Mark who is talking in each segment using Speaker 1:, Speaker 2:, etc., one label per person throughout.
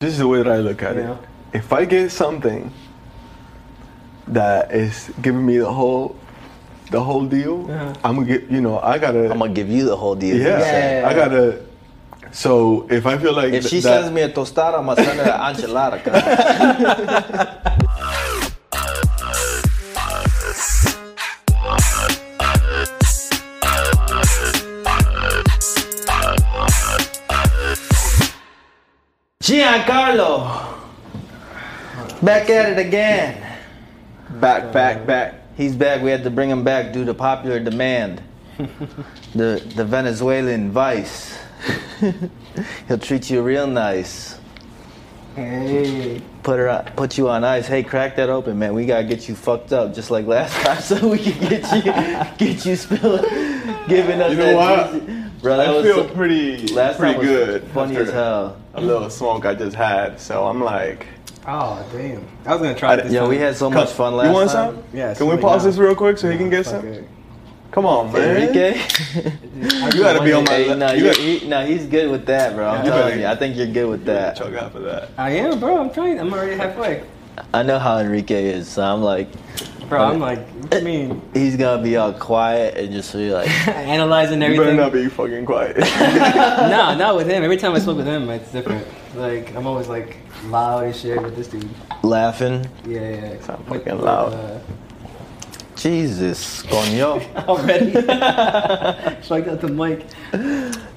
Speaker 1: This is the way that I look at
Speaker 2: Yeah.
Speaker 1: it. If I get something that is giving me the whole, the whole deal,
Speaker 2: Uh-huh.
Speaker 1: I'm gonna get. You know, I gotta.
Speaker 3: I'm gonna give you the whole deal.
Speaker 1: yeah,
Speaker 2: Yeah, yeah,
Speaker 1: I gotta. So if I feel like
Speaker 3: If
Speaker 1: th-
Speaker 3: she
Speaker 1: that-
Speaker 3: sends me a tostada, I'm gonna send her an enchilada. cuz. Giancarlo, back at it again. Back, back, back. He's back. We had to bring him back due to popular demand. the the Venezuelan vice. He'll treat you real nice.
Speaker 2: Hey.
Speaker 3: Put her on- put you on ice. Hey, crack that open, man. We gotta get you fucked up just like last time, so we can get you get you spilling, giving us
Speaker 1: You know
Speaker 3: that
Speaker 1: what?
Speaker 3: juicy- Bro, that
Speaker 1: I
Speaker 3: was
Speaker 1: feel
Speaker 3: so-
Speaker 1: pretty,
Speaker 3: last
Speaker 1: pretty
Speaker 3: time was
Speaker 1: good.
Speaker 3: funny
Speaker 1: after
Speaker 3: as hell.
Speaker 1: A little smoke I just had, so I'm like,
Speaker 2: Oh damn. I was gonna try
Speaker 1: I-
Speaker 2: it this
Speaker 3: Yeah,
Speaker 2: time.
Speaker 3: we had so much
Speaker 1: Come-
Speaker 3: fun last
Speaker 1: you want
Speaker 3: time.
Speaker 1: some?
Speaker 2: Yeah,
Speaker 1: Can we
Speaker 2: something
Speaker 1: pause
Speaker 2: now.
Speaker 1: this real quick so he can get
Speaker 2: Fuck
Speaker 1: some?
Speaker 2: it.
Speaker 1: Come on, man.
Speaker 3: Enrique,
Speaker 1: You gotta be on my.
Speaker 3: hey,
Speaker 1: le-
Speaker 3: no,
Speaker 1: you
Speaker 3: you-
Speaker 1: gotta-
Speaker 3: he, no, he's good with that, bro. I'm
Speaker 1: You
Speaker 3: telling
Speaker 1: better-
Speaker 3: you, I think you're good with that.
Speaker 1: Chug out for that.
Speaker 2: I am, bro. I'm trying. I'm already halfway.
Speaker 3: I know how Enrique is, so I'm like,
Speaker 2: Bro, I'm like, what do you mean?
Speaker 3: he's gonna be all quiet and just be like,
Speaker 2: Analyzing
Speaker 1: You better
Speaker 2: everything.
Speaker 1: not be fucking quiet.
Speaker 2: no, not with him. Every time I smoke with him, it's different. Like, I'm always like loud and shit with this dude.
Speaker 3: laughing.
Speaker 2: Yeah, yeah. yeah.
Speaker 1: Sound
Speaker 2: With-
Speaker 1: fucking
Speaker 2: with,
Speaker 1: loud.
Speaker 2: uh,
Speaker 3: Jesus, coño.
Speaker 2: already. Strike out the mic.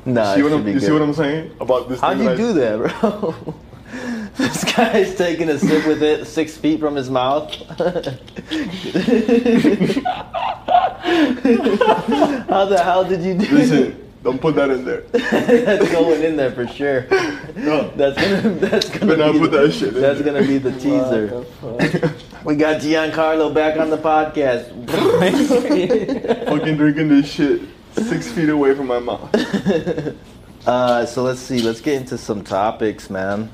Speaker 3: Nah,
Speaker 1: see
Speaker 3: it
Speaker 1: what
Speaker 3: should
Speaker 1: I'm,
Speaker 3: be
Speaker 1: you see
Speaker 3: good.
Speaker 1: what I'm saying about this?
Speaker 3: How'd
Speaker 1: thing
Speaker 3: you
Speaker 1: that I-
Speaker 3: do that, bro? this guy's taking a sip with it six feet from his mouth. How the hell did you do it?
Speaker 1: Listen, don't put that in there.
Speaker 3: that's going in there for sure.
Speaker 1: No.
Speaker 3: That's gonna that's gonna
Speaker 1: Better not
Speaker 3: be
Speaker 1: put that shit in
Speaker 3: that's
Speaker 1: there.
Speaker 3: gonna be the teaser. We got Giancarlo back on the podcast.
Speaker 1: fucking drinking this shit six feet away from my mouth.
Speaker 3: Uh, so let's see. Let's get into some topics, man.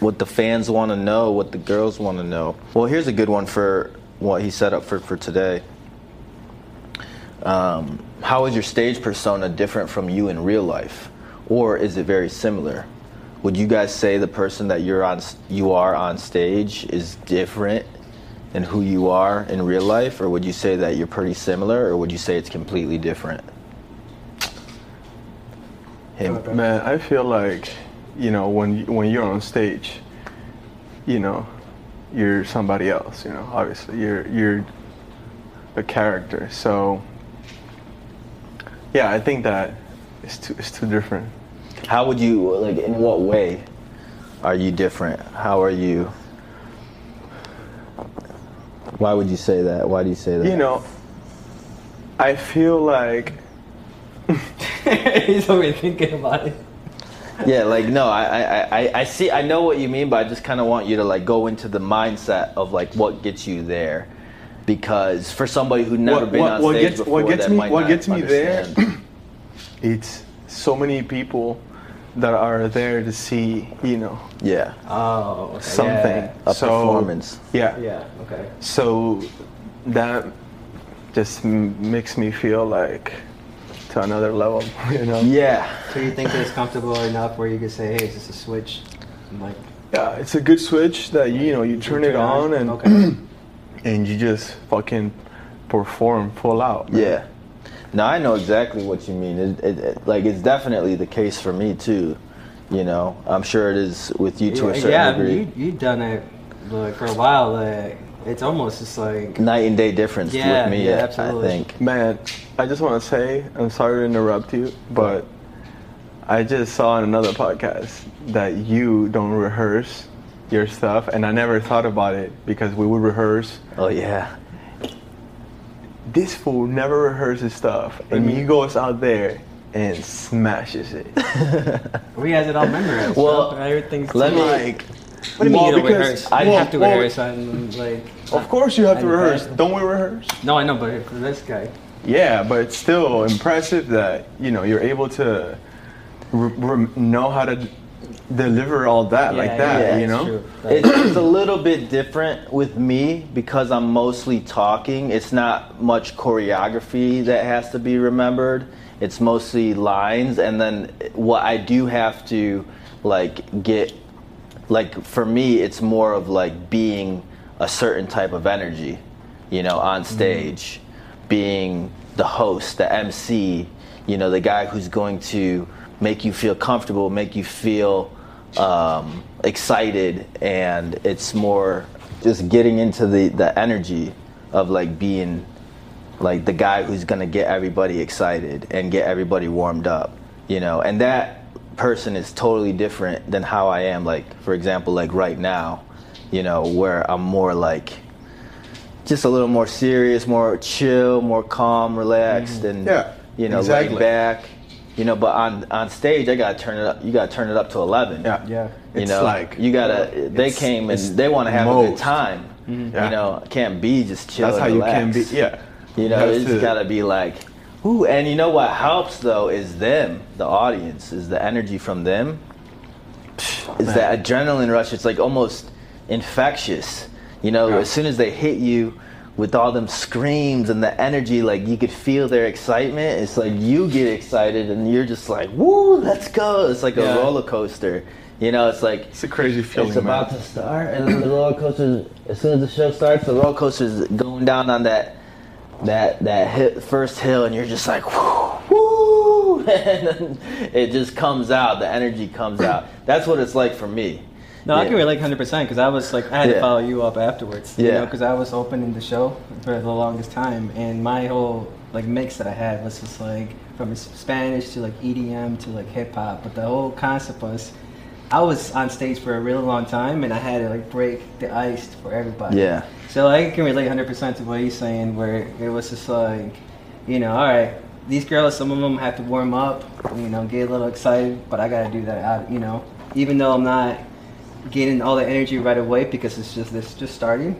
Speaker 3: What the fans want to know, what the girls want to know. Well, here's a good one for what he set up for for today. Um, how is your stage persona different from you in real life, or is it very similar? Would you guys say the person that you're on, s- you are on stage is different than who you are in real life, or would you say that you're pretty similar, or would you say it's completely different? Him.
Speaker 1: Man, I feel like, you know, when you- when you're on stage, you know, you're somebody else. You know, obviously, you're you're a character. So, yeah, I think that it's too it's too different.
Speaker 3: How would you like? In what way are you different? How are you? Why would you say that? Why do you say that?
Speaker 1: You know, I feel like
Speaker 2: He's already thinking about it.
Speaker 3: Yeah, like no, I, I, I, I see. I know what you mean, but I just kind of want you to like go into the mindset of like what gets you there, because for somebody who never
Speaker 1: What-
Speaker 3: been
Speaker 1: what-
Speaker 3: on
Speaker 1: what
Speaker 3: stage
Speaker 1: gets- what
Speaker 3: before,
Speaker 1: gets
Speaker 3: that
Speaker 1: me-
Speaker 3: might
Speaker 1: what
Speaker 3: not
Speaker 1: gets me there-
Speaker 3: understand.
Speaker 1: it's so many people that are there to see. You know,
Speaker 3: yeah,
Speaker 2: Oh, okay.
Speaker 1: something.
Speaker 3: a
Speaker 1: So,
Speaker 3: performance.
Speaker 1: Yeah.
Speaker 2: Yeah. Okay.
Speaker 1: So that just m- makes me feel like to another level, you know.
Speaker 3: Yeah,
Speaker 2: So you think that it's comfortable enough where you could say, hey, is this a switch? I'm like,
Speaker 1: Yeah, it's a good switch that you know you turn it on and
Speaker 2: okay.
Speaker 1: and you just fucking perform full out. man.
Speaker 3: Yeah. Now I know exactly what you mean. It, it, it- like it's definitely the case for me too. You know, I'm sure it is with you to a
Speaker 2: yeah,
Speaker 3: certain
Speaker 2: yeah, I
Speaker 3: degree.
Speaker 2: mean, you you done it like for a while. Like it's almost just like
Speaker 3: Night and day difference
Speaker 2: Yeah,
Speaker 3: with me.
Speaker 2: yeah,
Speaker 3: I-
Speaker 2: absolutely.
Speaker 3: I think.
Speaker 1: Man, I just want to say I'm sorry to interrupt you, but I just saw in another podcast that you don't rehearse your stuff, and I never thought about it because we would rehearse.
Speaker 3: Oh yeah.
Speaker 1: This fool never rehearses stuff, and
Speaker 2: Mm-hmm.
Speaker 1: he goes out there and smashes it.
Speaker 2: we has it all memorized.
Speaker 3: Well,
Speaker 2: so everything's
Speaker 3: let me-
Speaker 2: like. What do you mean
Speaker 1: Well,
Speaker 2: you don't
Speaker 1: because-
Speaker 2: rehearse? I
Speaker 1: well,
Speaker 2: have to
Speaker 1: well-
Speaker 2: rehearse. I'm like,
Speaker 1: Of course, you have to
Speaker 2: And
Speaker 1: rehearse.
Speaker 2: then-
Speaker 1: Don't we rehearse?
Speaker 2: no, I know, but for this guy,
Speaker 1: Yeah, but it's still impressive that you know you're able to re- rem- know how to d- deliver all that
Speaker 2: Yeah,
Speaker 1: like that.
Speaker 2: yeah,
Speaker 1: you
Speaker 2: that's
Speaker 1: know,
Speaker 2: true.
Speaker 3: It's, it's a little bit different with me because I'm mostly talking. It's not much choreography that has to be remembered. It's mostly lines, and then what I do have to like get like for me it's more of like being a certain type of energy you know on stage being the host the mc you know the guy who's going to make you feel comfortable make you feel um, excited and it's more just getting into the the energy of like being like the guy who's gonna get everybody excited and get everybody warmed up, you know. And that person is totally different than how I am. Like for example, like right now, you know, where I'm more like just a little more serious, more chill, more calm, relaxed, and
Speaker 1: Mm-hmm. Yeah,
Speaker 3: you know,
Speaker 1: exactly.
Speaker 3: laid back. You know, but on on stage, I gotta turn it up. You gotta turn it up to eleven.
Speaker 1: Yeah.
Speaker 2: Yeah.
Speaker 3: You
Speaker 1: It's
Speaker 3: know,
Speaker 1: like- uh,
Speaker 3: you gotta. They
Speaker 1: It's-
Speaker 3: came and
Speaker 1: it's
Speaker 3: they want to have a good
Speaker 1: most. Mm-hmm.
Speaker 3: time.
Speaker 1: Yeah.
Speaker 3: You know, can't be just chill.
Speaker 1: That's
Speaker 3: and
Speaker 1: how you can be.
Speaker 3: relaxed.
Speaker 1: Yeah.
Speaker 3: You know,
Speaker 1: have
Speaker 3: it's
Speaker 1: to-
Speaker 3: gotta be like, ooh, and you know what helps though is them, the audience, is the energy from them. Is that adrenaline rush? It's like almost infectious. You know,
Speaker 1: Yeah.
Speaker 3: as soon as they hit you with all them screams and the energy, like you could feel their excitement. It's like you get excited and you're just like, woo, let's go. It's like
Speaker 2: Yeah.
Speaker 3: a roller coaster. You know, it's like
Speaker 1: It's a crazy feeling,
Speaker 3: it's about
Speaker 1: man.
Speaker 3: to start, and then the roller coaster. As soon as the show starts, the roller coaster's going down on that that that hit, first hill, and you're just like, woo, woo, and then it just comes out. The energy comes out. That's what it's like for me.
Speaker 2: No, I
Speaker 3: Yeah.
Speaker 2: can relate 100% because I was like, I had to
Speaker 3: Yeah.
Speaker 2: follow you up afterwards. You
Speaker 3: Yeah.
Speaker 2: Because I was opening the show for the longest time, and my whole like mix that I had was just like from S- Spanish to like EDM to like hip hop. But the whole concept was, I was on stage for a really long time, and I had to like break the ice for everybody.
Speaker 3: Yeah.
Speaker 2: So I can relate 100% to what he's saying, where it was just like, you know, all right, these girls, some of them have to warm up, you know, get a little excited, but I got to do that, out, you know, even though I'm not getting all the energy right away because it's just this just starting.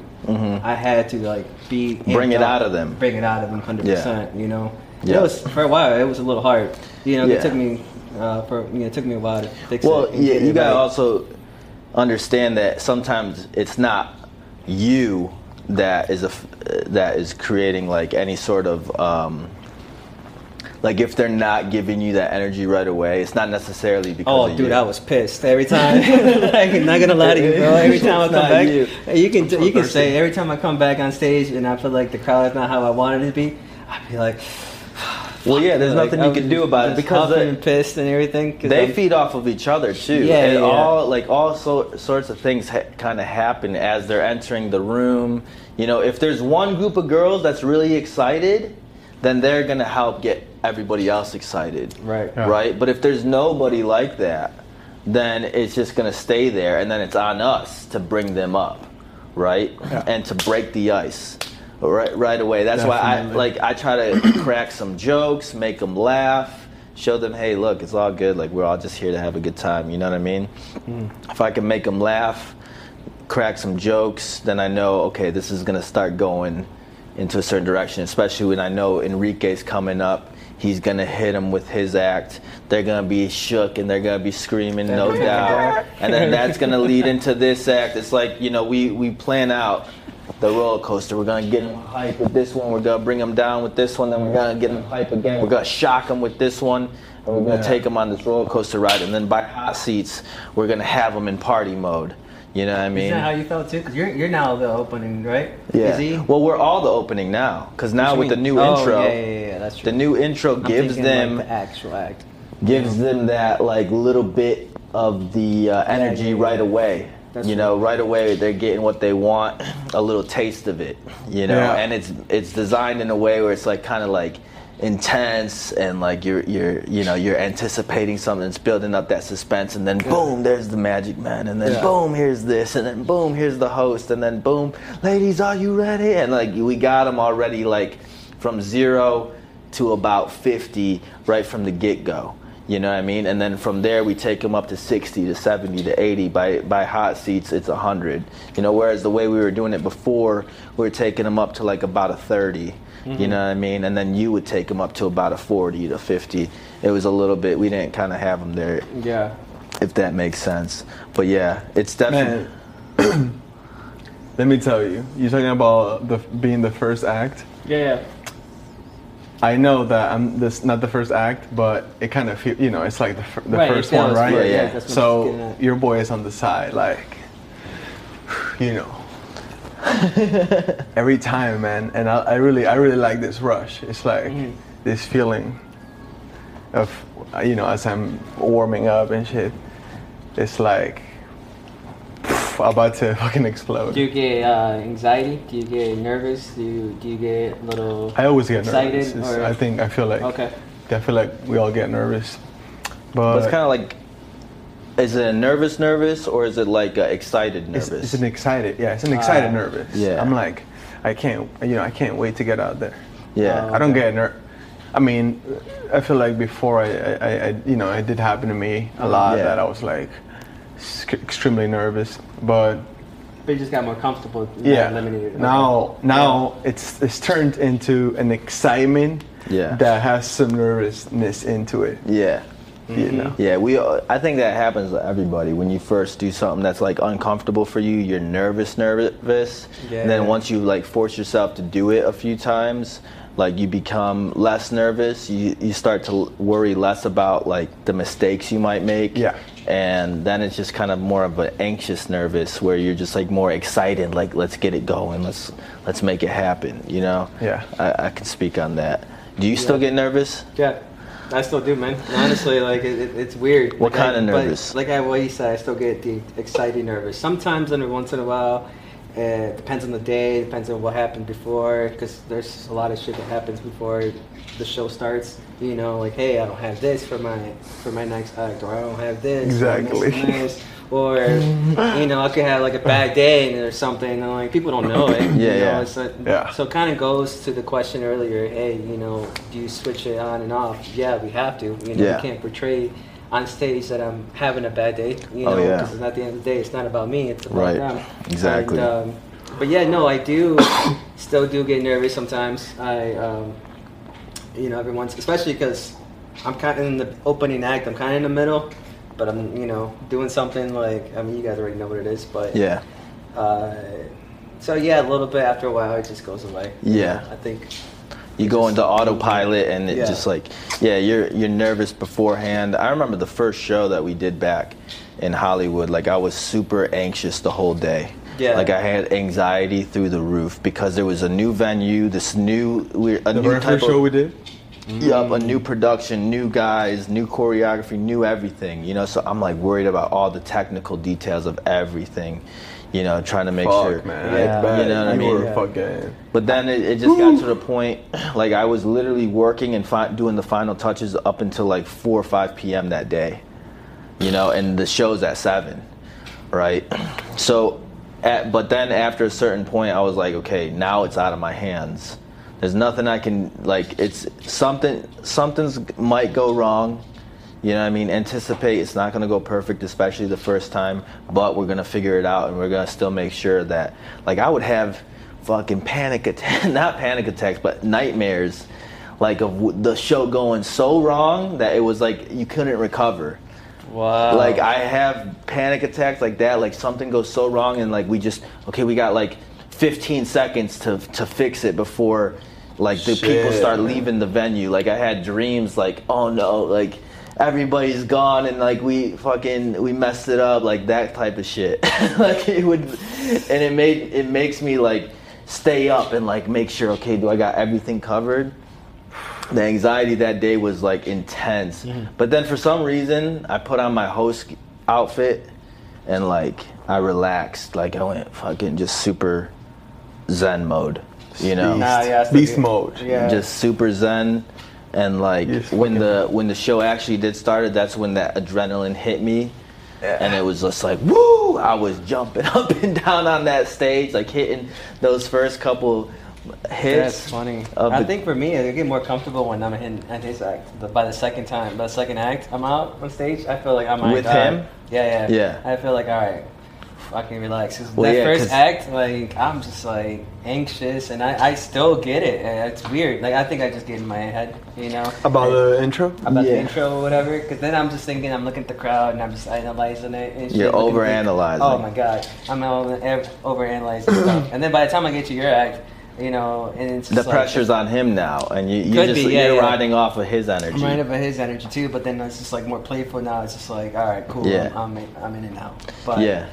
Speaker 2: I had to like be
Speaker 3: Mm-hmm. Bring
Speaker 2: amped
Speaker 3: it
Speaker 2: up,
Speaker 3: out of them.
Speaker 2: bring it out of them 100%. You know,
Speaker 3: Yeah.
Speaker 2: it was for a while. It was a little hard. You know,
Speaker 3: Yeah.
Speaker 2: it took me. Uh, for you know, it took me a while to fix it.
Speaker 3: Well,
Speaker 2: and
Speaker 3: yeah,
Speaker 2: get
Speaker 3: you
Speaker 2: it
Speaker 3: gotta
Speaker 2: right.
Speaker 3: also understand that sometimes it's not you that is a f- that is creating like any sort of um, like if they're not giving you that energy right away, it's not necessarily because
Speaker 2: Oh,
Speaker 3: of
Speaker 2: dude,
Speaker 3: you.
Speaker 2: I was pissed every time. like, not gonna lie to you, bro. Every time I
Speaker 3: It's
Speaker 2: come
Speaker 3: not
Speaker 2: back,
Speaker 3: you.
Speaker 2: you, can you can say every time I come back on stage and I feel like the crowd is not how I wanted it to be, I'd be like,
Speaker 3: well, yeah, there's
Speaker 2: like,
Speaker 3: nothing
Speaker 2: I
Speaker 3: you
Speaker 2: was
Speaker 3: can do about it
Speaker 2: just
Speaker 3: because
Speaker 2: huffing
Speaker 3: the-
Speaker 2: and pissed and everything. 'cause
Speaker 3: they
Speaker 2: I'm-
Speaker 3: feed off of each other too.
Speaker 2: Yeah,
Speaker 3: and
Speaker 2: yeah, yeah.
Speaker 3: all like all so, sorts of things ha- kind of happen as they're entering the room. You know, if there's one group of girls that's really excited, then they're gonna help get everybody else excited.
Speaker 2: Right.
Speaker 1: Yeah.
Speaker 3: Right. But if there's nobody like that, then it's just gonna stay there, and then it's on us to bring them up, right, and to break the ice. Right, right away. That's why I
Speaker 1: Definitely.
Speaker 3: like like, I try to crack some jokes, make them laugh, show them, hey, look, it's all good. Like we're all just here to have a good time. You know what I mean? If I can make them laugh, crack some jokes, then I know, okay, this is gonna start going into a certain direction. Especially when I know Enrique's coming up. He's gonna hit him with his act. They're gonna be shook and they're gonna be screaming, no
Speaker 2: Definitely.
Speaker 3: doubt. And then that's gonna lead into this act. It's like you know we we plan out the roller coaster. We're gonna get them hype with this one. We're gonna bring them down with this one. Then we're gonna get them hype again. We're gonna shock them with this one. And we're gonna
Speaker 1: Yeah.
Speaker 3: take them on this roller coaster ride. And then by hot seats, we're gonna have them in party mode. You know what I mean?
Speaker 2: Is that how you felt too? Because you're you're now the opening, right?
Speaker 3: yeah.
Speaker 2: Is he?
Speaker 3: Well, we're all the opening now, because now
Speaker 2: What
Speaker 3: with the
Speaker 2: you mean?
Speaker 3: new
Speaker 2: Oh,
Speaker 3: intro,
Speaker 2: yeah, yeah, yeah, that's true.
Speaker 3: the new intro
Speaker 2: I'm
Speaker 3: gives
Speaker 2: thinking, like,
Speaker 3: them
Speaker 2: the actual act.
Speaker 3: gives them that like little bit of the uh, energy
Speaker 2: yeah, yeah.
Speaker 3: right away.
Speaker 2: That's
Speaker 3: you know, right away they're getting what they want, a little taste of it. You know,
Speaker 1: Yeah.
Speaker 3: and it's it's designed in a way where it's like kind of like intense and like you're you're you know you're anticipating something it's building up that suspense and then boom there's the magic man and then
Speaker 1: Yeah.
Speaker 3: boom here's this and then boom here's the host and then boom ladies are you ready and like we got them already like from zero to about 50 right from the get-go you know what i mean and then from there we take them up to 60 to 70 to 80 by by hot seats it's 100 you know whereas the way we were doing it before we were taking them up to like about a 30
Speaker 1: Mm-hmm.
Speaker 3: you know what i mean and then you would take them up to about a 40 to 50 it was a little bit we didn't kind of have them there
Speaker 2: Yeah.
Speaker 3: if that makes sense but yeah it's definitely
Speaker 1: Man, let me tell you. You're talking about the being the first act.
Speaker 2: Yeah.
Speaker 1: I know that I'm this not the first act, but it kind of feel, you know it's like the, fir- the
Speaker 2: Right, it
Speaker 1: first one,
Speaker 2: feels-
Speaker 1: right?
Speaker 3: yeah, yeah.
Speaker 2: That's what I'm getting
Speaker 1: So
Speaker 2: at.
Speaker 1: your boy is on the side, like you know. Every time, man, and I, I really, I really like this rush. It's like
Speaker 2: Mm-hmm.
Speaker 1: this feeling of uh, you know as I'm warming up and shit. It's like about to fucking explode.
Speaker 4: Do you get uh, anxiety? Do you get nervous? Do you, do you get a little?
Speaker 1: I always get
Speaker 4: excited
Speaker 1: nervous. It's-
Speaker 4: or-
Speaker 1: I think I feel like
Speaker 4: Okay.
Speaker 1: I feel like we all get nervous, but
Speaker 3: But it's kind of like, is it a nervous nervous or is it like a excited
Speaker 1: it's,
Speaker 3: nervous?
Speaker 1: it's an excited. Yeah, it's an excited
Speaker 4: Ah,
Speaker 1: nervous.
Speaker 3: yeah.
Speaker 1: I'm like, I can't. You know, I can't wait to get out there.
Speaker 3: yeah.
Speaker 4: Oh.
Speaker 1: uh, I don't get ner. I mean, I feel like before I, I, I- I you know, it did happen to me a lot
Speaker 3: Yeah.
Speaker 1: that I was like sc- extremely nervous, but
Speaker 4: But you just got more comfortable. with that
Speaker 1: yeah,
Speaker 4: Eliminated. Okay.
Speaker 1: now now it's it's turned into an excitement
Speaker 3: Yeah.
Speaker 1: that has some nervousness into it.
Speaker 3: yeah.
Speaker 1: You know.
Speaker 3: Yeah, we. all- I think that happens to everybody when you first do something that's like uncomfortable for you. You're nervous, nervous.
Speaker 2: Yeah.
Speaker 3: And then once you like force yourself to do it a few times, like you become less nervous. You you start to l- worry less about like the mistakes you might make.
Speaker 1: Yeah.
Speaker 3: And then it's just kind of more of an anxious nervous where you're just like more excited, like let's get it going, let's let's make it happen. You know.
Speaker 1: Yeah.
Speaker 3: I, I can speak on that. Do you still get nervous?
Speaker 2: Yeah, I still do, man. Honestly, like it, it, it's weird.
Speaker 3: What
Speaker 2: Like, I-
Speaker 3: kinda
Speaker 2: but
Speaker 3: nervous?
Speaker 2: Like I what you said, I still get the excited nervous. Sometimes, every once in a while, uh, depends on the day, depends on what happened before, because there's a lot of shit that happens before the show starts. You know, like hey, I don't have this for my for my next act, or I don't have this. or I'm missing
Speaker 1: Exactly.
Speaker 2: this, Or you know, I could have like a bad day and or something. And, like people don't know it. you
Speaker 3: Yeah,
Speaker 2: know,
Speaker 3: yeah.
Speaker 2: It's like,
Speaker 1: Yeah.
Speaker 2: So it kind of goes to the question earlier. Hey, you know, do you switch it on and off? Yeah, we have to. You know,
Speaker 3: Yeah.
Speaker 2: we can't portray on stage that I'm having a bad day. You know,
Speaker 3: Oh, yeah.
Speaker 2: because at the end of the day, it's not about me. It's about
Speaker 3: Right.
Speaker 2: them.
Speaker 3: Exactly.
Speaker 2: And, um, but yeah, no, I do still do get nervous sometimes. I, um, you know, everyone's especially because I'm kind of in the opening act. I'm kind of in the middle, but I'm you know doing something like I mean, you guys already know what it is, but
Speaker 3: Yeah.
Speaker 2: uh, so yeah, a little bit after a while, it just goes away.
Speaker 3: Yeah.
Speaker 2: I think.
Speaker 3: you go into autopilot and it
Speaker 2: Yeah.
Speaker 3: just like yeah you're you're nervous beforehand i remember the first show that we did back in hollywood like i was super anxious the whole day
Speaker 2: Yeah.
Speaker 3: like i had anxiety through the roof because there was a new venue this new weird a
Speaker 1: The
Speaker 3: new
Speaker 1: very
Speaker 3: type
Speaker 1: first show
Speaker 3: of
Speaker 1: we did.
Speaker 3: Yup, a new production, new guys, new choreography, new everything. You know, so I'm like worried about all the technical details of everything. You know, trying to make sure.
Speaker 1: Fuck, man.
Speaker 3: Like,
Speaker 1: It's bad.
Speaker 3: You know what I
Speaker 1: You
Speaker 3: mean?
Speaker 1: were fucking.
Speaker 3: But then it, it just got to the point, like I was literally working and fi- doing the final touches up until like four or five p.m. that day, you know, and the show's at seven, right? So, at, but then after a certain point, I was like, okay, now it's out of my hands. There's nothing I can like. It's something. Something's might go wrong. You know what I mean? Anticipate it's not going to go perfect, especially the first time, but we're going to figure it out and we're going to still make sure that, like, I would have fucking panic attack, not panic attacks, but nightmares, like, of w- the show going so wrong that it was like you couldn't recover.
Speaker 4: Wow.
Speaker 3: Like I have panic attacks like that. Like something goes so wrong, and like we just okay, we got like 15 seconds to to fix it before like the people
Speaker 1: Shit.
Speaker 3: start leaving the venue. Like I had dreams like oh no, like everybody's gone, and like we fucking we messed it up, like that type of shit. like it would, and it made it makes me like stay up and like make sure okay, do I got everything covered? the anxiety that day was like intense.
Speaker 2: Mm-hmm.
Speaker 3: But then for some reason, I put on my host outfit and like I relaxed. Like I went fucking just super zen mode, you know?
Speaker 1: Beast,
Speaker 2: Nah, yeah, I still
Speaker 1: beast
Speaker 2: do.
Speaker 1: mode.
Speaker 2: Yeah.
Speaker 3: just super zen and like
Speaker 1: Yes,
Speaker 3: when
Speaker 1: fucking-
Speaker 3: the when the show actually did started that's when that adrenaline hit me
Speaker 1: Yeah.
Speaker 3: and it was just like woo i was jumping up and down on that stage like hitting those first couple hits
Speaker 2: That's funny.
Speaker 3: of
Speaker 2: I
Speaker 3: the-
Speaker 2: think for me, I get more comfortable when I'm in, in his act. But by the second time, by the second act, I'm out on stage. I feel like I'm like,
Speaker 3: With
Speaker 2: all right.
Speaker 3: him?
Speaker 2: Yeah, yeah,
Speaker 3: Yeah.
Speaker 2: I feel like all right, fucking relax. 'Cause
Speaker 3: Well,
Speaker 2: that
Speaker 3: yeah, 'cause-
Speaker 2: first act, like I'm just like anxious, and I, I still get it. And it's weird. Like I think I just get in my head, you know.
Speaker 1: About the intro.
Speaker 2: about
Speaker 3: Yeah.
Speaker 2: the intro or whatever. Because then I'm just thinking, I'm looking at the crowd and I'm just analyzing it. And shit,
Speaker 3: You're
Speaker 2: looking at the-
Speaker 3: overanalyzing.
Speaker 2: Oh my god, I'm over- ev- overanalyzing stuff. And then by the time I get to your act, you know, and it's
Speaker 3: The
Speaker 2: just like-
Speaker 3: pressure's on him now, and you, you're
Speaker 2: Could
Speaker 3: just
Speaker 2: be, yeah,
Speaker 3: you're
Speaker 2: yeah.
Speaker 3: riding off of his energy.
Speaker 2: I'm right up at his energy too, but then it's just like more playful now. It's just like, all right, cool,
Speaker 3: Yeah.
Speaker 2: I'm, I'm, in, I'm in and out. But
Speaker 3: yeah,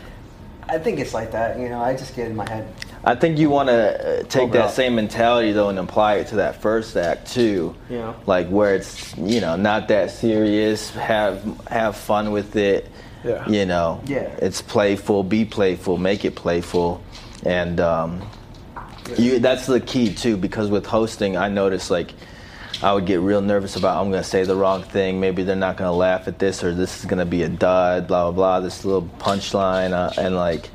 Speaker 2: I think it's like that, you know. I just get in my head.
Speaker 3: I think you want to take
Speaker 2: Over
Speaker 3: that
Speaker 2: up.
Speaker 3: same mentality though and apply it to that first act too.
Speaker 2: Yeah.
Speaker 3: like where it's you know not that serious. Have have fun with it.
Speaker 1: Yeah.
Speaker 3: you know.
Speaker 2: Yeah.
Speaker 3: it's playful. Be playful. Make it playful, and um, you that's the key too. Because with hosting, I noticed like. I would get real nervous about I'm gonna say the wrong thing. Maybe they're not gonna laugh at this, or this is gonna be a dud. Blah blah blah. This little punchline, uh, and like,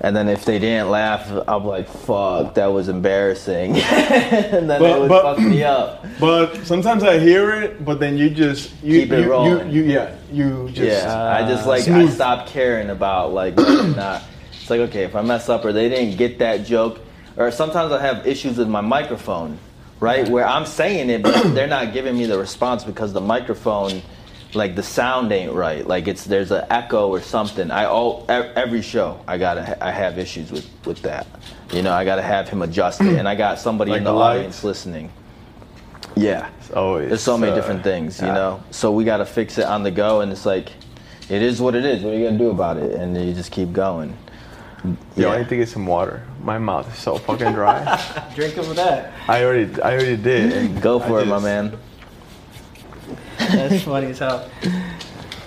Speaker 3: and then if they didn't laugh, I'm like, fuck, that was embarrassing. and then
Speaker 1: But-
Speaker 3: it would
Speaker 1: but-
Speaker 3: fuck me up.
Speaker 1: But sometimes I hear it, but then you just you
Speaker 3: Keep it
Speaker 1: you,
Speaker 3: rolling.
Speaker 1: You, you yeah you just
Speaker 3: yeah, I just like I
Speaker 1: smooth.
Speaker 3: stopped caring about like whether or not. It's like okay, if I mess up or they didn't get that joke, or sometimes I have issues with my microphone, right? Where I'm saying it, but they're not giving me the response because the microphone, like the sound ain't right. Like it's there's an echo or something. I all e- every show I gotta I have issues with with that. You know, I gotta have him adjust it, and I got somebody
Speaker 1: Like
Speaker 3: in the,
Speaker 1: the lights?
Speaker 3: audience listening. Yeah.
Speaker 1: always,
Speaker 3: There's so many
Speaker 1: uh,
Speaker 3: different things, you
Speaker 1: yeah.
Speaker 3: know. So we got to fix it on the go, and it's like, it is what it is. What are you gonna do about it? And you just keep going.
Speaker 1: Yo, I need to get some water. My mouth is so fucking dry.
Speaker 2: Drink over that.
Speaker 1: I already I already did. and
Speaker 3: Go for
Speaker 1: I
Speaker 3: it, my
Speaker 1: just-
Speaker 3: man.
Speaker 2: That's funny as hell.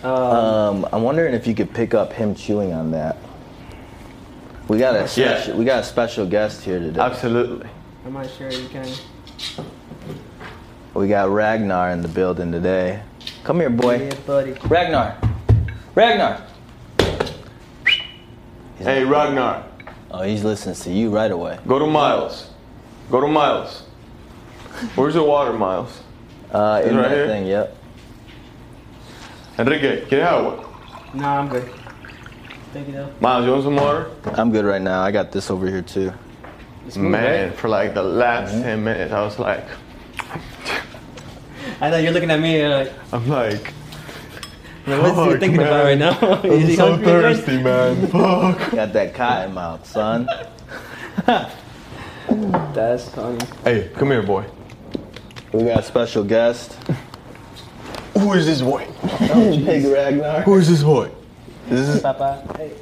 Speaker 3: Um, I'm wondering if you could pick up him chewing on that. We got a special, we got a special guest here today.
Speaker 1: Absolutely.
Speaker 2: I'm not sure you can.
Speaker 3: We got Ragnar in the building today. Come here, boy.
Speaker 2: Yeah, buddy.
Speaker 3: Ragnar. Ragnar. He's
Speaker 1: Hey
Speaker 3: not-
Speaker 1: Ragnar,
Speaker 3: Oh, he listens to you right away.
Speaker 1: go to Miles. Go to Miles. Where's the water, Miles?
Speaker 3: Uh, in
Speaker 1: Right
Speaker 3: that
Speaker 1: here?
Speaker 3: thing, yep.
Speaker 1: Enrique, get out.
Speaker 2: No, I'm good. Thank you though.
Speaker 1: Miles, you want some water?
Speaker 3: I'm good right now. I got this over here too.
Speaker 2: It's smooth,
Speaker 1: Man, for like the last ten minutes, I was like,
Speaker 2: right? I know you're looking at me. uh, You're like,
Speaker 1: I'm like,
Speaker 2: what's he
Speaker 1: fuck,
Speaker 2: thinking about right
Speaker 1: man.
Speaker 2: now? Is
Speaker 1: Oh, I'm
Speaker 2: he
Speaker 1: so
Speaker 2: hungry again?
Speaker 1: thirsty, man. Fuck.
Speaker 3: Got that cotton mouth, son.
Speaker 4: That's funny.
Speaker 1: Hey, come here, boy.
Speaker 3: We got a special guest.
Speaker 1: Who is this boy?
Speaker 2: Oh,
Speaker 3: Big Ragnar.
Speaker 1: Who is this boy? This is
Speaker 2: Papa. Hey.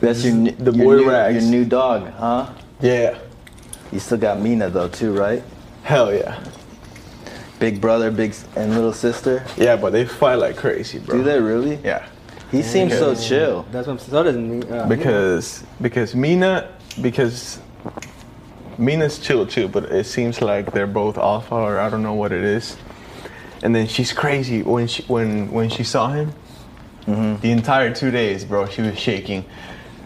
Speaker 3: That's your, n-
Speaker 1: The
Speaker 3: your
Speaker 1: boy
Speaker 3: new,
Speaker 1: Rags.
Speaker 3: Your new dog, huh?
Speaker 1: yeah,
Speaker 3: You still got Mina though too, right?
Speaker 1: hell yeah,
Speaker 3: Big brother, big s- and little sister.
Speaker 1: yeah. But they fight like crazy, bro.
Speaker 3: Do they really?
Speaker 1: Yeah,
Speaker 3: He seems so
Speaker 1: Okay.
Speaker 3: chill.
Speaker 2: That's what I'm so doesn't he? Uh,
Speaker 1: because because Mina because Mina's chill too, but it seems like they're both alpha or I don't know what it is. And then she's crazy when she when when she saw him. The entire two days, bro, she was shaking,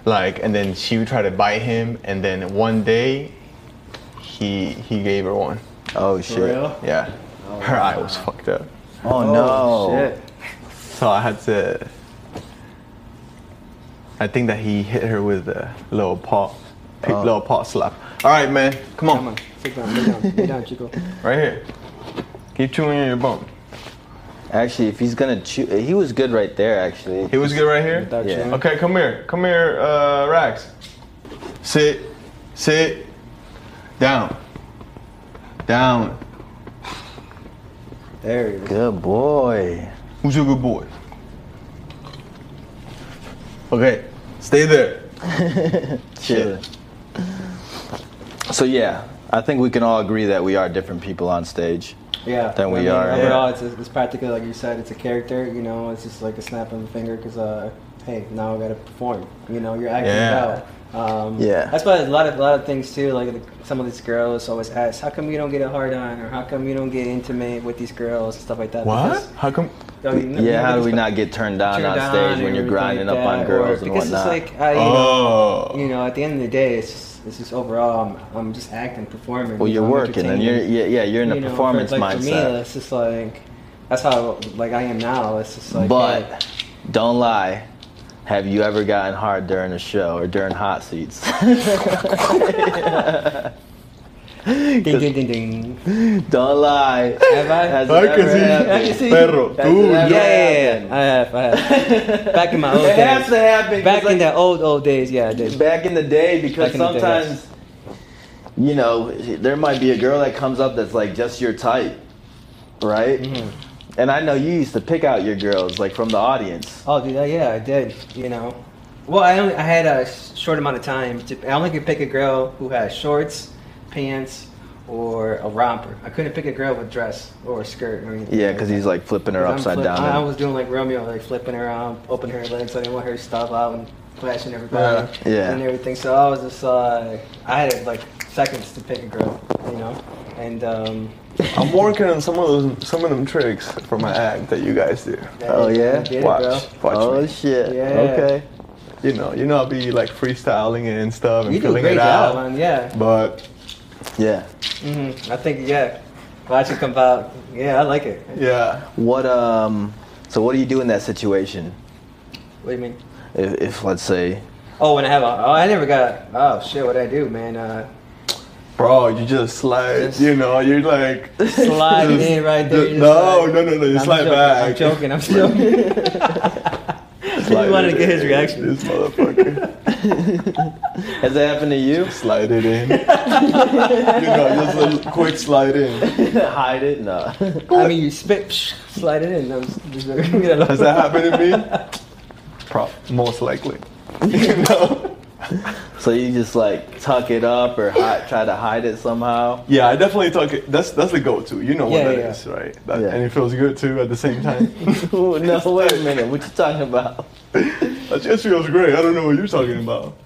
Speaker 1: like, and then she would try to bite him, and then one day, he he gave her one.
Speaker 3: Oh shit.
Speaker 2: real?
Speaker 1: Yeah, her eye was fucked up.
Speaker 3: Oh,
Speaker 2: Oh,
Speaker 3: no.
Speaker 2: shit.
Speaker 1: So I had to. I think that he hit her with a little paw, pe- little paw slap. All right, man, come on,
Speaker 2: Come on, sit down, sit down, sit down, Chico.
Speaker 1: right here. Keep chewing on your bone.
Speaker 3: Actually, if he's gonna chew, he was good right there. Actually.
Speaker 1: He was good right here.
Speaker 2: Without
Speaker 3: Yeah.
Speaker 2: chewing.
Speaker 1: Okay, come here, come here, uh, Rax. Sit, sit, down, down.
Speaker 2: There you go.
Speaker 3: Good boy.
Speaker 1: Who's your good boy? Okay, stay there.
Speaker 3: Chill. So yeah, I think we can all agree that we are different people on stage.
Speaker 2: Yeah.
Speaker 3: Then we
Speaker 2: I mean,
Speaker 3: are, yeah.
Speaker 2: Overall, it's, it's practically like you said. It's a character. You know, it's just like a snap of the finger. Because uh, hey, now I gotta perform. You know, you're acting
Speaker 1: Yeah.
Speaker 2: it out. Um,
Speaker 3: Yeah.
Speaker 2: That's why a lot of a lot of things too. Like the, some of these girls always ask, "How come you don't get a hard on?" or "How come you don't get intimate with these girls?" and stuff like that.
Speaker 1: What?
Speaker 2: Because-
Speaker 1: How come?
Speaker 2: I mean, you
Speaker 3: Yeah,
Speaker 2: know,
Speaker 3: how do
Speaker 2: just
Speaker 3: we
Speaker 2: put-
Speaker 3: not get turned on
Speaker 2: turned
Speaker 3: on
Speaker 2: on
Speaker 3: stage when
Speaker 2: and
Speaker 3: you're
Speaker 2: everything
Speaker 3: grinding
Speaker 2: like
Speaker 3: up on
Speaker 2: that,
Speaker 3: girls and
Speaker 2: because
Speaker 3: whatnot?
Speaker 2: it's like I, you,
Speaker 1: Oh.
Speaker 2: know, you know, at the end of the day, it's just, it's just overall, I'm, I'm just acting, performing.
Speaker 3: well,
Speaker 2: you
Speaker 3: you're
Speaker 2: know, I'm
Speaker 3: working and you're
Speaker 2: entertaining.
Speaker 3: yeah, yeah you're in a
Speaker 2: You know, for-
Speaker 3: performance
Speaker 2: like, For me,
Speaker 3: mindset.
Speaker 2: it's just like that's how like I am now. It's just like
Speaker 3: but
Speaker 2: hey,
Speaker 3: don't lie. Have you ever gotten hard during a show or during hot seats?
Speaker 2: ding ding ding ding.
Speaker 3: don't lie.
Speaker 2: Have I?
Speaker 3: Has it
Speaker 1: Ay, que
Speaker 3: ever
Speaker 1: sí,
Speaker 3: happened?
Speaker 2: Ay, que sí.
Speaker 1: perro,
Speaker 3: Has it
Speaker 1: tú,
Speaker 2: Yeah,
Speaker 3: ever
Speaker 2: yeah, yeah,
Speaker 3: happened?
Speaker 2: I have, I have. Back in my old
Speaker 3: It has to
Speaker 2: days,
Speaker 3: happen. 'cause
Speaker 2: back
Speaker 3: like-
Speaker 2: in the old old days, yeah, I did.
Speaker 3: back in the day because
Speaker 2: Back in the day,
Speaker 3: sometimes you know, there might be a girl that comes up that's like just your type, right?
Speaker 2: Mm-hmm.
Speaker 3: And I know you used to pick out your girls like from the audience.
Speaker 2: Oh, dude, uh, yeah, I did. You know, well, I only I had a s- short amount of time. To, I only could pick a girl who had shorts, pants, or a romper. I couldn't pick a girl with dress or a skirt or anything.
Speaker 3: Yeah,
Speaker 2: like
Speaker 3: because
Speaker 2: that.
Speaker 3: he's like flipping her
Speaker 2: I'm
Speaker 3: upside
Speaker 2: flip-
Speaker 3: down.
Speaker 2: I, I was doing like Romeo, like flipping her around, opening her legs. I didn't want her to stop out and flashing everybody
Speaker 3: Yeah. Uh, Yeah.
Speaker 2: and everything. So I was just, uh, I had like seconds to pick a girl, you know, and um,
Speaker 1: I'm working on some of those, some of them tricks for my act that you guys do.
Speaker 3: Oh, yeah?
Speaker 2: I did it,
Speaker 1: Watch,
Speaker 2: bro.
Speaker 1: watch
Speaker 3: oh
Speaker 1: me.
Speaker 3: shit!
Speaker 2: Yeah.
Speaker 3: Okay.
Speaker 1: You know, you know, I'll be like freestyling it and stuff and
Speaker 2: You do a
Speaker 1: filling
Speaker 2: great
Speaker 1: it
Speaker 2: job,
Speaker 1: out.
Speaker 2: man. Yeah,
Speaker 1: But
Speaker 3: Yeah.
Speaker 2: hmm I think yeah, watch it come out. Yeah, I like it.
Speaker 1: yeah,
Speaker 3: What um? So what do you do in that situation?
Speaker 2: What do you mean?
Speaker 3: If, if let's say,
Speaker 2: Oh, and I have a. Oh, I never got. Oh shit, what I do, man? Uh,
Speaker 1: bro, you just slide.
Speaker 2: Just-
Speaker 1: you know, you're like
Speaker 2: slide it in right there.
Speaker 1: Just-
Speaker 2: You're just
Speaker 1: no,
Speaker 2: like-
Speaker 1: no, no, no, you
Speaker 2: I'm
Speaker 1: slide
Speaker 2: joking,
Speaker 1: back.
Speaker 2: I'm joking. I'm joking. I
Speaker 1: Slide
Speaker 2: just wanted to
Speaker 1: it
Speaker 2: get his
Speaker 1: in,
Speaker 2: reaction.
Speaker 1: This motherfucker.
Speaker 3: has that happened to you?
Speaker 1: slide it in. you know, just a quick slide in.
Speaker 3: Hide it? No.
Speaker 2: I mean, you spit, psh, slide it in. I'm just,
Speaker 1: Has that happened to me? Pro- most likely. you know?
Speaker 3: so you just like tuck it up or hi- try to hide it somehow.
Speaker 1: Yeah, I definitely talk. That's that's the go-to. You know
Speaker 2: Yeah,
Speaker 1: what that
Speaker 2: yeah.
Speaker 1: is, right? That,
Speaker 3: Yeah.
Speaker 1: And it feels good too at the same time.
Speaker 3: Ooh, no, wait a minute. What you talking about?
Speaker 1: that just feels great. I don't know what you're talking about.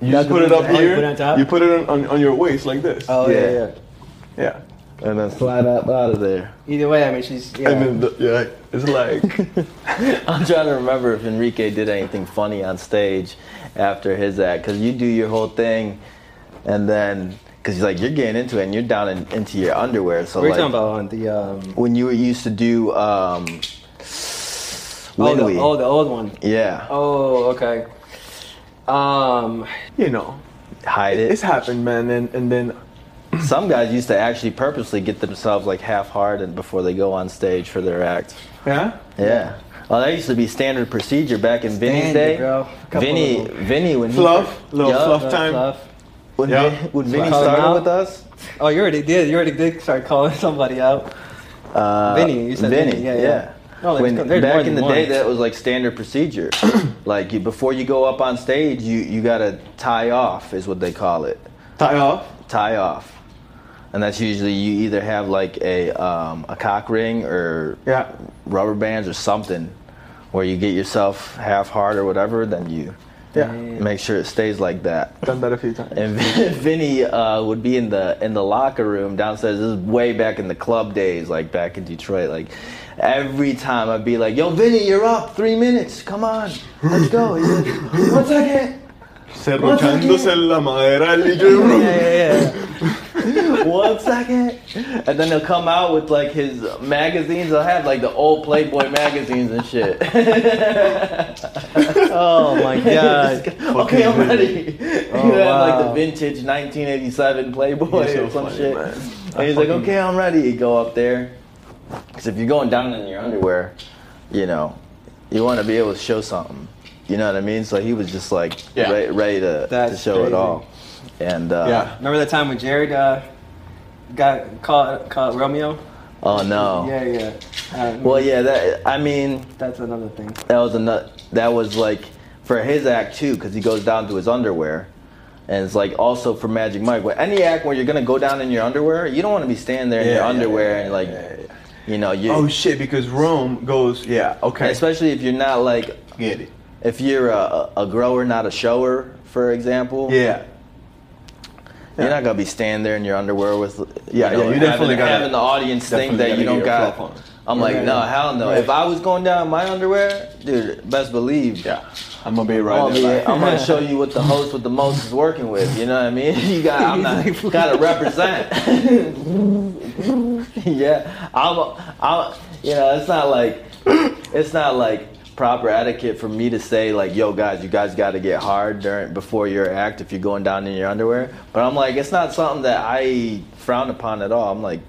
Speaker 1: You just
Speaker 2: That's
Speaker 1: put it up
Speaker 2: how you
Speaker 1: here.
Speaker 2: put it on top?
Speaker 1: You put it on, on, on your waist like this.
Speaker 2: Oh yeah.
Speaker 3: Yeah.
Speaker 2: yeah.
Speaker 1: yeah.
Speaker 3: And then slide up out of there.
Speaker 2: Either way, I mean, she's yeah.
Speaker 1: And then the, yeah, it's like
Speaker 3: I'm trying to remember if Enrique did anything funny on stage after his act, because you do your whole thing, and then because he's like you're getting into it and you're down in, into your underwear. So
Speaker 2: what are you
Speaker 3: like
Speaker 2: talking about on the um?
Speaker 3: when you were used to do um,
Speaker 2: Oh
Speaker 3: When
Speaker 2: the,
Speaker 3: We-
Speaker 2: oh, the old one.
Speaker 3: yeah,
Speaker 2: Oh, okay. Um,
Speaker 1: you know,
Speaker 3: hide
Speaker 1: it's
Speaker 3: it.
Speaker 1: happened, man. And and then
Speaker 3: Some guys used to actually purposely get themselves like half hard and before they go on stage for their act.
Speaker 1: yeah,
Speaker 3: Yeah. Well, that used to be standard procedure back in Vinny's
Speaker 2: Standard,
Speaker 3: day.
Speaker 2: bro. Couple
Speaker 3: Vinny,
Speaker 2: of
Speaker 3: Vinny, when he
Speaker 1: fluff, little
Speaker 3: Yeah.
Speaker 1: fluff time.
Speaker 3: when,
Speaker 1: Yeah.
Speaker 3: Vin- when Vinny
Speaker 2: Call him
Speaker 3: started
Speaker 2: out.
Speaker 3: with us,
Speaker 2: Oh, you already did. You already did start calling somebody out.
Speaker 3: Uh,
Speaker 2: Vinny, you said Vinny, yeah, yeah. No, there's
Speaker 3: when,
Speaker 2: co- there's more
Speaker 3: back in
Speaker 2: than
Speaker 3: the day,
Speaker 2: one.
Speaker 3: that was like standard procedure. like you, before you go up on stage, you you gotta tie off is what they call it.
Speaker 1: tie off.
Speaker 3: Tie off, and that's usually you either have like a um, a cock ring or
Speaker 1: Yeah,
Speaker 3: rubber bands or something, where you get yourself half hard or whatever. Then you
Speaker 1: yeah,
Speaker 3: make sure it stays like that.
Speaker 1: done that a few times.
Speaker 3: And Vin- Vinny uh, would be in the in the locker room downstairs. This is way back in the club days, like back in Detroit. Like every time I'd be like, "Yo, Vinny, you're up. Three minutes. Come on, let's go." He's like, "One second,
Speaker 1: Cerruchándose la madera el DJ
Speaker 2: Yeah,
Speaker 1: room.
Speaker 2: yeah, yeah.
Speaker 3: one second. And then they'll come out with like his magazines. They'll have like the old Playboy magazines and shit.
Speaker 2: Oh my god.
Speaker 3: okay, I'm ready.
Speaker 2: Oh,
Speaker 3: you know, like the
Speaker 2: wow.
Speaker 3: vintage 1987 Playboy
Speaker 1: You're so
Speaker 3: or some
Speaker 1: funny,
Speaker 3: shit.
Speaker 1: man.
Speaker 3: And he's like, okay, I'm ready. You go up there. Because if you're going down in your underwear, you know, you want to be able to show something. You know what I mean? So he was just like
Speaker 1: Yeah.
Speaker 3: ready, ready to, to
Speaker 2: That's
Speaker 3: show it
Speaker 2: crazy.
Speaker 3: all. And uh,
Speaker 1: Yeah.
Speaker 2: Remember that time when Jared uh, got caught caught Romeo?
Speaker 3: oh no.
Speaker 2: Yeah, yeah. Uh,
Speaker 3: Well, yeah, that I mean,
Speaker 2: that's another thing.
Speaker 3: that was another. That was like for his act too, because he goes down to his underwear, and it's like also for Magic Mike. But any act where you're gonna go down in your underwear, you don't want to be standing there in
Speaker 1: Yeah,
Speaker 3: your
Speaker 1: yeah,
Speaker 3: underwear
Speaker 1: yeah,
Speaker 3: and like,
Speaker 1: yeah, yeah.
Speaker 3: you know, you.
Speaker 1: Oh shit! Because Rome goes. Yeah. Okay.
Speaker 3: especially if you're not like,
Speaker 1: Get it.
Speaker 3: if you're a, a grower, not a shower, for example.
Speaker 1: Yeah.
Speaker 3: You're not gonna be standing there in your underwear with
Speaker 1: Yeah, yeah, you
Speaker 3: having-
Speaker 1: definitely gotta-
Speaker 3: having the audience think
Speaker 1: definitely
Speaker 3: that you
Speaker 1: gotta
Speaker 3: don't
Speaker 1: get your
Speaker 3: got.
Speaker 1: fluff on.
Speaker 3: I'm like,
Speaker 2: Right.
Speaker 3: no, hell no.
Speaker 1: Right.
Speaker 3: If I was going down in my underwear, dude, best believe.
Speaker 1: Yeah. I'm gonna be right
Speaker 3: I'm gonna,
Speaker 1: there.
Speaker 3: be- Oh, I'm gonna show you what the host with the most is working with. You know what I mean? You got I'm
Speaker 2: He's
Speaker 3: not,
Speaker 2: like-
Speaker 3: gotta represent. yeah, I'm. I'm. You know, it's not like it's not like proper etiquette for me to say like, "Yo, guys, you guys got to get hard during before your act if you're going down in your underwear." But I'm like, it's not something that I frown upon at all. I'm like.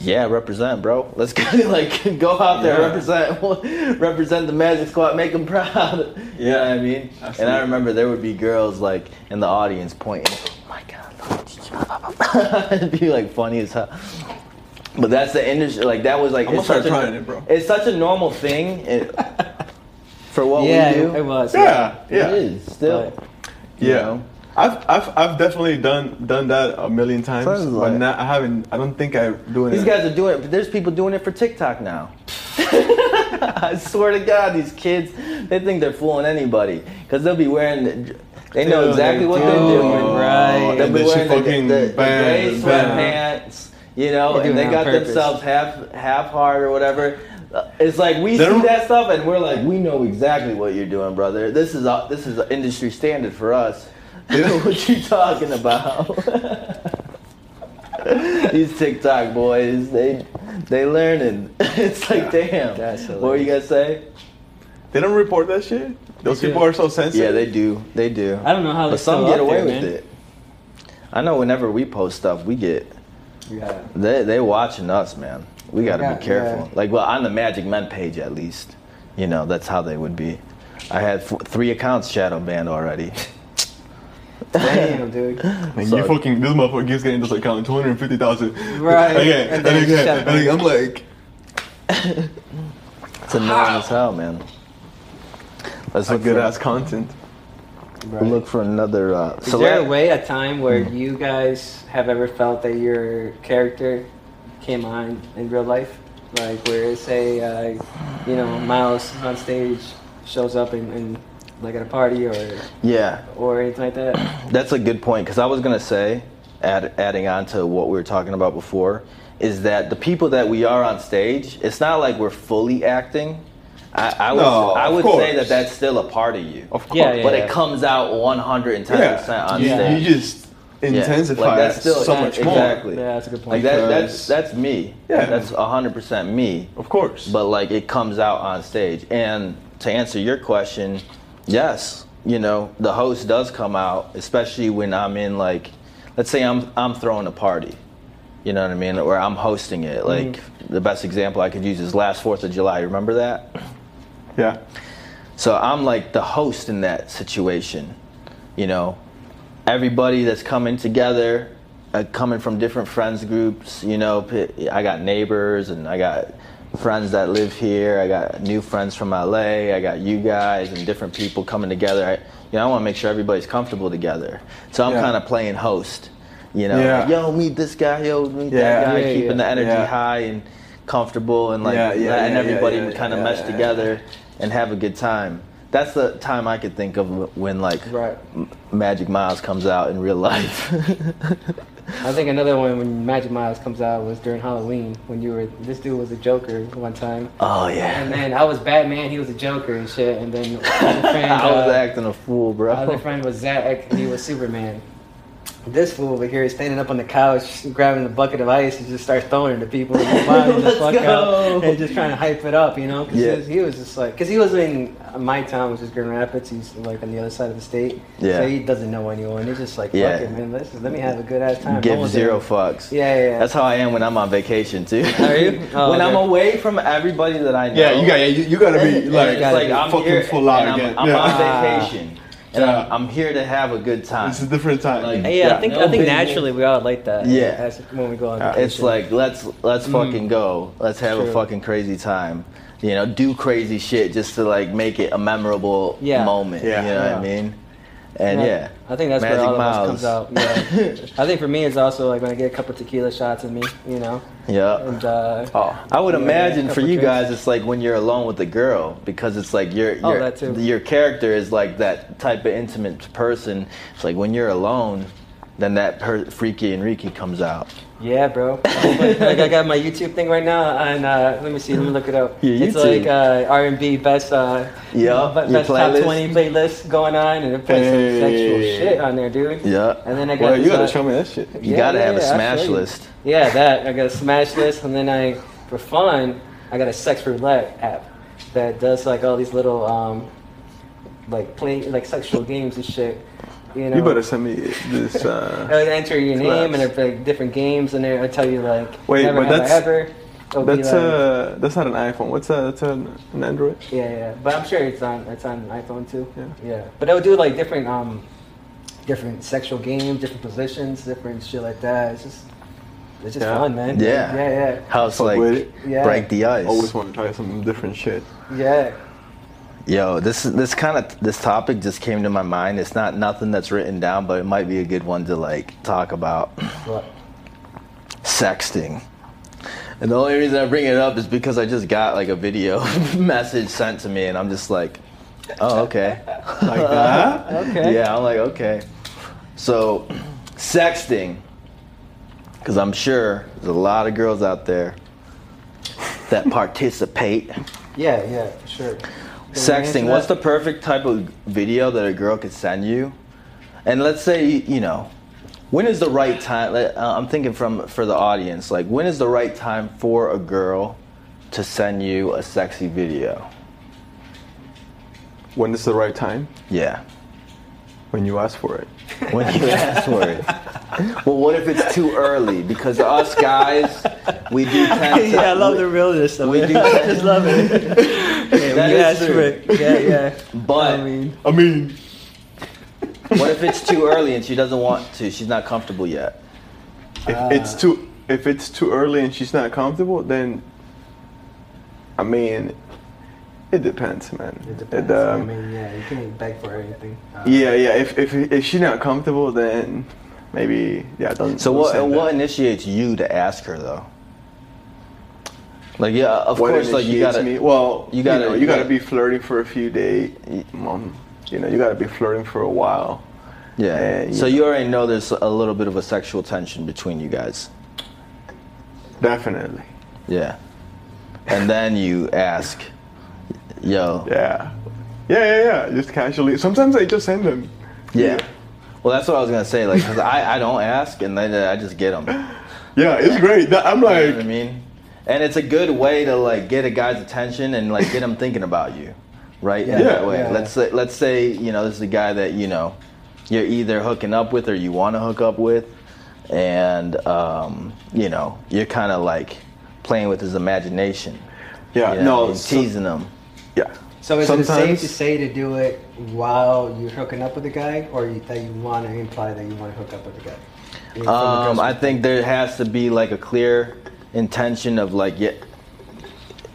Speaker 3: Yeah, represent, bro. Let's go, like go out there,
Speaker 1: Yeah.
Speaker 3: represent, represent the Magic Squad, make them proud. You know what I mean? And I
Speaker 1: Absolutely.
Speaker 3: remember there would be girls like in the audience pointing. Oh my god! look at you." It'd be like funny as hell. But that's the industry. Like that was like
Speaker 1: I'm gonna
Speaker 3: it's
Speaker 1: start
Speaker 3: such a-
Speaker 1: trying it, bro.
Speaker 3: It's such a normal thing it- for what
Speaker 2: yeah,
Speaker 3: we do.
Speaker 2: it, it was.
Speaker 1: Yeah, yeah,
Speaker 3: it is still.
Speaker 2: But-
Speaker 1: yeah.
Speaker 3: you know?
Speaker 1: I've, I've I've definitely done done that a million times,
Speaker 3: Sounds
Speaker 1: but
Speaker 3: like-
Speaker 1: not, I haven't. I don't think I do it.
Speaker 3: These guys are doing it, but there's people doing it for TikTok now. I swear to God, these kids, they think they're fooling anybody because they'll be wearing, the, they know
Speaker 1: Dude,
Speaker 3: exactly what they're
Speaker 2: do.
Speaker 3: doing.
Speaker 2: Right.
Speaker 3: They'll
Speaker 1: And
Speaker 3: be
Speaker 1: they should
Speaker 3: wearing the,
Speaker 1: fucking
Speaker 3: the, the
Speaker 1: ban,
Speaker 3: gray
Speaker 2: ban.
Speaker 3: sweatpants, you know,
Speaker 2: They're
Speaker 3: and
Speaker 2: doing
Speaker 3: they
Speaker 2: it on
Speaker 3: got
Speaker 2: purpose.
Speaker 3: themselves half half hard or whatever. Uh, It's like we
Speaker 1: They're-
Speaker 3: see that stuff and we're like, we know exactly what you're doing, brother. This is a, this is an industry standard for us. what you talking about? These TikTok boys, they they learning. It's like damn.
Speaker 2: That's
Speaker 3: what were you gonna say?
Speaker 1: They don't report that shit. Those
Speaker 2: They do.
Speaker 1: people are so sensitive.
Speaker 3: Yeah, they do. They do.
Speaker 4: I don't know how they
Speaker 3: But some
Speaker 4: still
Speaker 3: get
Speaker 4: up
Speaker 3: away
Speaker 4: there,
Speaker 3: with
Speaker 4: man.
Speaker 3: it. I know. Whenever we post stuff, we get
Speaker 2: Yeah.
Speaker 3: they they watching us, man. We gotta
Speaker 2: Yeah,
Speaker 3: be careful.
Speaker 2: yeah.
Speaker 3: Like well, on the Magic Men page at least, you know that's how they would be. I had four, three accounts shadow banned already.
Speaker 2: Damn, dude.
Speaker 1: Like,
Speaker 3: Sorry.
Speaker 1: you fucking this motherfucker keeps getting this account two hundred and fifty thousand.
Speaker 2: Right.
Speaker 1: Okay.
Speaker 2: And
Speaker 1: And,
Speaker 2: then
Speaker 1: again,
Speaker 2: shut
Speaker 1: and again, I'm like,
Speaker 3: It's annoying as hell, man. Let's
Speaker 1: that's a
Speaker 3: look
Speaker 1: good
Speaker 3: for,
Speaker 1: ass content.
Speaker 2: Right.
Speaker 3: look for another. Uh,
Speaker 2: Is
Speaker 3: celeb-
Speaker 2: there a
Speaker 4: Way a time where
Speaker 3: Mm.
Speaker 4: you guys have ever felt that your character
Speaker 2: came on in real life? Like where say uh, you know, Miles on stage shows up and, and like at a party or
Speaker 3: Yeah,
Speaker 2: or anything like that.
Speaker 3: That's a good point because I was gonna say, add, adding on to what we were talking about before, is that the people that we are on stage, it's not like we're fully acting. I, I would,
Speaker 1: No,
Speaker 3: I
Speaker 1: of
Speaker 3: would
Speaker 1: course.
Speaker 3: say that that's still a part of you.
Speaker 1: Of course.
Speaker 2: Yeah, yeah,
Speaker 3: but
Speaker 2: yeah.
Speaker 3: it comes out 110% on
Speaker 1: You-
Speaker 3: stage.
Speaker 1: You, just
Speaker 3: Yeah.
Speaker 1: intensify
Speaker 3: Like,
Speaker 1: it so
Speaker 3: yeah,
Speaker 1: much
Speaker 3: exactly.
Speaker 2: Yeah, that's a good
Speaker 3: Like
Speaker 2: point.
Speaker 3: that,
Speaker 1: Because-
Speaker 3: that's that's me.
Speaker 1: Yeah.
Speaker 3: That's 100% me
Speaker 1: more. Of course.
Speaker 3: but like it comes out on stage. And to answer your question, yes, you know the host does come out, especially when I'm in like, let's say I'm I'm throwing a party, you know what I mean, or I'm hosting it. Like the best example I could use is last Fourth of July. Remember that?
Speaker 1: yeah.
Speaker 3: So I'm like the host in that situation, you know. Everybody that's coming together, uh, coming from different friends groups, you know. p- I got neighbors and I got friends that live here. I got new friends from LA. I got you guys and different people coming together. I, you know, I want to make sure everybody's comfortable together. So I'm
Speaker 1: Yeah.
Speaker 3: kind of playing host, you know.
Speaker 1: Yeah.
Speaker 3: like, yo, meet this guy. Yo, meet
Speaker 1: Yeah.
Speaker 3: that guy.
Speaker 2: Yeah,
Speaker 3: keeping
Speaker 2: yeah.
Speaker 3: the energy
Speaker 1: Yeah.
Speaker 3: high and comfortable and like
Speaker 1: Yeah, yeah,
Speaker 3: letting
Speaker 1: yeah, yeah,
Speaker 3: everybody
Speaker 1: yeah,
Speaker 3: kind of
Speaker 1: yeah,
Speaker 3: mesh
Speaker 1: yeah, yeah.
Speaker 3: together and have a good time. That's the time I could think of when like
Speaker 2: Right.
Speaker 3: M- Magic Miles comes out in real life.
Speaker 2: I think another one when Magic Miles comes out was during Halloween when you were this dude was a Joker one time.
Speaker 3: oh
Speaker 2: And
Speaker 3: yeah,
Speaker 2: then I was Batman, he was a Joker and shit. And then my friend,
Speaker 3: I was
Speaker 2: uh,
Speaker 3: acting a fool, bro.
Speaker 2: My other friend was Zach, and he was Superman. This fool over here is standing up on the couch, grabbing a bucket of ice, and just starts throwing it to people, and wilding the
Speaker 3: Let's
Speaker 2: fuck
Speaker 3: go.
Speaker 2: out, and just trying to hype it up, you know? Because
Speaker 3: Yeah.
Speaker 2: he, was, he was just like, because he was in my town, which is Grand Rapids. He's like on the other side of the state,
Speaker 3: Yeah.
Speaker 2: so he doesn't know anyone. He's just like, fuck
Speaker 3: Yeah.
Speaker 2: it, man. Let's just, let me have a good ass time. No
Speaker 3: Give
Speaker 2: one's
Speaker 3: zero
Speaker 2: there.
Speaker 3: fucks.
Speaker 2: Yeah, yeah, yeah.
Speaker 3: That's how I am when I'm on vacation too.
Speaker 2: Are you? Oh,
Speaker 3: when I'm
Speaker 2: okay.
Speaker 3: away from everybody that I know.
Speaker 1: Yeah, you got yeah, you, you gotta be
Speaker 3: It's
Speaker 1: like,
Speaker 3: like I'm
Speaker 1: fucking
Speaker 3: here
Speaker 1: full out
Speaker 3: and I'm,
Speaker 1: again.
Speaker 3: I'm
Speaker 1: yeah.
Speaker 2: Ah.
Speaker 3: on vacation, and
Speaker 1: Yeah.
Speaker 3: I'm, I'm here to have a good time.
Speaker 1: it's a different time.
Speaker 3: Like,
Speaker 2: yeah, I think
Speaker 3: no
Speaker 2: I think
Speaker 3: business.
Speaker 2: naturally we all like that.
Speaker 3: Yeah.
Speaker 2: That's when we go on vacation.
Speaker 3: It's like let's let's fucking go. Let's have
Speaker 2: Mm. True.
Speaker 3: a fucking crazy time. You know, do crazy shit just to like make it a memorable
Speaker 2: Yeah.
Speaker 3: moment.
Speaker 1: Yeah.
Speaker 3: You know
Speaker 2: Yeah.
Speaker 3: what I mean? And yeah,
Speaker 2: I think that's
Speaker 3: Magic
Speaker 2: where all of us
Speaker 3: Miles.
Speaker 2: comes out. Yeah. I think for me, it's also like when I get a couple tequila shots in me, you know,
Speaker 3: yeah.
Speaker 2: and uh,
Speaker 3: Oh, I would
Speaker 2: Yeah,
Speaker 3: imagine
Speaker 2: yeah,
Speaker 3: for
Speaker 2: couple
Speaker 3: you
Speaker 2: drinks.
Speaker 3: guys, it's like when you're alone with a girl because it's like your
Speaker 2: Oh,
Speaker 3: your
Speaker 2: that too.
Speaker 3: your character is like that type of intimate person. It's like when you're alone, then that per- freaky Enrique comes out.
Speaker 2: yeah, bro. like I got my YouTube thing right now, and uh, let me see, let me look it up.
Speaker 3: Your
Speaker 2: It's
Speaker 3: YouTube.
Speaker 2: like uh, R and B best, uh,
Speaker 3: Yeah,
Speaker 2: be-
Speaker 3: your
Speaker 2: best top
Speaker 3: playlist.
Speaker 2: twenty playlist going on, and it plays some sexual
Speaker 1: Hey.
Speaker 2: shit on there, dude.
Speaker 3: Yeah.
Speaker 2: And then I got
Speaker 1: well,
Speaker 2: this,
Speaker 1: you gotta
Speaker 2: uh,
Speaker 1: show me that shit.
Speaker 3: You
Speaker 2: Yeah,
Speaker 3: gotta
Speaker 2: yeah,
Speaker 3: have a
Speaker 2: yeah, I
Speaker 3: smash
Speaker 2: feel you.
Speaker 3: list.
Speaker 2: Yeah, that. I got a smash list, and then I, for fun, I got a sex roulette app that does like all these little, um, like play, like sexual games and shit. You know,
Speaker 1: You better send me this.
Speaker 2: I
Speaker 1: Uh,
Speaker 2: would enter your name, and
Speaker 1: Slaps.
Speaker 2: it's like different games, and I tell you like
Speaker 1: Wait,
Speaker 2: never
Speaker 1: but
Speaker 2: have I
Speaker 1: that's-
Speaker 2: ever. It'll be
Speaker 1: that's
Speaker 2: like-
Speaker 1: uh, that's not an iPhone. What's that? That's an, an Android.
Speaker 2: Yeah, yeah, but I'm sure it's on it's on iPhone too.
Speaker 1: Yeah.
Speaker 2: but it'll do like different um different sexual games, different positions, different shit like that. It's just it's just
Speaker 1: Yeah.
Speaker 2: fun, man.
Speaker 3: Yeah.
Speaker 2: yeah,
Speaker 3: How's
Speaker 1: Fuck
Speaker 3: like
Speaker 1: with it.
Speaker 2: Yeah.
Speaker 3: break the ice?
Speaker 1: Always want to try some different shit.
Speaker 2: yeah, yeah.
Speaker 3: Yo, this this kind of this topic just came to my mind. It's not nothing that's written down, but it might be a good one to like talk about
Speaker 2: But
Speaker 3: sexting. And the only reason I bring it up is because I just got like a video message sent to me, and I'm just like, oh okay,
Speaker 1: Like uh, that?
Speaker 2: okay,
Speaker 3: yeah, I'm like okay. So, sexting, because I'm sure there's a lot of girls out there that participate.
Speaker 2: yeah, yeah, for sure. Can we answer
Speaker 3: Sexting. What's the
Speaker 2: that?
Speaker 3: perfect type of video that a girl could send you? And let's say you know, when is the right time? let- uh, I'm thinking from for the audience. Like, when is the right time for a girl to send you a sexy video?
Speaker 1: When is the right time?
Speaker 3: Yeah,
Speaker 1: When you ask for it.
Speaker 3: when you ask for it. Well, what if it's too early? Because us guys, we do tend to.
Speaker 2: yeah, I love the realness stuff.
Speaker 3: We
Speaker 2: man.
Speaker 3: do
Speaker 2: I just love it. yeah,
Speaker 3: That
Speaker 2: when you
Speaker 3: is
Speaker 2: ask for it. Yeah, yeah.
Speaker 3: But-
Speaker 2: I mean,
Speaker 1: I mean,
Speaker 3: What if it's too early and she doesn't want to? She's not comfortable yet.
Speaker 1: if it's too if it's too early and she's not comfortable, then I mean, it depends, man.
Speaker 2: it depends.
Speaker 1: um,
Speaker 2: I mean, yeah, you can't beg for anything. Uh,
Speaker 1: yeah, yeah. If if if she's not comfortable, then maybe yeah. Don't,
Speaker 3: So
Speaker 1: don't
Speaker 3: what
Speaker 1: send
Speaker 3: what
Speaker 1: it.
Speaker 3: initiates you to ask her though? Like yeah, of
Speaker 1: What
Speaker 3: course, like you
Speaker 1: initiates
Speaker 3: gotta.
Speaker 1: me? Well,
Speaker 3: you
Speaker 1: you
Speaker 3: gotta-
Speaker 1: gotta you, know, you
Speaker 3: you
Speaker 1: gotta
Speaker 3: gotta-
Speaker 1: be flirting for a few days. Mom, you know you gotta be flirting for a while.
Speaker 3: Yeah.
Speaker 1: Yeah,
Speaker 3: so
Speaker 1: yeah.
Speaker 3: you already know there's a little bit of a sexual tension between you guys.
Speaker 1: Definitely.
Speaker 3: Yeah. And then you ask, yo.
Speaker 1: Yeah. Yeah, yeah, yeah. Just casually. Sometimes I just send them.
Speaker 3: Yeah. Well, that's what I was gonna say. Like, 'cause I I don't ask, and then I just get them.
Speaker 1: Yeah, it's great. That- I'm
Speaker 3: You know what I
Speaker 1: like,
Speaker 3: mean? And it's a good way to like get a guy's attention and like get him thinking about you, right? In
Speaker 2: Yeah,
Speaker 3: that way.
Speaker 2: yeah.
Speaker 3: Let's say, let's say you know this is a guy that you know you're either hooking up with or you want to hook up with, and um, you know you're kind of like playing with his imagination.
Speaker 1: yeah,
Speaker 3: you know,
Speaker 1: no,
Speaker 3: and
Speaker 1: so-
Speaker 3: teasing him.
Speaker 1: yeah.
Speaker 2: So is it safe
Speaker 1: Sometimes-
Speaker 2: to say to do it while you're hooking up with a guy, or you, that you want to imply that you want to hook up with a guy? From a
Speaker 3: Um,
Speaker 2: girl's-
Speaker 3: I think there has to be like a clear intention of like yeah.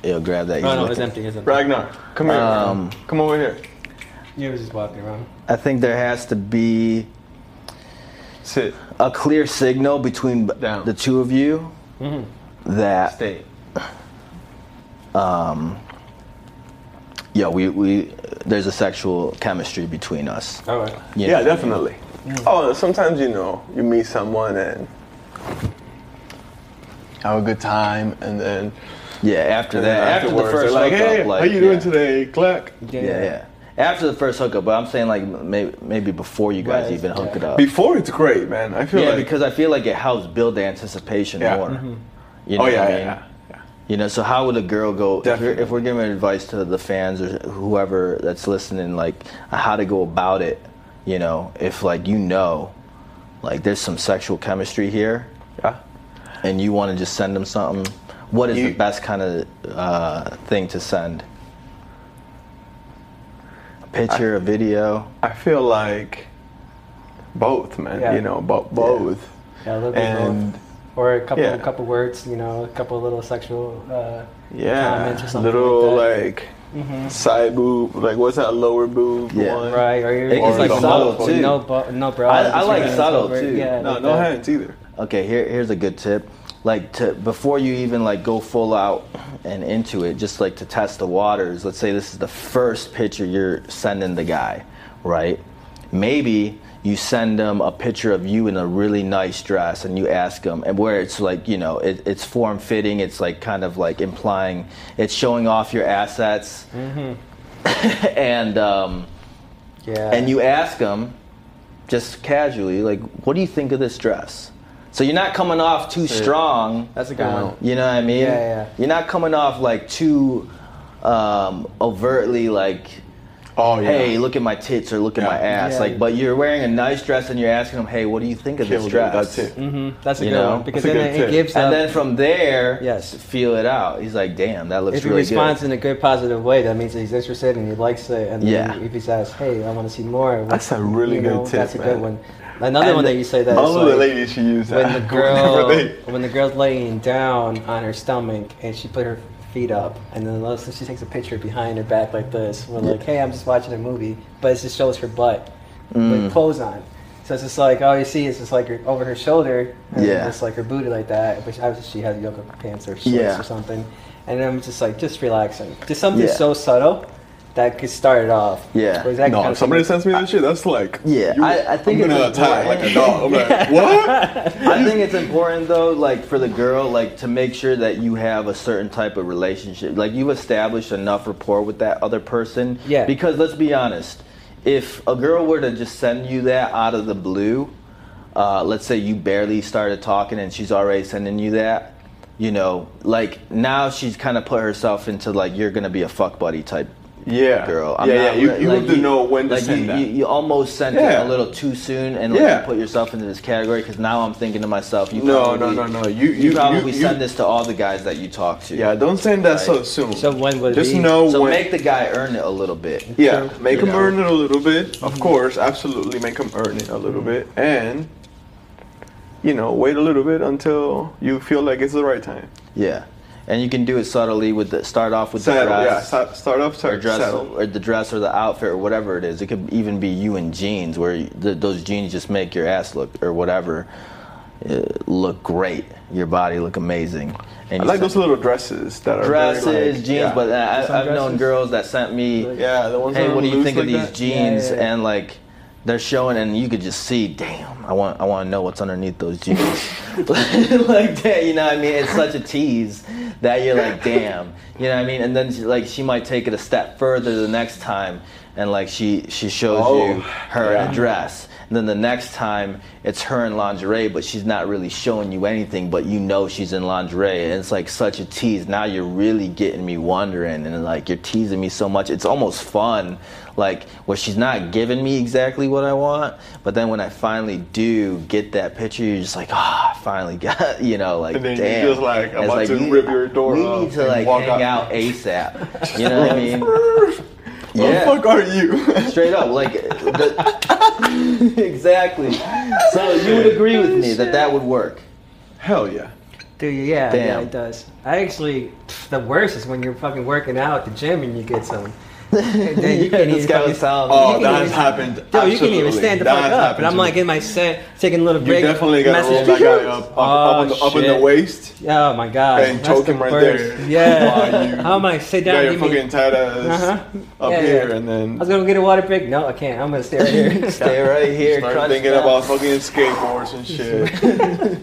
Speaker 3: Yo, grab
Speaker 4: Oh
Speaker 3: that. he's
Speaker 4: no, it's
Speaker 3: looking.
Speaker 4: empty. It's empty.
Speaker 1: Ragnar, come here.
Speaker 3: Um,
Speaker 1: come over here.
Speaker 2: you was just walking around.
Speaker 3: I think there has to be
Speaker 1: Sit.
Speaker 3: a clear signal between b-
Speaker 1: Down. Mm-hmm.
Speaker 3: the two of you that
Speaker 1: Stay.
Speaker 3: yeah we, we there's a sexual chemistry between us
Speaker 4: All right.
Speaker 3: You
Speaker 1: Yeah,
Speaker 3: know?
Speaker 1: definitely. Oh, sometimes you know you meet someone and have a good time, and then
Speaker 3: yeah after that after the
Speaker 1: they're
Speaker 3: first
Speaker 1: like,
Speaker 3: hookup
Speaker 1: hey,
Speaker 3: like,
Speaker 1: how you doing
Speaker 3: yeah.
Speaker 1: today, Clack?
Speaker 3: yeah yeah after the first hookup but i'm saying like maybe, maybe before you guys
Speaker 2: Right,
Speaker 3: even hook
Speaker 2: yeah.
Speaker 3: it up
Speaker 1: Before it's great, man. I feel
Speaker 3: yeah
Speaker 1: like
Speaker 3: because i feel like it helps build the anticipation
Speaker 1: Yeah.
Speaker 3: more
Speaker 1: Mhm.
Speaker 3: you know
Speaker 1: oh yeah,
Speaker 3: what I
Speaker 1: yeah,
Speaker 3: mean?
Speaker 1: yeah, yeah.
Speaker 3: You know, so how would a girl go if we're,
Speaker 1: Definitely.
Speaker 3: if we're giving advice to the fans or whoever that's listening, like how to go about it? You know, if like you know, like there's some sexual chemistry here,
Speaker 1: yeah.
Speaker 3: and you want to just send them something. What is the
Speaker 1: You-
Speaker 3: best kind of uh, thing to send? A picture, a video.
Speaker 1: I feel like both, man.
Speaker 2: Yeah.
Speaker 1: You know, bo- both.
Speaker 4: Yeah, a little bit
Speaker 1: And
Speaker 4: more. Or a couple,
Speaker 1: yeah.
Speaker 4: a couple words, you know, a couple little sexual. Uh,
Speaker 1: yeah,
Speaker 4: Comments or something
Speaker 1: little
Speaker 4: like
Speaker 1: like, side boob, like what's that lower boob
Speaker 3: Mm-hmm. Yeah.
Speaker 1: one?
Speaker 4: right? Or you're
Speaker 3: It's
Speaker 4: or
Speaker 1: like
Speaker 4: no-
Speaker 1: subtle, too.
Speaker 4: No, bu- no bra.
Speaker 3: I- I
Speaker 4: just
Speaker 3: like
Speaker 4: hands
Speaker 3: subtle,
Speaker 4: over it.
Speaker 3: too.
Speaker 4: Yeah,
Speaker 1: No,
Speaker 4: like
Speaker 1: no
Speaker 4: that.
Speaker 1: hands either.
Speaker 3: Okay, here, here's a good tip. Like to before you even like go full out and into it, just like to test the waters. Let's say this is the first picture you're sending the guy, right? Maybe you send him a picture of you in a really nice dress, and you ask him, and where it's like you know it, it's form fitting. It's like kind of like implying it's showing off your assets, and um,
Speaker 2: Yeah.
Speaker 3: and you ask them just casually like what do you think of this dress so you're not coming off too strong
Speaker 4: That's a good
Speaker 1: Yeah.
Speaker 4: one.
Speaker 3: you know what i mean
Speaker 2: Yeah, yeah.
Speaker 3: you're not coming off like too um, overtly like
Speaker 1: Oh, yeah.
Speaker 3: hey, look at my tits or look at
Speaker 1: Yeah.
Speaker 3: my ass.
Speaker 2: Yeah.
Speaker 3: Like, but you're wearing a nice dress and you're asking them, hey, what do you think of
Speaker 1: Killed
Speaker 3: this
Speaker 1: it,
Speaker 3: dress?
Speaker 1: that's it.
Speaker 2: Mm-hmm. That's a
Speaker 3: You
Speaker 2: good
Speaker 3: know,
Speaker 2: one because
Speaker 1: that's a
Speaker 2: then
Speaker 1: good
Speaker 2: it,
Speaker 1: tip.
Speaker 2: it gives up.
Speaker 3: And then from there,
Speaker 2: Yes.
Speaker 3: feel it out. He's like, damn, that looks
Speaker 2: if he
Speaker 3: really
Speaker 2: responds
Speaker 3: good.
Speaker 2: in a good, positive way, that means that he's interested and he likes it. And
Speaker 3: Yeah.
Speaker 2: then if he says, "Hey, I want to see more," what-
Speaker 1: That's a really
Speaker 2: you
Speaker 1: good
Speaker 2: know,
Speaker 1: tip,
Speaker 2: That's a
Speaker 1: man.
Speaker 2: good one. Another
Speaker 3: And
Speaker 2: one that you say that is
Speaker 1: All of the
Speaker 2: like,
Speaker 1: ladies she used
Speaker 2: when
Speaker 1: that.
Speaker 2: the girl
Speaker 1: Whenever they-
Speaker 2: when the girl's laying down on her stomach and she put her feet up and then also she takes a picture behind her back like this we're like hey i'm just watching a movie but it just shows her butt
Speaker 3: Mm.
Speaker 2: with clothes on so it's just like all you see is just like her, over her shoulder and
Speaker 3: Yeah.
Speaker 2: just like her booty like that which obviously she has yoga pants or shorts
Speaker 3: Yeah.
Speaker 2: or something and i'm just like just relaxing just something
Speaker 3: Yeah.
Speaker 2: so subtle that could start it off
Speaker 3: Yeah.
Speaker 2: Or is that
Speaker 1: No,
Speaker 2: kind
Speaker 1: if
Speaker 2: of-
Speaker 1: somebody sends me that shit, that's like,
Speaker 3: Yeah,
Speaker 1: you-
Speaker 3: I- I think
Speaker 1: I'm gonna
Speaker 3: it's
Speaker 1: attack like a
Speaker 3: important.
Speaker 1: dog. I'm like, what?
Speaker 3: I think it's important though, like for the girl, like to make sure that you have a certain type of relationship. Like you've established enough rapport with that other person.
Speaker 2: Yeah.
Speaker 3: Because let's be honest, if a girl were to just send you that out of the blue, uh, let's say you barely started talking and she's already sending you that, you know, like now she's kind of put herself into like you're gonna be a fuck buddy type.
Speaker 1: Yeah.
Speaker 3: Girl,
Speaker 1: Yeah, yeah, you-
Speaker 3: re-
Speaker 1: you have to know when to
Speaker 3: like, you-
Speaker 1: send that.
Speaker 3: you- you almost sent
Speaker 1: Yeah.
Speaker 3: it a little too soon and like
Speaker 1: Yeah.
Speaker 3: you put yourself into this category because now I'm thinking to myself, you
Speaker 1: No,
Speaker 3: probably-
Speaker 1: no, no, no. You-
Speaker 3: you
Speaker 1: you-
Speaker 3: probably
Speaker 1: you-
Speaker 3: send
Speaker 1: you-
Speaker 3: this to all the guys that you talk to.
Speaker 1: Yeah, don't send that so
Speaker 3: Right.
Speaker 1: soon.
Speaker 2: So when would it
Speaker 1: Just
Speaker 2: be?
Speaker 1: know
Speaker 3: So
Speaker 1: when.
Speaker 3: make the guy earn it a little bit.
Speaker 1: yeah, make
Speaker 3: You
Speaker 1: them
Speaker 3: know. Mm-hmm.
Speaker 1: earn it a little bit. Of course, absolutely make them earn it a little bit. And, you know, wait a little bit until you feel like it's the right time.
Speaker 3: Yeah. And you can do it subtly with the start off with
Speaker 1: Settle,
Speaker 3: the
Speaker 1: yeah.
Speaker 3: dress.
Speaker 1: Start, start off,
Speaker 3: Or
Speaker 1: start,
Speaker 3: dress,
Speaker 1: settle.
Speaker 3: or the dress, or the outfit, or whatever it is. It could even be you in jeans, where you- th- those jeans just make your ass look, or whatever, uh, look great. Your body look amazing. And
Speaker 1: I
Speaker 3: you
Speaker 1: like
Speaker 3: send-
Speaker 1: those little dresses that are very,
Speaker 3: dresses,
Speaker 1: like-
Speaker 3: jeans.
Speaker 1: yeah.
Speaker 3: But uh, I, I've
Speaker 2: Some
Speaker 3: known
Speaker 2: dresses.
Speaker 3: girls that sent me
Speaker 1: yeah, the ones.
Speaker 3: hey,
Speaker 1: that
Speaker 3: what do you
Speaker 1: loose
Speaker 3: think of
Speaker 1: like
Speaker 3: these
Speaker 1: that?
Speaker 3: jeans?
Speaker 2: Yeah, yeah, yeah.
Speaker 3: And like, they're showing, and you could just see, damn, I want, I want to know what's underneath those jeans. like that, you know what I mean? It's such a tease that you're like, damn, you know what I mean? And then she, like she might take it a step further the next time, and like she she shows you
Speaker 1: Oh,
Speaker 3: her in a
Speaker 1: yeah.
Speaker 3: dress. And then the next time it's her in lingerie, but she's not really showing you anything, but you know she's in lingerie. And it's like such a tease. Now you're really getting me wondering and like you're teasing me so much. It's almost fun. Like where she's not giving me exactly what I want, but then when I finally do get that picture, you're just like, ah, I finally got you know, like
Speaker 1: And then you're
Speaker 3: damn.
Speaker 1: just like,
Speaker 3: And it's
Speaker 1: about to
Speaker 3: we-
Speaker 1: rip your door
Speaker 3: We
Speaker 1: off
Speaker 3: need to
Speaker 1: and
Speaker 3: like
Speaker 1: walk
Speaker 3: hang out
Speaker 1: out.
Speaker 3: ASAP. You know what I mean? Yeah.
Speaker 1: What the fuck are you?
Speaker 3: Straight up, like the- exactly. So you would agree with me that that would work.
Speaker 1: Hell yeah.
Speaker 2: Dude, yeah, yeah,
Speaker 3: Damn.
Speaker 2: it does. I actually, pff, the worst is when you're fucking working out at the gym and you get some. And then you can't
Speaker 3: this
Speaker 2: even
Speaker 3: guy
Speaker 2: fucking-
Speaker 3: was telling me.
Speaker 1: Oh,
Speaker 2: can
Speaker 1: that
Speaker 2: even-
Speaker 1: has happened.
Speaker 2: Dude, you can't even
Speaker 1: absolutely.
Speaker 2: stand the
Speaker 1: That
Speaker 2: fuck
Speaker 1: has
Speaker 2: up.
Speaker 1: happened
Speaker 2: And I'm
Speaker 1: to
Speaker 2: like
Speaker 1: me.
Speaker 2: in my set, taking a little
Speaker 1: you
Speaker 2: break.
Speaker 1: definitely gotta roll
Speaker 2: message
Speaker 1: that guy
Speaker 2: me.
Speaker 1: up, up, up, on the, up in the
Speaker 2: Oh, shit.
Speaker 1: waist.
Speaker 2: Oh my god.
Speaker 1: and
Speaker 2: that's
Speaker 1: choke
Speaker 2: the
Speaker 1: him right
Speaker 2: worst.
Speaker 1: there. Why
Speaker 2: Yeah.
Speaker 1: you-
Speaker 2: How am I sit
Speaker 1: You got
Speaker 2: down?
Speaker 1: your
Speaker 2: give me-
Speaker 1: fucking tight ass
Speaker 2: Uh-huh.
Speaker 1: up
Speaker 2: Yeah,
Speaker 1: here,
Speaker 2: yeah.
Speaker 1: and
Speaker 2: I
Speaker 1: then
Speaker 2: was gonna get a water break. No, I can't. I'm gonna stay right here.
Speaker 3: Stay right here.
Speaker 1: start
Speaker 3: crunch
Speaker 1: thinking
Speaker 3: down.
Speaker 1: about fucking skateboards and shit.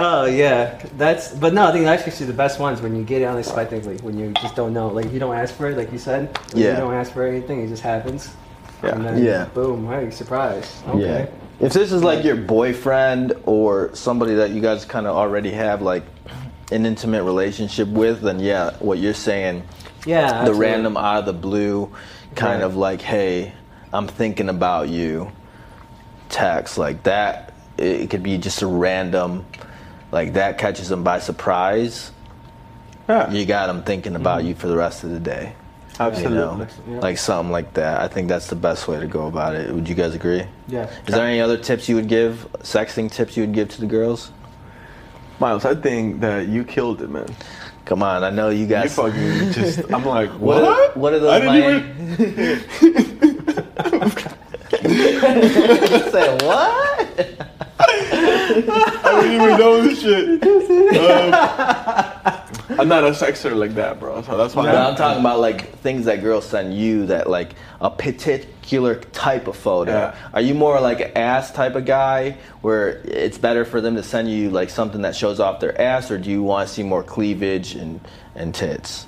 Speaker 2: Oh yeah, that's. But no, I think that's actually the best ones when you get it unexpectedly, when you just don't know. Like you don't ask for it, like you said. Like,
Speaker 3: Yeah.
Speaker 2: You don't ask for anything; it just happens.
Speaker 1: Yeah.
Speaker 2: And then,
Speaker 3: Yeah.
Speaker 2: Boom! Hey, surprise.
Speaker 3: Yeah.
Speaker 2: Okay.
Speaker 3: If this is like your boyfriend or somebody that you guys kind of already have like an intimate relationship with, then yeah, what you're saying,
Speaker 2: Yeah. yeah
Speaker 3: the random out of the blue kind
Speaker 2: Right.
Speaker 3: of like, hey, I'm thinking about you text like that. It it could be just a random, like that catches them by surprise.
Speaker 1: Yeah,
Speaker 3: You got them thinking about you for the rest of the day. You know,
Speaker 1: absolutely.
Speaker 3: like something like that. I think that's the best way to go about it. Would you guys agree?
Speaker 2: Yeah.
Speaker 3: Is there any other tips you would give? Sexting tips you would give to the girls?
Speaker 1: Miles, I think that you killed it, man.
Speaker 3: Come on, I know you
Speaker 1: You
Speaker 3: guys.
Speaker 1: fucking just. I'm like, what?
Speaker 3: what? Are, what are those?
Speaker 1: I didn't
Speaker 3: Miami-
Speaker 1: even.
Speaker 3: I said what?
Speaker 1: I didn't even know this shit. Um, I'm not a sexer like that, bro. So that's why.
Speaker 3: But I'm talking about like things that girls send you that like a particular type of photo.
Speaker 1: Yeah.
Speaker 3: Are you more like an ass type of guy where it's better for them to send you like something that shows off their ass, or do you want to see more cleavage and and tits?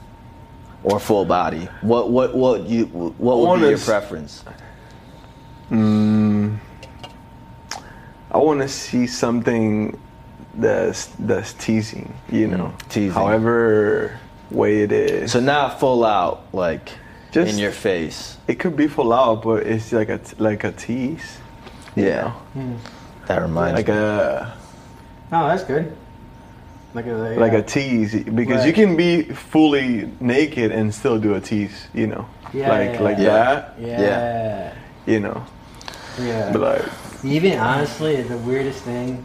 Speaker 3: Or full body. What what what you what would be your
Speaker 1: Honest.
Speaker 3: preference?
Speaker 1: I want to see something that's that's teasing, you know.
Speaker 2: Mm.
Speaker 3: Teasing.
Speaker 1: However, way it is.
Speaker 3: So not full out, like
Speaker 1: Just-
Speaker 3: in your face.
Speaker 1: it could be full out, but it's like a t- like a tease,
Speaker 3: Yeah. That reminds
Speaker 1: like
Speaker 3: me.
Speaker 1: a
Speaker 2: Hmm. Oh, that's good. Like a
Speaker 1: like
Speaker 2: yeah.
Speaker 1: a tease because
Speaker 2: Right.
Speaker 1: you can be fully naked and still do a tease, you know,
Speaker 2: Yeah,
Speaker 1: like
Speaker 2: yeah,
Speaker 1: like
Speaker 3: yeah.
Speaker 1: that,
Speaker 2: yeah.
Speaker 1: you know,
Speaker 2: Yeah.
Speaker 1: but like
Speaker 2: Even honestly, the weirdest thing,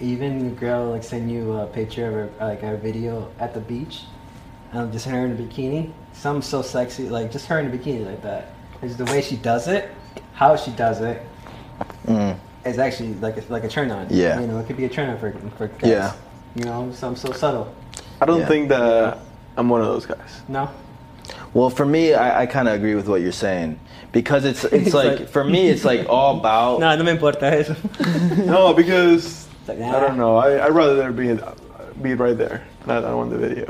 Speaker 2: even the girl like send you a picture of her, like a video at the beach, um, just her in a bikini. Some so sexy, like just her in a bikini like that. It's the way she does it, how she does it.
Speaker 3: Mm.
Speaker 2: It's actually like a, like a turn on.
Speaker 3: Yeah.
Speaker 2: you know, it could be a turn on for for guys.
Speaker 3: Yeah.
Speaker 2: you know, some so subtle.
Speaker 1: I don't
Speaker 3: Yeah.
Speaker 1: think that I'm one of those guys.
Speaker 2: No,
Speaker 3: Well, for me, I, I kind of agree with what you're saying because it's it's
Speaker 2: He's
Speaker 3: like,
Speaker 2: like-
Speaker 3: for me, it's like all about
Speaker 2: no, no me importa eso.
Speaker 1: No, because
Speaker 2: Like,
Speaker 1: I don't
Speaker 2: nah.
Speaker 1: know. I I'd rather there be be right there, not on the video.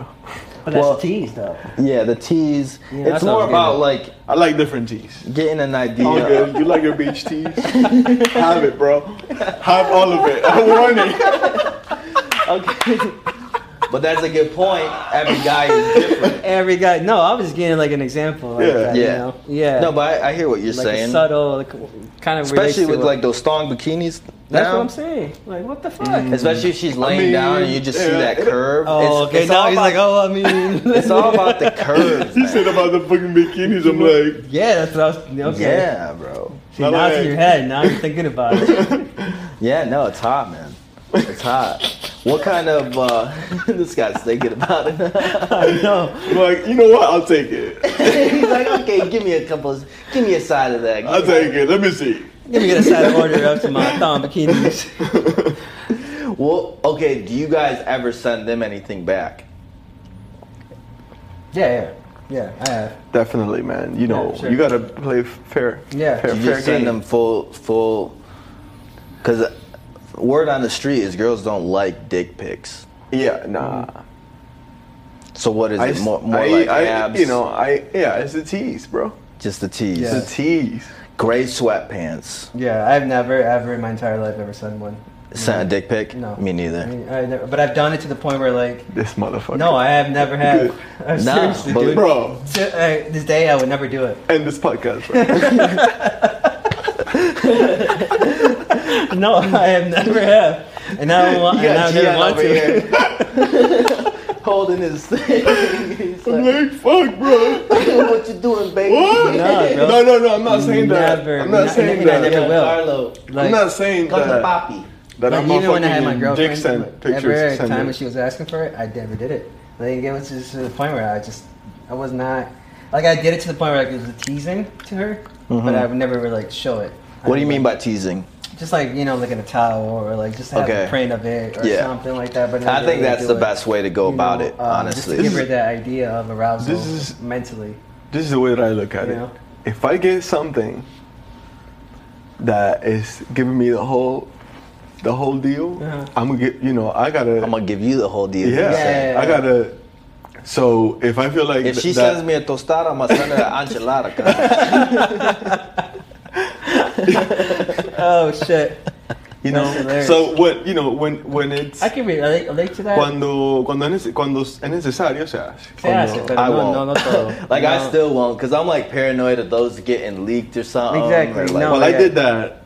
Speaker 2: But that's
Speaker 3: Well-
Speaker 2: tease though.
Speaker 3: yeah the tease.
Speaker 2: Yeah,
Speaker 3: it's more
Speaker 2: that sounds good.
Speaker 3: about like
Speaker 1: I like different teas.
Speaker 3: getting an idea.
Speaker 1: All good. You like your beach teas? Have it, bro. Have all of it. I'm warning.
Speaker 3: Okay. but that's a good point. Every guy is different.
Speaker 2: Every guy, no, I was getting like an example. Like
Speaker 1: Yeah.
Speaker 2: that,
Speaker 3: Yeah.
Speaker 2: you know? yeah.
Speaker 3: No, but I, I hear what you're
Speaker 2: like
Speaker 3: saying.
Speaker 2: a subtle, like, kind of
Speaker 3: Especially with like those thong bikinis. now.
Speaker 2: That's
Speaker 3: Mm.
Speaker 2: what I'm saying. Like, what the fuck?
Speaker 3: Especially if she's laying
Speaker 1: mean,
Speaker 3: down and you just see
Speaker 1: yeah,
Speaker 3: that
Speaker 1: it-
Speaker 3: curve.
Speaker 2: Oh, okay.
Speaker 3: all
Speaker 2: Now
Speaker 3: about-
Speaker 2: he's like, oh, I mean,
Speaker 3: It's all about the curves.
Speaker 1: You said
Speaker 3: man.
Speaker 1: about the fucking bikinis. I'm like,
Speaker 2: yeah, that's what I was. Okay.
Speaker 3: Yeah, bro.
Speaker 2: See, now it's in your head. Now you're thinking about it.
Speaker 3: Yeah, no, it's hot, man. It's hot. What kind of uh this guy's thinking about it? I know.
Speaker 1: I'm like, you know what? I'll take it.
Speaker 3: He's like, okay, give me a couple of, give me a side of that.
Speaker 1: I'll take it. Let me see.
Speaker 2: Let me get a side order up to my thong bikinis.
Speaker 3: Well, okay, do you guys ever send them anything back?
Speaker 2: Yeah, yeah, yeah. I have.
Speaker 1: Definitely, man. You know,
Speaker 2: Yeah, sure.
Speaker 1: you gotta play f- fair.
Speaker 2: Yeah.
Speaker 1: fair,
Speaker 3: You
Speaker 1: fair
Speaker 3: just send
Speaker 1: game.
Speaker 3: them full full cuz word on the street is girls don't like dick pics.
Speaker 1: Yeah, nah.
Speaker 3: So what is
Speaker 1: I
Speaker 3: it?
Speaker 1: s-
Speaker 3: More, more
Speaker 1: I-
Speaker 3: like
Speaker 1: I-
Speaker 3: abs?
Speaker 1: You know, I yeah, it's a tease, bro.
Speaker 3: just the tease.
Speaker 2: Yeah.
Speaker 1: It's a tease.
Speaker 3: Gray sweatpants.
Speaker 2: Yeah, I've never, ever in my entire life ever sent one.
Speaker 3: Sent a dick pic?
Speaker 2: No.
Speaker 3: Me neither.
Speaker 2: I mean, I never, but I've done it to the point where, like,
Speaker 1: This motherfucker.
Speaker 2: no, I have never had. I
Speaker 3: Nah,
Speaker 2: seriously,
Speaker 3: but-
Speaker 2: dude.
Speaker 1: bro.
Speaker 2: Se- uh, this day, I would never do it.
Speaker 1: End this podcast. Bro.
Speaker 2: No, I have never have, and I don't want,
Speaker 3: You
Speaker 2: and
Speaker 3: got
Speaker 2: I never
Speaker 3: Gian
Speaker 2: want
Speaker 3: over
Speaker 2: to.
Speaker 3: here holding his thing. He's
Speaker 1: I'm
Speaker 3: like,
Speaker 1: like, fuck, bro.
Speaker 3: what you doing, baby?
Speaker 1: What?
Speaker 2: Nah, bro.
Speaker 1: no, no, no. I'm not saying
Speaker 2: Never.
Speaker 1: that. I'm not
Speaker 2: Not-
Speaker 1: saying
Speaker 2: and I
Speaker 1: that.
Speaker 2: never will.
Speaker 3: Carlo,
Speaker 2: Like,
Speaker 1: I'm not saying
Speaker 3: come to
Speaker 1: that.
Speaker 3: Poppy.
Speaker 1: That
Speaker 2: like
Speaker 1: I'm
Speaker 2: even when I had my
Speaker 1: a fucking
Speaker 2: girlfriend,
Speaker 1: dick send pictures.
Speaker 2: every
Speaker 1: send
Speaker 2: time
Speaker 1: it.
Speaker 2: when she was asking for it, I never did it. Like it was just to the point where I just, I was not, like I did it to the point where like, it was a teasing to her,
Speaker 1: Mm-hmm.
Speaker 2: but I would never really, like show it.
Speaker 3: What do you mean by teasing?
Speaker 2: Just like you know, like in a towel or like just have
Speaker 3: Okay.
Speaker 2: a print of it or
Speaker 3: Yeah.
Speaker 2: something like that. But
Speaker 3: I
Speaker 2: never
Speaker 3: think
Speaker 2: really
Speaker 3: that's
Speaker 2: do
Speaker 3: the
Speaker 2: it.
Speaker 3: best way to go
Speaker 2: You
Speaker 3: about
Speaker 2: know,
Speaker 3: it,
Speaker 2: um,
Speaker 3: honestly.
Speaker 2: just to give her that idea of arousal
Speaker 1: This is-
Speaker 2: mentally.
Speaker 1: This is the way that I look at
Speaker 2: Yeah.
Speaker 1: it. If I get something that is giving me the whole, the whole deal,
Speaker 2: Uh-huh.
Speaker 1: I'm gonna get. You know, I gotta.
Speaker 3: I'm gonna give you the whole deal.
Speaker 1: yeah,
Speaker 2: Yeah.
Speaker 1: I gotta. So if I feel like
Speaker 3: If she
Speaker 1: th-
Speaker 3: sends me a tostada, I'm gonna send her an enchilada. cuz.
Speaker 2: Oh shit!
Speaker 1: you
Speaker 2: That's
Speaker 1: know.
Speaker 2: hilarious.
Speaker 1: So what you know when when it's
Speaker 2: I can relate, relate to that.
Speaker 1: cuando cuando es nece- cuando es necesario se hace.
Speaker 2: Se hace,
Speaker 1: Cuando-
Speaker 2: pero
Speaker 3: I
Speaker 2: no,
Speaker 3: won't.
Speaker 2: no, no todo.
Speaker 3: like I
Speaker 2: No.
Speaker 3: still won't, cause I'm like paranoid of those getting leaked or something.
Speaker 2: Exactly,
Speaker 3: or, like,
Speaker 2: no.
Speaker 1: well, I
Speaker 2: yeah.
Speaker 1: did that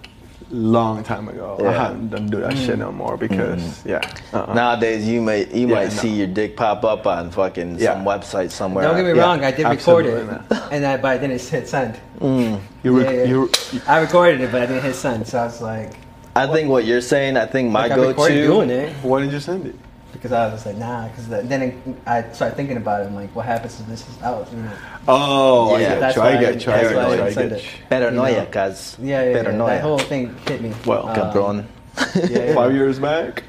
Speaker 1: long time ago. I
Speaker 3: Yeah.
Speaker 1: haven't done do that
Speaker 2: Mm.
Speaker 1: shit no more because yeah. Uh-uh.
Speaker 3: Nowadays, you may you
Speaker 1: Yeah,
Speaker 3: might
Speaker 1: no.
Speaker 3: see your dick pop up on fucking
Speaker 1: Yeah.
Speaker 3: some website somewhere.
Speaker 2: Don't get me
Speaker 1: Yeah,
Speaker 2: wrong, I did record it,
Speaker 1: absolutely
Speaker 2: and I but I didn't hit send.
Speaker 1: You rec-
Speaker 2: Yeah, yeah.
Speaker 1: you
Speaker 2: I recorded it, but I didn't hit send, so I was like,
Speaker 3: I think what you're saying. I think my
Speaker 2: like I
Speaker 3: go-to.
Speaker 2: recorded doing it
Speaker 1: why did you send it?
Speaker 2: because I was like, nah, because then it- I started thinking about it. I'm like, what happens if this is out? You know?
Speaker 1: Oh,
Speaker 3: Yeah,
Speaker 1: I
Speaker 2: that's
Speaker 1: get you.
Speaker 2: why
Speaker 1: I
Speaker 2: I-
Speaker 1: get you. I
Speaker 3: that's why I
Speaker 1: get you. I
Speaker 2: said
Speaker 1: get
Speaker 2: it.
Speaker 1: you.
Speaker 2: You
Speaker 3: Paranoia,
Speaker 2: know.
Speaker 3: cuz.
Speaker 2: Yeah, yeah, yeah.
Speaker 3: Paranoia.
Speaker 2: That whole thing hit me.
Speaker 3: Oh,
Speaker 1: Well,
Speaker 2: Um,
Speaker 3: Cabron.
Speaker 2: yeah, yeah.
Speaker 1: Five years back,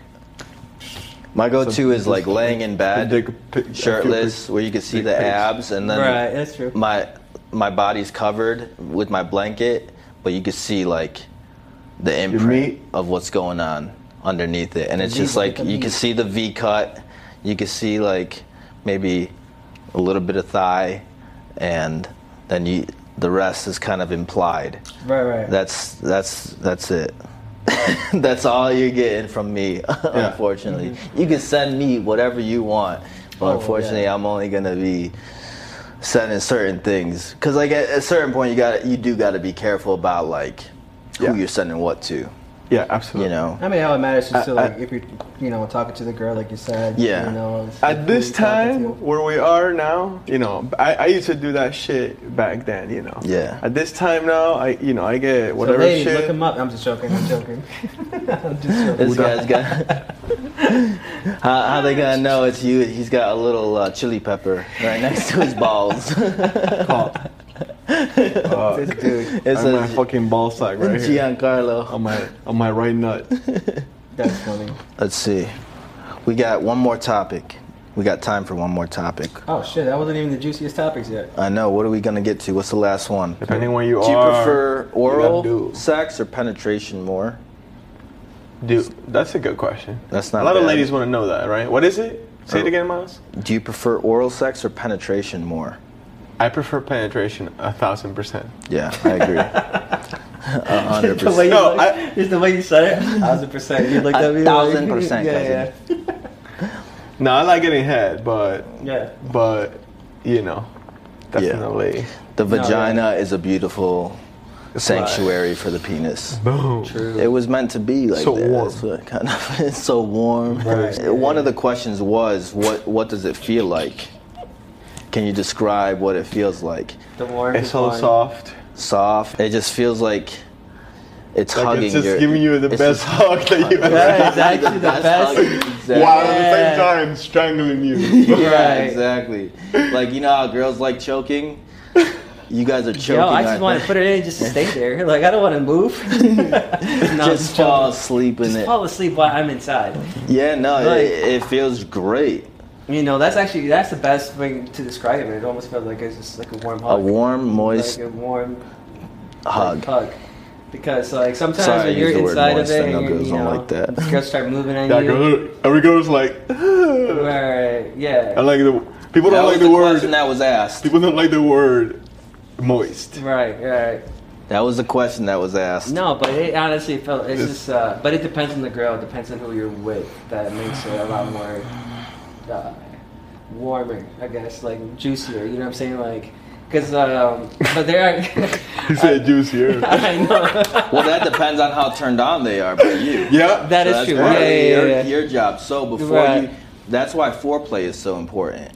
Speaker 3: My go-to
Speaker 1: So
Speaker 3: is like laying in bed,
Speaker 1: dick pic- a few
Speaker 3: shirtless,
Speaker 1: pics-
Speaker 3: where you can see
Speaker 1: dick
Speaker 3: the
Speaker 1: pics.
Speaker 3: abs, and then
Speaker 2: Right, that's true.
Speaker 3: my my body's covered with my blanket, but you can see like the imprint
Speaker 1: meat?
Speaker 3: of what's going on underneath it, and it's
Speaker 2: meat,
Speaker 3: just
Speaker 2: like
Speaker 3: like
Speaker 2: the
Speaker 3: you can
Speaker 2: meat.
Speaker 3: see the V cut, you can see like maybe a little bit of thigh, and then you the rest is kind of implied.
Speaker 2: Right, right.
Speaker 3: That's that's that's it. that's all you're getting from me, unfortunately. You can send me whatever you want,
Speaker 2: Oh,
Speaker 3: Unfortunately,
Speaker 2: yeah.
Speaker 3: I'm only gonna be sending certain things because, like, at a certain point, you got to you do got to be careful about like who
Speaker 1: Yeah.
Speaker 3: you're sending what to.
Speaker 1: Yeah, absolutely.
Speaker 3: You know,
Speaker 2: I mean, how it matters is to
Speaker 1: I- I-
Speaker 2: like if you're, you know, talking to the girl, like you said.
Speaker 3: Yeah.
Speaker 2: You know, it's- who
Speaker 1: At this
Speaker 2: you're talking
Speaker 1: time
Speaker 2: to.
Speaker 1: where we are now, you know, I, I used to do that shit back then, you know.
Speaker 3: Yeah.
Speaker 1: At this time now, I you know I get
Speaker 2: So,
Speaker 1: whatever
Speaker 2: ladies, look
Speaker 1: shit.
Speaker 2: him up. I'm just joking. I'm joking. I'm just joking.
Speaker 1: Who
Speaker 3: this guy's got how, how they gonna know it's you? He's got a little uh, chili pepper right next to his balls.
Speaker 1: Uh,
Speaker 2: This dude.
Speaker 3: It's
Speaker 1: on my
Speaker 3: a-
Speaker 1: fucking ball sack right here.
Speaker 3: Giancarlo.
Speaker 1: On my on my right nut.
Speaker 2: That's funny.
Speaker 3: Let's see. We got one more topic. We got time for one more topic.
Speaker 2: Oh shit, that wasn't even the juiciest topics yet.
Speaker 3: I know. What are we gonna get to? What's the last one?
Speaker 1: Depending where you
Speaker 3: Do you
Speaker 1: are.
Speaker 3: prefer
Speaker 1: you
Speaker 3: oral
Speaker 1: gotta do.
Speaker 3: sex or penetration more?
Speaker 1: Dude, that's a good question.
Speaker 3: That's not
Speaker 1: A lot of
Speaker 3: bad. Oh.
Speaker 1: ladies want to know that, right? What is it? Say it again, Miles.
Speaker 3: Do you prefer oral sex or penetration more?
Speaker 1: I prefer penetration a thousand percent.
Speaker 3: Yeah, I agree. A hundred
Speaker 2: The
Speaker 3: percent.
Speaker 2: way you
Speaker 1: No,
Speaker 2: look-
Speaker 1: I-
Speaker 2: just the way you said it. Thousand percent. You looked
Speaker 3: A
Speaker 2: at me.
Speaker 3: thousand
Speaker 2: like-
Speaker 3: percent,
Speaker 2: Yeah, yeah.
Speaker 1: No, I like getting head, but
Speaker 2: yeah.
Speaker 1: but you know,
Speaker 3: Yeah.
Speaker 1: definitely.
Speaker 3: The vagina is a beautiful sanctuary for the penis.
Speaker 1: Boom.
Speaker 2: True.
Speaker 3: It was meant to be like
Speaker 1: So
Speaker 3: that.
Speaker 1: warm.
Speaker 3: That's what kind of it's so warm.
Speaker 1: Right.
Speaker 3: One of the questions was what what does it feel like? Can you describe what it feels like?
Speaker 2: The warm.
Speaker 1: It's so
Speaker 2: one.
Speaker 1: soft.
Speaker 3: Soft. It just feels like it's
Speaker 1: Like
Speaker 3: hugging
Speaker 1: it's just
Speaker 3: your-
Speaker 1: giving you the
Speaker 3: it's
Speaker 1: best
Speaker 3: just-
Speaker 1: hug that you ever.
Speaker 2: Yeah, it's actually the
Speaker 3: That's
Speaker 2: best.
Speaker 3: hugging, exactly.
Speaker 1: While at the
Speaker 2: Yeah.
Speaker 1: same time strangling you.
Speaker 3: Yeah,
Speaker 2: Right.
Speaker 3: exactly. Like you know how girls like choking. You guys are choking.
Speaker 2: Yo, I just want to put it in just to stay there. Like I don't want to move. No,
Speaker 3: just
Speaker 2: joking.
Speaker 3: fall asleep in
Speaker 2: Just
Speaker 3: it.
Speaker 2: fall asleep while I'm inside.
Speaker 3: yeah, no,
Speaker 2: Like-
Speaker 3: it, it feels great.
Speaker 2: You know, that's actually that's the best way to describe it. It almost feels like it's just like a warm
Speaker 3: A
Speaker 2: hug.
Speaker 3: warm, moist
Speaker 2: like a warm
Speaker 3: hug.
Speaker 2: hug. Because like sometimes
Speaker 3: Sorry, I
Speaker 2: when you're
Speaker 3: used the word
Speaker 2: inside of
Speaker 3: moist. I
Speaker 2: it, and
Speaker 3: know
Speaker 2: you're,
Speaker 3: girls
Speaker 2: you
Speaker 3: don't
Speaker 2: know,
Speaker 3: like that.
Speaker 2: girls start moving on
Speaker 1: That
Speaker 2: you.
Speaker 1: girl, every girl's uh, like.
Speaker 2: Right, yeah.
Speaker 1: I like the people
Speaker 3: That
Speaker 1: don't
Speaker 3: was
Speaker 1: like
Speaker 3: the
Speaker 1: the word.
Speaker 3: question that was asked.
Speaker 1: People don't like the word moist.
Speaker 2: Right, right.
Speaker 3: That was the question that was asked.
Speaker 2: No, but it honestly felt it's
Speaker 1: It's-
Speaker 2: just. Uh, but it depends on the girl. It depends on who you're with. That makes it a lot more uh, warmer, I guess, like juicier. You know what I'm saying? Like, because um, but there
Speaker 1: He
Speaker 2: are.
Speaker 1: said juicier.
Speaker 2: I know.
Speaker 3: Well, that depends on how turned on they are by you.
Speaker 1: yeah.
Speaker 2: That
Speaker 3: So
Speaker 2: is
Speaker 3: that's
Speaker 2: true.
Speaker 3: part of
Speaker 2: Yeah, yeah,
Speaker 3: your,
Speaker 2: yeah.
Speaker 3: your job. So before
Speaker 2: Right.
Speaker 3: you, that's why foreplay is so important.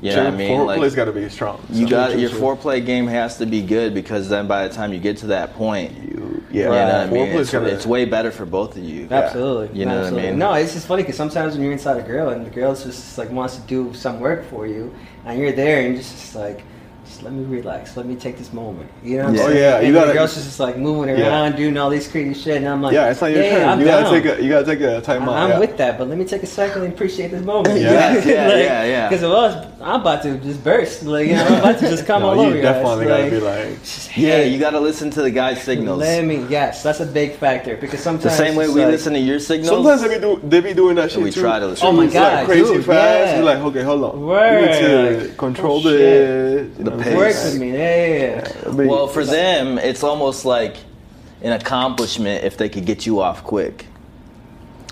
Speaker 3: You know
Speaker 1: Your
Speaker 3: what I mean? Like-
Speaker 1: foreplay's gotta be strong.
Speaker 3: You
Speaker 1: so-
Speaker 3: got your foreplay game has to be good because then by the time you get to that point, you
Speaker 1: You-
Speaker 3: know
Speaker 1: Yeah.
Speaker 3: what
Speaker 1: yeah
Speaker 3: I mean.
Speaker 1: foreplay's
Speaker 3: It's,
Speaker 1: gotta-
Speaker 3: it's way better for both of you.
Speaker 2: Absolutely.
Speaker 3: You know what I
Speaker 2: Absolutely.
Speaker 3: mean?
Speaker 2: No, it's just funny because sometimes when you're inside a girl and the girl just like wants to do some work for you, and you're there and you're just, just like, just let me relax, let me take this moment. You know what I'm
Speaker 3: Yeah. Oh,
Speaker 2: saying?
Speaker 1: yeah,
Speaker 2: And
Speaker 1: you
Speaker 2: the
Speaker 1: gotta-
Speaker 2: girl's just, just like moving
Speaker 1: Yeah.
Speaker 2: around, doing all these crazy shit, and I'm like,
Speaker 1: yeah, it's not your
Speaker 2: yeah,
Speaker 1: turn.
Speaker 2: I'm
Speaker 1: you gotta
Speaker 2: down.
Speaker 1: take a you gotta take a time
Speaker 2: I'm,
Speaker 1: out.
Speaker 2: I'm
Speaker 1: yeah.
Speaker 2: with that, but let me take a second and appreciate this moment.
Speaker 1: Yeah.
Speaker 3: Yes, yeah, yeah, yeah.
Speaker 2: Because was, I'm about to just burst. Like, you know, I'm about to just come
Speaker 1: No,
Speaker 2: all
Speaker 1: you
Speaker 2: over your ass.
Speaker 1: definitely gotta be like
Speaker 2: just,
Speaker 3: Yeah,
Speaker 2: hey,
Speaker 3: you got to listen to the guy's signals.
Speaker 2: Let me. Yes, that's a big factor because sometimes
Speaker 3: the same way
Speaker 2: it's
Speaker 3: we
Speaker 2: like-
Speaker 3: listen to your signals.
Speaker 1: Sometimes they be, do, they be doing that shit
Speaker 3: we
Speaker 1: too.
Speaker 3: try to listen
Speaker 2: Oh my
Speaker 1: It's like
Speaker 2: God,
Speaker 1: crazy
Speaker 2: dude,
Speaker 1: fast.
Speaker 2: yeah.
Speaker 1: You're like, okay, hold on. You need
Speaker 2: Word.
Speaker 1: to control
Speaker 2: Oh,
Speaker 1: the you
Speaker 3: The
Speaker 1: know,
Speaker 3: pace.
Speaker 2: Works with me. Yeah, yeah, yeah.
Speaker 1: I mean,
Speaker 3: well, for them, it's almost like an accomplishment if they could get you off quick.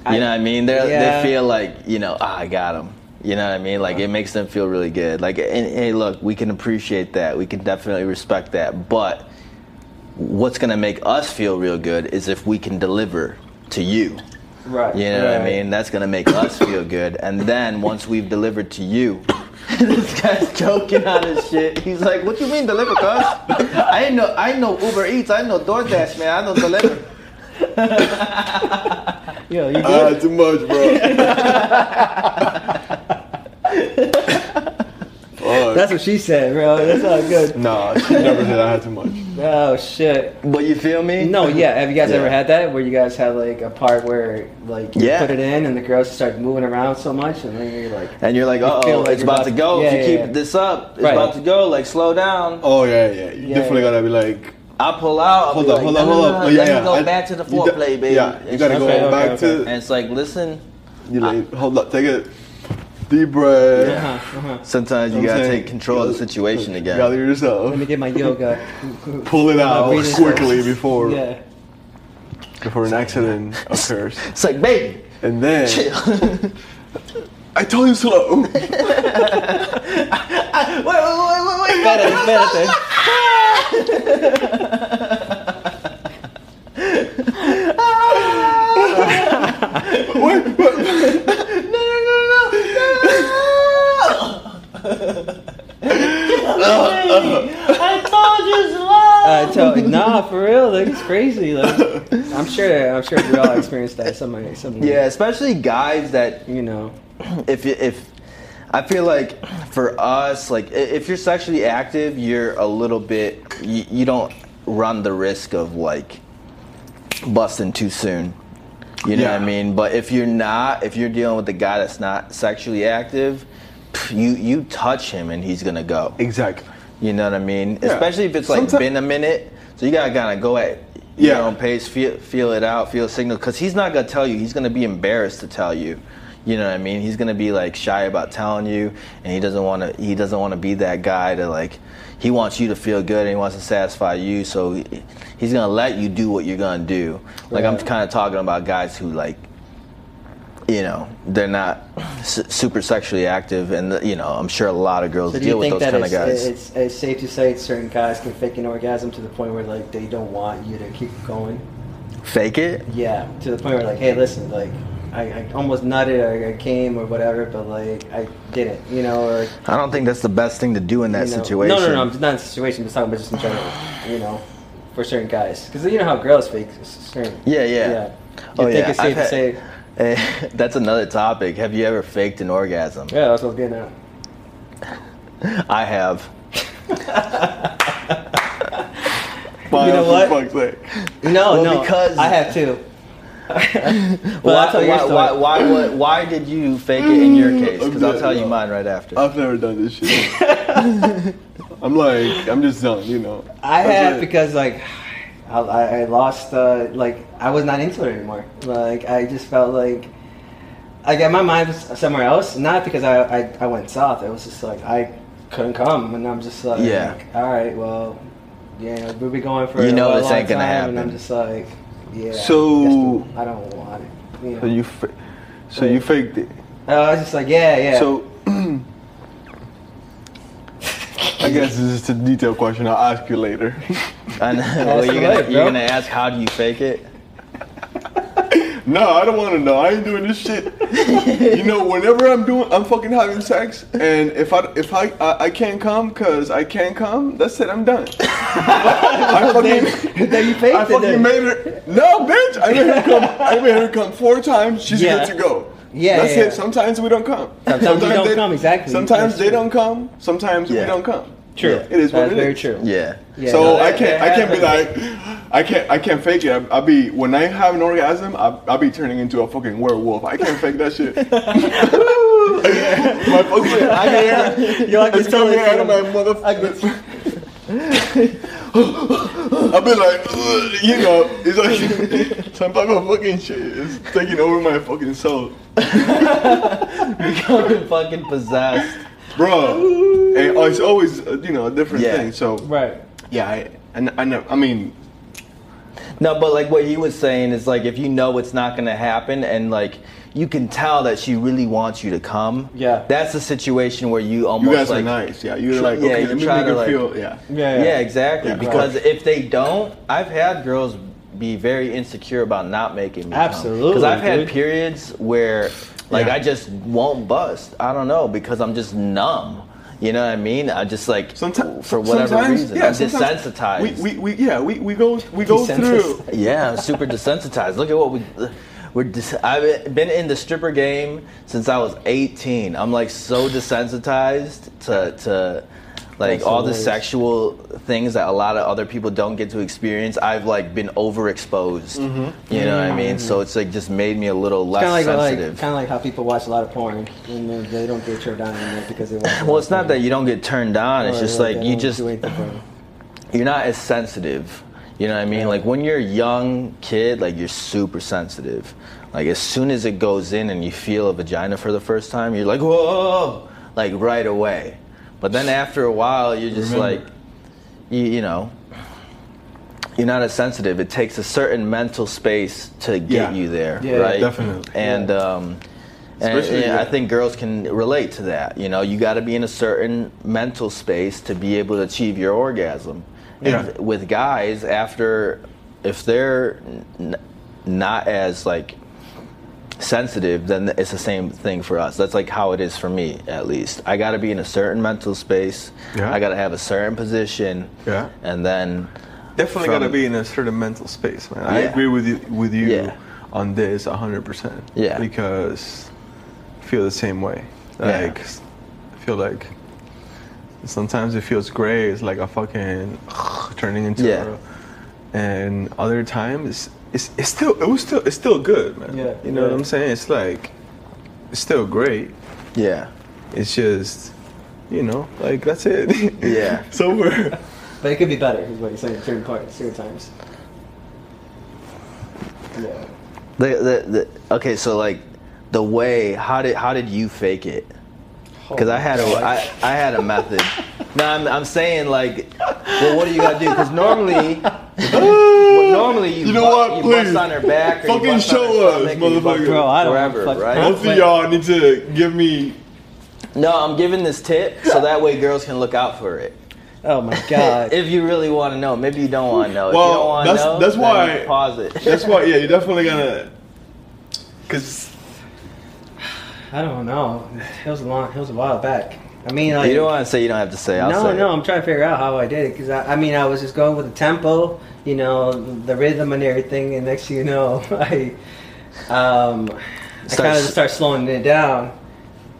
Speaker 3: You
Speaker 2: I-
Speaker 3: know what I mean? They
Speaker 2: Yeah.
Speaker 3: they feel like you know ah, I got him. You know what I mean? Like it makes them feel really good. Like and, hey, look, we can appreciate that. We can definitely respect that. But what's gonna make us feel real good is if we can deliver to you.
Speaker 2: Right.
Speaker 3: You know what I
Speaker 2: right.
Speaker 3: mean? That's gonna make us feel good. And then once we've delivered to you, this guy's choking on his shit. He's like, "What you mean deliver, cuz? I ain't no, I ain't no Uber Eats. I ain't no DoorDash, man. I don't deliver."
Speaker 2: Yo, you good?
Speaker 1: ah, too much, bro. Fuck.
Speaker 2: That's what she said, bro. That's all good.
Speaker 1: nah, she never said I had too much.
Speaker 2: Oh shit.
Speaker 3: But you feel me?
Speaker 2: No, yeah. Have you guys
Speaker 3: Yeah.
Speaker 2: ever had that where you guys had like a part where like you
Speaker 3: Yeah.
Speaker 2: put it in and the girls start moving around so much and then you're like,
Speaker 3: And you're like,
Speaker 2: You
Speaker 3: "Uh
Speaker 2: feel
Speaker 3: oh,
Speaker 2: like
Speaker 3: it's
Speaker 2: you're
Speaker 3: about
Speaker 2: about
Speaker 3: to
Speaker 2: to-
Speaker 3: go. if
Speaker 2: Yeah,
Speaker 3: you
Speaker 2: yeah,
Speaker 3: keep
Speaker 2: yeah.
Speaker 3: this up, it's
Speaker 2: Right.
Speaker 3: about to go. Like, slow down."
Speaker 1: Oh yeah, yeah. You
Speaker 2: Yeah,
Speaker 1: definitely
Speaker 2: yeah.
Speaker 1: gotta be like,
Speaker 3: I pull out. I'll
Speaker 1: hold
Speaker 3: be
Speaker 1: up,
Speaker 3: like,
Speaker 1: hold up,
Speaker 3: "No, no,
Speaker 1: hold
Speaker 3: no,
Speaker 1: up. Oh,
Speaker 3: no,
Speaker 1: yeah,
Speaker 3: let me
Speaker 1: yeah.
Speaker 3: go
Speaker 1: I-
Speaker 3: back to the
Speaker 1: you de-
Speaker 3: foreplay, baby.
Speaker 1: Yeah, you
Speaker 3: And
Speaker 1: gotta
Speaker 3: shit.
Speaker 1: go
Speaker 2: Okay, okay,
Speaker 1: back
Speaker 2: okay.
Speaker 1: to.
Speaker 3: And it's like, listen. Uh,
Speaker 1: You like, hold up, take a deep breath.
Speaker 2: uh huh, uh huh.
Speaker 3: Sometimes you
Speaker 1: I'm
Speaker 3: gotta
Speaker 1: saying,
Speaker 3: take control of the situation again.
Speaker 1: Gather yourself.
Speaker 2: Let me get my yoga.
Speaker 1: Pull it out
Speaker 2: breathing
Speaker 1: quickly before
Speaker 2: Yeah.
Speaker 1: before an accident occurs.
Speaker 3: It's like, baby,
Speaker 1: And then
Speaker 3: chill.
Speaker 1: I told you slow.
Speaker 2: Wait, wait, wait, wait, wait.
Speaker 3: Espérate, espérate.
Speaker 2: I tell Uh, nah, for real, like it's crazy. Like I'm sure, I'm sure we all experienced that. Somebody, somebody.
Speaker 3: Yeah, especially guys that
Speaker 2: You know.
Speaker 3: if you- if I feel like for us, like i- if you're sexually active, you're a little bit you, you don't run the risk of like busting too soon. You know what I
Speaker 1: Yeah.
Speaker 3: mean? But if you're not, if you're dealing with a guy that's not sexually active, pff, you you touch him and he's gonna go.
Speaker 1: exactly.
Speaker 3: You know what I mean? Especially if it's like
Speaker 1: Sometime-
Speaker 3: been a minute, so you gotta kind of go at
Speaker 1: Yeah.
Speaker 3: your own pace, feel feel it out, feel signal, because he's not gonna tell you. He's gonna be embarrassed to tell you. You know what I mean? He's gonna be like shy about telling you, and he doesn't want to. He doesn't want to be that guy to like. He wants you to feel good, and he wants to satisfy you. So he- he's gonna let you do what you're gonna do. Like I'm
Speaker 2: Right.
Speaker 3: kind of talking about guys who like you know they're not su- super sexually active and you know i'm sure a lot of girls
Speaker 2: So do
Speaker 3: deal
Speaker 2: you
Speaker 3: with
Speaker 2: think
Speaker 3: those
Speaker 2: that
Speaker 3: kind of
Speaker 2: it's,
Speaker 3: guys
Speaker 2: it's, it's safe to say certain guys can fake an orgasm to the point where like they don't want you to keep going?
Speaker 3: fake it
Speaker 2: Yeah, to the point where like, hey, listen, like I, I almost nutted or I came or whatever, but like I didn't, you know, or
Speaker 3: i don't think that's the best thing to do in that
Speaker 2: you know-
Speaker 3: situation
Speaker 2: No, no, no, I'm just not in the situation. I'm just talking about just in general, you know, for certain guys, because you know how girls fake. s- Certain,
Speaker 3: yeah yeah, oh
Speaker 2: You think
Speaker 3: yeah
Speaker 2: it's safe
Speaker 3: I've
Speaker 2: to say?
Speaker 3: had- Eh, that's another topic have you ever faked an orgasm
Speaker 2: Yeah, that's what I was getting at.
Speaker 3: i have
Speaker 2: You know what?
Speaker 1: Fuck's sake.
Speaker 2: No,
Speaker 3: Well,
Speaker 2: no,
Speaker 3: because-
Speaker 2: I have too. but
Speaker 3: why,
Speaker 2: I'll tell your
Speaker 3: why,
Speaker 2: story.
Speaker 3: why, why, would- why did you fake it in your case because i'll
Speaker 1: Okay,
Speaker 3: tell you
Speaker 2: Mm-hmm.
Speaker 1: no.
Speaker 3: mine right after
Speaker 1: I've never done this shit. I'm like, I'm just done, you know.
Speaker 2: I
Speaker 1: That's
Speaker 2: had
Speaker 1: it.
Speaker 2: because like I, I I lost uh, like I was not into it anymore. Like I just felt like like my mind was somewhere else. Not because I I, I went south. It was just like I couldn't come, and I'm just like
Speaker 3: Yeah.
Speaker 2: All right, well, yeah, we'll be going for
Speaker 3: You know
Speaker 2: a
Speaker 3: this
Speaker 2: long
Speaker 3: ain't gonna
Speaker 2: time, And
Speaker 3: happen.
Speaker 2: I'm just like yeah.
Speaker 1: So-
Speaker 2: that's the- I don't want it. You know?
Speaker 1: So you, fa- so you faked it.
Speaker 2: I was just like yeah yeah.
Speaker 1: So, I guess this is a detailed question. I'll ask you later.
Speaker 3: I know, well,
Speaker 2: the
Speaker 3: you're,
Speaker 2: way,
Speaker 3: gonna, you're
Speaker 2: bro.
Speaker 3: gonna ask how do you fake it
Speaker 1: no, I don't want to know. I ain't doing this shit. you know, whenever I'm doing, I'm fucking having sex, and if I if I I, I can't come because I can't come, that's it. I'm done. I fucking.
Speaker 2: then you faked
Speaker 1: I
Speaker 2: it.
Speaker 1: fucking
Speaker 2: then.
Speaker 1: made her. No, bitch. I made her come. I made her come four times. She's
Speaker 2: Yeah.
Speaker 1: good to go.
Speaker 2: Yeah,
Speaker 1: That's
Speaker 2: yeah,
Speaker 1: it.
Speaker 2: yeah.
Speaker 1: Sometimes we don't come.
Speaker 2: Sometimes we don't come, exactly.
Speaker 1: Sometimes
Speaker 2: That's
Speaker 1: they
Speaker 2: true.
Speaker 1: don't come. Sometimes
Speaker 3: Yeah.
Speaker 1: we don't come.
Speaker 2: True.
Speaker 1: It is what
Speaker 2: That's
Speaker 1: it
Speaker 2: very
Speaker 1: is.
Speaker 2: true.
Speaker 3: yeah
Speaker 2: Yeah,
Speaker 1: so
Speaker 2: no, that-
Speaker 1: I can't.
Speaker 2: that
Speaker 1: I can't be
Speaker 2: happens.
Speaker 1: like. I can't. I can't fake it. I, I be when I have an orgasm. I I be turning into a fucking werewolf. I can't fake that shit. my fucking. I can
Speaker 2: You're like
Speaker 1: it's
Speaker 2: this totally
Speaker 1: coming out of my
Speaker 2: true.
Speaker 1: motherfucker. I'll be like, "Ugh," you know, it's like some type of fucking shit is taking over my fucking soul.
Speaker 3: i'm fucking possessed
Speaker 1: Bro, and it's always, uh, you know, a different
Speaker 3: Yeah.
Speaker 1: thing. So,
Speaker 2: right.
Speaker 1: yeah, I, and I know, I mean,
Speaker 3: No, but like what he was saying is like if you know it's not gonna happen and like you can tell that she really wants you to come.
Speaker 2: Yeah.
Speaker 3: That's a situation where you
Speaker 1: you
Speaker 3: almost
Speaker 1: guys
Speaker 3: like
Speaker 1: are nice. Yeah, you're like,
Speaker 3: yeah,
Speaker 1: okay,
Speaker 3: you
Speaker 1: let me
Speaker 3: try
Speaker 1: make
Speaker 3: to,
Speaker 1: her
Speaker 3: like-
Speaker 1: feel, yeah.
Speaker 2: Yeah.
Speaker 3: Yeah, exactly.
Speaker 1: Yeah, of
Speaker 3: because if they don't, I've had girls be very insecure about not making me.
Speaker 2: Absolutely,
Speaker 3: Because I've had
Speaker 2: dude.
Speaker 3: periods where like
Speaker 1: Yeah.
Speaker 3: I just won't bust. I don't know, because I'm just numb. You know what I mean? I just like
Speaker 1: Sometimes
Speaker 3: for whatever
Speaker 1: sometimes-
Speaker 3: reason.
Speaker 1: yeah,
Speaker 3: I'm
Speaker 1: sometimes
Speaker 3: desensitized.
Speaker 1: We, we, we, yeah, we, we go, we go through.
Speaker 3: Yeah, I'm super desensitized. Look at what we we're. Dis- I've been in the stripper game since I was 18. I'm like so desensitized to to like
Speaker 2: That's
Speaker 3: all the
Speaker 2: hilarious.
Speaker 3: sexual things that a lot of other people don't get to experience. I've like been overexposed. You know what I mean? So it's like just made me a little less
Speaker 2: Kind of Mm-hmm. like, like
Speaker 3: sensitive.
Speaker 2: kind of like how people watch a lot of porn and they, they don't get turned on in it because they watch. a lot
Speaker 3: well, it's
Speaker 2: of
Speaker 3: not
Speaker 2: porn.
Speaker 3: that you don't get turned on. It's
Speaker 2: Or,
Speaker 3: just like
Speaker 2: they
Speaker 3: you
Speaker 2: don't
Speaker 3: just
Speaker 2: do anything for them.
Speaker 3: you're not as sensitive. You know what I mean? Like when you're a young kid, like you're super sensitive. Like as soon as it goes in and you feel a vagina for the first time, you're like, whoa, like right away. But then after a while, you're just
Speaker 1: Remember.
Speaker 3: like, you, you know, you're not as sensitive. It takes a certain mental space to get
Speaker 1: Yeah.
Speaker 3: you there,
Speaker 2: Yeah,
Speaker 3: right?
Speaker 1: definitely.
Speaker 3: And um, And,
Speaker 1: Especially,
Speaker 3: and I
Speaker 1: yeah.
Speaker 3: think girls can relate to that. You know, you got to be in a certain mental space to be able to achieve your orgasm.
Speaker 1: Yeah.
Speaker 3: And with guys, after if they're n- not as like sensitive, then it's the same thing for us. That's like how it is for me, at least. I got to be in a certain mental space.
Speaker 1: Yeah.
Speaker 3: I got to have a certain position.
Speaker 1: Yeah.
Speaker 3: And then
Speaker 1: Definitely
Speaker 3: From-
Speaker 1: gotta be in a certain mental space, man. I
Speaker 3: Yeah.
Speaker 1: agree with you with you
Speaker 3: Yeah.
Speaker 1: on this hundred percent.
Speaker 3: Yeah.
Speaker 1: Because I feel the same way.
Speaker 3: Yeah.
Speaker 1: Like I feel like sometimes it feels great, it's like a fucking turning into
Speaker 3: Yeah.
Speaker 1: a, and other times it's it's still it was still it's still good, man.
Speaker 2: Yeah.
Speaker 1: You know what
Speaker 2: Yeah.
Speaker 1: I'm saying? It's like it's still great.
Speaker 3: yeah.
Speaker 1: It's just you know, like that's it.
Speaker 3: Yeah.
Speaker 1: it's over.
Speaker 2: But it could be better, is what you're saying, certain parts, certain times. Yeah.
Speaker 3: The, the, the, okay, so like the way how did how did you fake it?
Speaker 1: Oh
Speaker 3: Because I had a I, I had a method. no, I'm, I'm saying like, well, what do you gotta do? Because normally,
Speaker 1: Ah!
Speaker 3: well, normally you,
Speaker 1: You know
Speaker 3: bu-
Speaker 1: what?
Speaker 3: you
Speaker 1: Please.
Speaker 3: bust on her back. Or you
Speaker 1: Fucking
Speaker 3: bust on
Speaker 1: show
Speaker 3: her
Speaker 1: us,
Speaker 3: stomach or you bust
Speaker 1: motherfucker. Bro,
Speaker 2: I don't
Speaker 3: wherever,
Speaker 2: fuck-
Speaker 3: right?
Speaker 1: Both of y'all need to give me
Speaker 3: No, I'm giving this tip so that way girls can look out for it.
Speaker 2: Oh my god.
Speaker 3: if you really want to know, maybe you don't want to know. if
Speaker 1: Well,
Speaker 3: you don't want to
Speaker 1: that's-
Speaker 3: know,
Speaker 1: that's
Speaker 3: then
Speaker 1: why-
Speaker 3: pause it.
Speaker 1: That's why, yeah, you're definitely gonna. Cause
Speaker 2: I don't know. It was a long. It was a while back. I mean, like
Speaker 3: you don't want to say. You don't have to say. I'll
Speaker 2: no,
Speaker 3: say
Speaker 2: no.
Speaker 3: it.
Speaker 2: I'm trying to figure out how I did it because I, I mean, I was just going with the tempo, you know, the rhythm and everything, and next thing you know, I, um, I
Speaker 3: Start
Speaker 2: kind of
Speaker 3: s-
Speaker 2: just start slowing it down,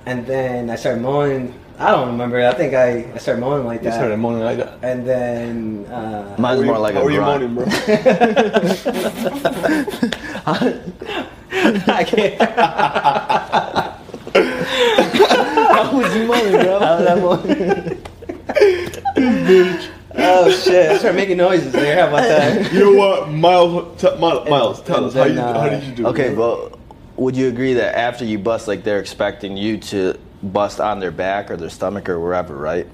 Speaker 2: and then I started moaning. I don't remember. I think I, I started moaning like
Speaker 1: you
Speaker 2: that,
Speaker 1: started moaning like that.
Speaker 2: and then uh,
Speaker 3: Mine's more like a
Speaker 1: How are you
Speaker 3: grunt.
Speaker 1: moaning, bro?
Speaker 2: I can't.
Speaker 3: How was you moaning, bro?
Speaker 2: Oh shit! I started making noises there. How about that?
Speaker 1: you know what, Miles? T- Miles, Miles, tell us how
Speaker 2: then,
Speaker 1: you
Speaker 2: uh,
Speaker 1: how did you do?
Speaker 3: Okay,
Speaker 1: it?
Speaker 3: well, would you agree that after you bust, like they're expecting you to bust on their back or their stomach or wherever, right?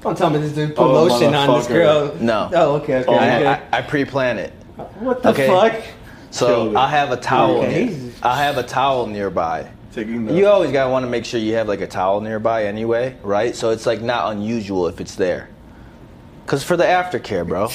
Speaker 2: Don't tell me this dude put
Speaker 1: Oh,
Speaker 2: lotion on this
Speaker 1: motherfucker.
Speaker 2: girl.
Speaker 3: No.
Speaker 2: Oh, okay, okay.
Speaker 1: Oh,
Speaker 2: okay.
Speaker 3: I, I, I pre-plan it,
Speaker 2: what the
Speaker 3: okay.
Speaker 2: fuck?
Speaker 1: Killed
Speaker 3: so
Speaker 1: it.
Speaker 3: I have a towel.
Speaker 2: Okay.
Speaker 3: near- I have a towel nearby.
Speaker 1: taking the
Speaker 3: You always gotta want to make sure you have like a towel nearby, anyway, right? So it's like not unusual if it's there, cause for the aftercare, bro.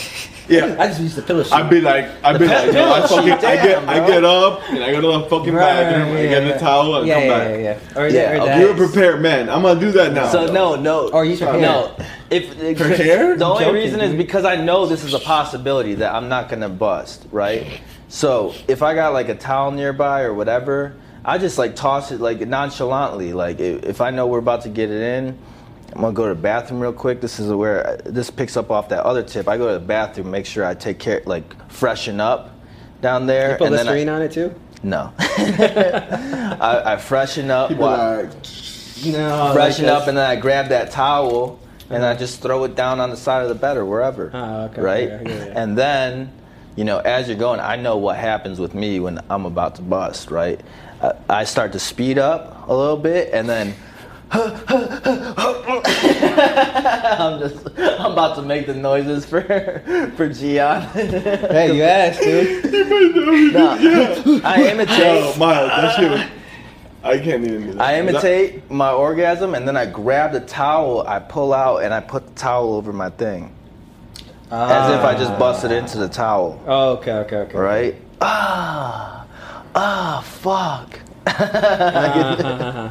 Speaker 1: yeah.
Speaker 2: I just used the pillow sheet.
Speaker 1: I'd be like, I'd be like, yo, I
Speaker 3: She
Speaker 1: fucking, I get,
Speaker 3: damn,
Speaker 1: I
Speaker 3: bro.
Speaker 1: get up and I go to the fucking bathroom and get the towel and
Speaker 2: yeah,
Speaker 1: come
Speaker 2: yeah,
Speaker 1: back.
Speaker 2: Yeah, yeah, Or
Speaker 3: Yeah,
Speaker 2: that, or
Speaker 3: okay.
Speaker 2: that.
Speaker 1: You're a prepared man. I'm gonna do that now.
Speaker 3: So no, no.
Speaker 2: Or use your hair.
Speaker 3: No. If
Speaker 1: Her hair?
Speaker 3: The only
Speaker 1: Joking,
Speaker 3: reason is
Speaker 1: dude.
Speaker 3: because I know this is a possibility that I'm not gonna bust, right? So if I got like a towel nearby or whatever, I just like toss it like nonchalantly. Like if, if I know we're about to get it in, I'm gonna go to the bathroom real quick. This is where this picks up off that other tip. I go to the bathroom, make sure I take care, like freshen up down there,
Speaker 2: Put
Speaker 3: then I,
Speaker 2: Listerine on it too?
Speaker 3: no, I, I freshen up.
Speaker 1: People
Speaker 3: while-
Speaker 1: are like,
Speaker 2: No.
Speaker 3: freshen up, and then I grab that towel and I just throw it down on the side of the bed or wherever.
Speaker 2: Ah, okay,
Speaker 3: right?
Speaker 2: yeah, yeah, yeah.
Speaker 3: And then, you know, as you're going, I know what happens with me when I'm about to bust, right? I, I start to speed up a little bit and then. I'm just I'm about to make the noises for for Gian.
Speaker 2: Hey, you asked, dude.
Speaker 3: No, I imitate
Speaker 1: yo, Miles, that shit. was- I can't even. do that.
Speaker 3: I
Speaker 1: That-
Speaker 3: imitate my orgasm and then I grab the towel, I pull out, and I put the towel over my thing. As if I just busted into the towel.
Speaker 2: Oh, okay, okay, okay.
Speaker 3: Right? Ah, ah, fuck. ah,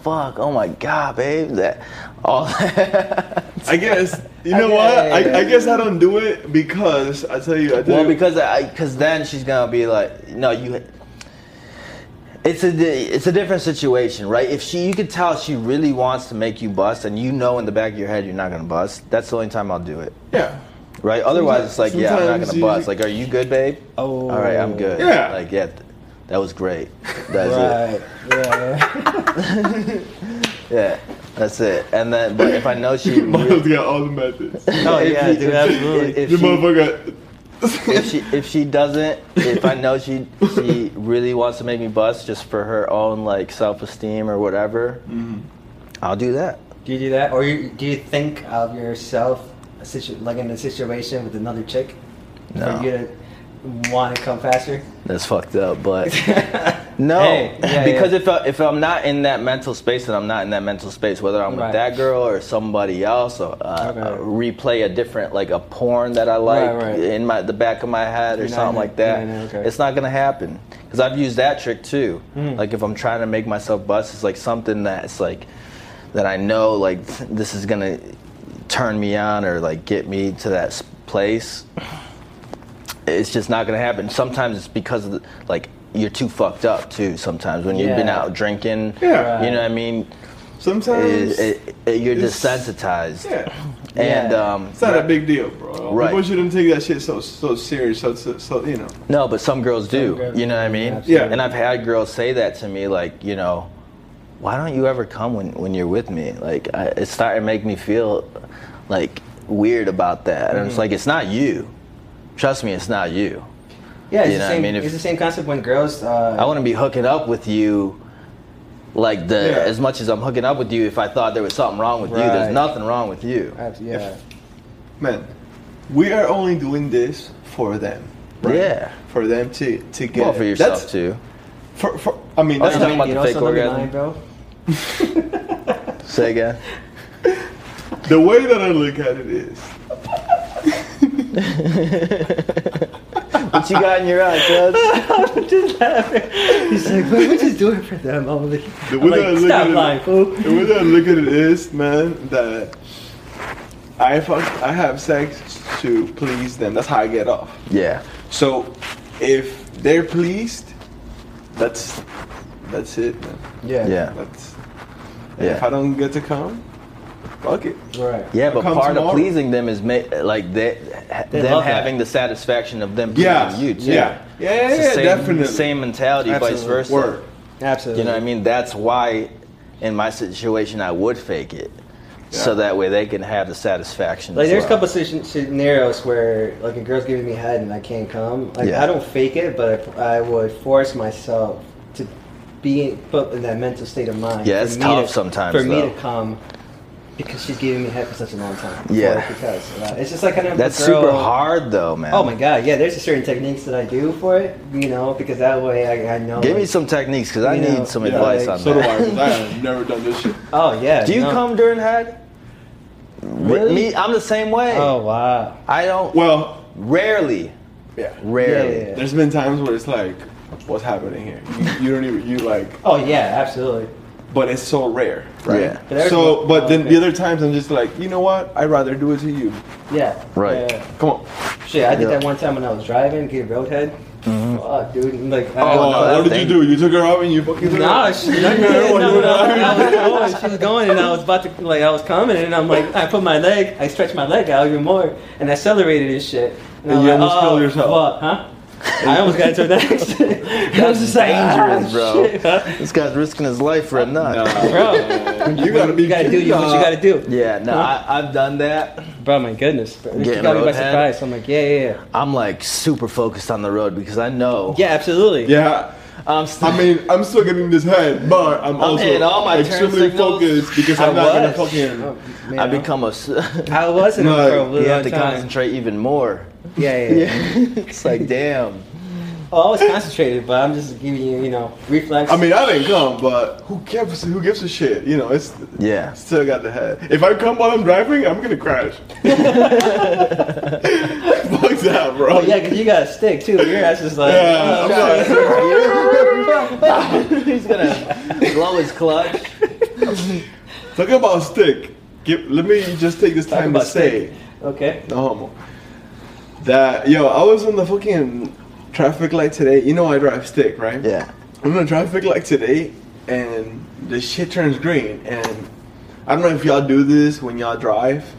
Speaker 3: fuck. Oh my god, babe. That all that.
Speaker 1: I guess you know
Speaker 2: Yeah,
Speaker 1: what.
Speaker 2: yeah, yeah.
Speaker 1: I, I guess I don't do it because I tell you, I tell
Speaker 3: Well,
Speaker 1: you,
Speaker 3: because I, because then she's gonna be like, no, you. It's a di- it's a different situation, right? If she, you could tell she really wants to make you bust, and you know in the back of your head you're not gonna bust. That's the only time I'll do it,
Speaker 1: yeah.
Speaker 3: right? Otherwise, it's like, yeah, I'm not
Speaker 1: sometimes
Speaker 3: gonna
Speaker 1: you-
Speaker 3: bust. Like, are you good, babe?
Speaker 2: Oh.
Speaker 3: all right, I'm good.
Speaker 1: Yeah.
Speaker 3: like yeah, th- that was great. That's
Speaker 2: Right. Yeah.
Speaker 3: it. Yeah, that's it. And then, but if I know she,
Speaker 1: Miles got all the methods.
Speaker 3: oh yeah,
Speaker 2: dude, absolutely.
Speaker 3: If
Speaker 1: Your
Speaker 3: she-
Speaker 1: motherfucker.
Speaker 3: if she if she doesn't, if I know she she really wants to make me bust just for her own like self esteem or whatever, I'll do that.
Speaker 2: Do you do that? Or you, do you think of yourself a situ- like in a situation with another chick?
Speaker 3: No.
Speaker 2: For you to want to come faster?
Speaker 3: That's fucked up, but No,
Speaker 2: Hey, yeah,
Speaker 3: because
Speaker 2: yeah.
Speaker 3: if I, if I'm not in that mental space, then I'm not in that mental space. Whether I'm
Speaker 4: Right.
Speaker 3: with that girl or somebody else, or uh,
Speaker 2: Okay.
Speaker 3: uh, replay a different like a porn that I like
Speaker 2: Right, right.
Speaker 3: in my the back of my head or
Speaker 2: You're not
Speaker 3: something
Speaker 2: in it.
Speaker 3: like that,
Speaker 2: You're not in it, okay. Hmm.
Speaker 3: it's not gonna happen. Because I've used that trick too. Like if I'm trying to make myself bust, it's like something that's like that I know like this is gonna turn me on or like get me to that s- place it's just not gonna happen. Sometimes it's because of the, like you're too fucked up too. Sometimes when you've been
Speaker 2: Yeah.
Speaker 3: out drinking,
Speaker 1: Yeah.
Speaker 3: you know what I mean.
Speaker 1: Sometimes.
Speaker 3: It- it- it- you're
Speaker 1: It's-
Speaker 3: desensitized,
Speaker 1: yeah.
Speaker 3: and
Speaker 2: Yeah.
Speaker 3: um,
Speaker 1: It's not a big deal, bro.
Speaker 3: Right.
Speaker 1: People shouldn't take that shit so so serious. So so, so you know.
Speaker 3: no, but some girls do.
Speaker 2: girls
Speaker 3: you know
Speaker 2: do,
Speaker 3: what I mean?
Speaker 1: absolutely.
Speaker 3: And I've had girls say that to me, like you know, why don't you ever come when when you're with me? Like I, it started to make me feel like weird about that, and
Speaker 1: Mm-hmm.
Speaker 3: it's like it's not you. Trust me, it's not you.
Speaker 2: Yeah, it's,
Speaker 3: You know what
Speaker 2: the
Speaker 3: I
Speaker 2: same,
Speaker 3: mean? If-
Speaker 2: it's the same concept when girls. Uh,
Speaker 3: I wouldn't be hooking up with you like the
Speaker 1: Yeah.
Speaker 3: as much as I'm hooking up with you if I thought there was something wrong with you.
Speaker 2: Right.
Speaker 3: There's nothing wrong with you.
Speaker 2: abs- yeah.
Speaker 1: Man, we are only doing this for them. Right?
Speaker 3: Yeah.
Speaker 1: For them to to get.
Speaker 3: Well, for
Speaker 1: it.
Speaker 3: yourself
Speaker 1: That's-
Speaker 3: too.
Speaker 1: For, for I mean,
Speaker 3: Let's
Speaker 1: that's
Speaker 3: talk about
Speaker 2: You
Speaker 3: the
Speaker 2: know,
Speaker 3: fake
Speaker 2: some of
Speaker 3: orgasm.
Speaker 2: mine, bro.
Speaker 3: Say again.
Speaker 1: the way that I look at it is.
Speaker 3: what you got in your eye, cuz?
Speaker 2: He's like, why would you do it for them only?
Speaker 1: The way that I
Speaker 2: like,
Speaker 1: look
Speaker 2: stop
Speaker 1: at it-
Speaker 2: lying, fool.
Speaker 1: The way that I look at it is, man, that I fuck, I have sex to please them. That's how I get off.
Speaker 3: Yeah.
Speaker 1: So if they're pleased, that's that's it, man.
Speaker 2: Yeah.
Speaker 3: Yeah.
Speaker 1: That's and
Speaker 3: Yeah.
Speaker 1: if I don't get to come, fuck it.
Speaker 2: Right.
Speaker 3: Yeah,
Speaker 1: I'll
Speaker 3: but
Speaker 1: come
Speaker 3: part
Speaker 1: tomorrow.
Speaker 3: of pleasing them is ma- like they,
Speaker 2: They
Speaker 3: them
Speaker 2: love that.
Speaker 3: having the satisfaction of them pleasing
Speaker 1: Yeah.
Speaker 3: you too.
Speaker 1: Yeah. Yeah, yeah,
Speaker 3: It's the
Speaker 1: yeah,
Speaker 3: same,
Speaker 1: definitely.
Speaker 3: Same mentality, vice
Speaker 2: Absolutely.
Speaker 3: versa.
Speaker 1: Word.
Speaker 2: Absolutely.
Speaker 3: You know what I mean? That's why, in my situation, I would fake it, so
Speaker 1: Yeah.
Speaker 3: that way they can have the satisfaction.
Speaker 2: Like
Speaker 3: as
Speaker 2: there's a
Speaker 3: well.
Speaker 2: couple situ- scenarios where like a girl's giving me head and I can't come. Like
Speaker 3: Yeah.
Speaker 2: I don't fake it, but I, I would force myself to be in, put in that mental state of mind.
Speaker 3: Yeah,
Speaker 2: for
Speaker 3: it's
Speaker 2: me
Speaker 3: tough
Speaker 2: to-
Speaker 3: sometimes,
Speaker 2: for me
Speaker 3: though.
Speaker 2: to come because she's giving me head for such a long time.
Speaker 3: Yeah.
Speaker 2: Or because uh, it's just like kind of
Speaker 3: That's
Speaker 2: a girl,
Speaker 3: super hard though, man.
Speaker 2: Oh my god, yeah. There's a certain techniques that I do for it, you know, because that way I, I know.
Speaker 3: Give me
Speaker 2: like-
Speaker 3: some techniques because I
Speaker 2: You
Speaker 3: need
Speaker 2: know,
Speaker 3: some
Speaker 2: yeah,
Speaker 3: advice
Speaker 2: like-
Speaker 3: on
Speaker 1: So do I.
Speaker 3: that.
Speaker 1: 'cause I have never done this shit.
Speaker 2: Oh yeah.
Speaker 3: Do you
Speaker 2: no.
Speaker 3: come during head?
Speaker 2: Really?
Speaker 3: Me, I'm the same way.
Speaker 2: Oh wow.
Speaker 3: I don't.
Speaker 1: Well,
Speaker 3: rarely,
Speaker 1: yeah.
Speaker 3: rarely.
Speaker 2: Yeah.
Speaker 1: There's been times where it's like, what's happening here? You, you don't even you like,
Speaker 2: Oh yeah, absolutely.
Speaker 1: but it's so rare, right?
Speaker 3: Yeah.
Speaker 2: But there's
Speaker 1: So,
Speaker 2: one-
Speaker 1: but
Speaker 2: oh,
Speaker 1: then
Speaker 2: okay.
Speaker 1: the other times I'm just like, you know what? I'd rather do it to you.
Speaker 2: Yeah.
Speaker 3: Right.
Speaker 2: Yeah.
Speaker 1: Come on.
Speaker 2: Shit, I did
Speaker 3: Yeah. Mm-hmm.
Speaker 2: that one time when I was driving, get roadhead. Fuck, dude. and, Like, I
Speaker 3: Oh,
Speaker 2: don't
Speaker 1: Uh,
Speaker 3: no,
Speaker 2: know.
Speaker 3: that
Speaker 1: what did
Speaker 3: thing-
Speaker 1: you do? You took her out and you fucking. took her
Speaker 2: Nah,
Speaker 1: out?
Speaker 2: she, no, no, no, no, no, I was going, she was going, and I was about to, like, I was coming, and I'm like, I put my leg, I stretched my leg out even more, and accelerated and shit.
Speaker 1: And
Speaker 2: And, I'm
Speaker 1: you
Speaker 2: like,
Speaker 1: almost
Speaker 2: oh,
Speaker 1: killed yourself.
Speaker 2: Fuck, huh? I almost got into an accident. I was just like,
Speaker 3: dangerous,
Speaker 2: ah,
Speaker 3: bro.
Speaker 2: shit, huh?
Speaker 3: This guy's risking his life for a nut.
Speaker 1: Nah. you gotta be.
Speaker 2: You gotta do you, what you gotta do.
Speaker 3: Yeah, no,
Speaker 2: Huh?
Speaker 3: I, I've done that.
Speaker 2: Bro, my goodness. Bro. This
Speaker 3: Getting
Speaker 2: got me by
Speaker 3: roadhead?
Speaker 2: surprise. I'm like, yeah, yeah, yeah.
Speaker 3: I'm like super focused on the road because I know.
Speaker 2: Yeah, absolutely.
Speaker 1: Yeah.
Speaker 3: I'm still.
Speaker 1: I mean, I'm still getting this head, but I'm, also
Speaker 3: hitting all my turn
Speaker 1: extremely
Speaker 3: signals.
Speaker 1: focused because
Speaker 2: I
Speaker 1: I'm not
Speaker 2: was.
Speaker 1: gonna
Speaker 2: Oh,
Speaker 1: fucking.
Speaker 2: man,
Speaker 3: I become a. s-
Speaker 2: I was in it
Speaker 1: No,
Speaker 2: for a really
Speaker 3: you
Speaker 2: long
Speaker 3: have to
Speaker 2: time.
Speaker 3: concentrate even more.
Speaker 2: Yeah, yeah, yeah.
Speaker 3: Yeah. it's like damn.
Speaker 2: Oh, I was concentrated, but I'm just giving you, you know, reflex.
Speaker 1: I mean, I didn't come, but who gives? Who gives a shit? You know, it's
Speaker 3: Yeah.
Speaker 1: still got the head. If I come while I'm driving, I'm gonna crash. Fuck that, bro.
Speaker 2: oh yeah, 'cause you got a stick too. Your ass is like,
Speaker 1: Yeah,
Speaker 2: oh,
Speaker 1: I'm
Speaker 2: God.
Speaker 3: He's gonna blow his clutch.
Speaker 1: Talk about stick. Give, let me just take this
Speaker 2: Talk
Speaker 1: time to
Speaker 2: about
Speaker 1: say,
Speaker 2: stick. okay.
Speaker 1: no homo. That yo, I was on the fucking traffic light today. You know I drive stick, right?
Speaker 3: Yeah.
Speaker 1: I'm on a traffic light today, and the shit turns green. And I don't know if y'all do this when y'all drive,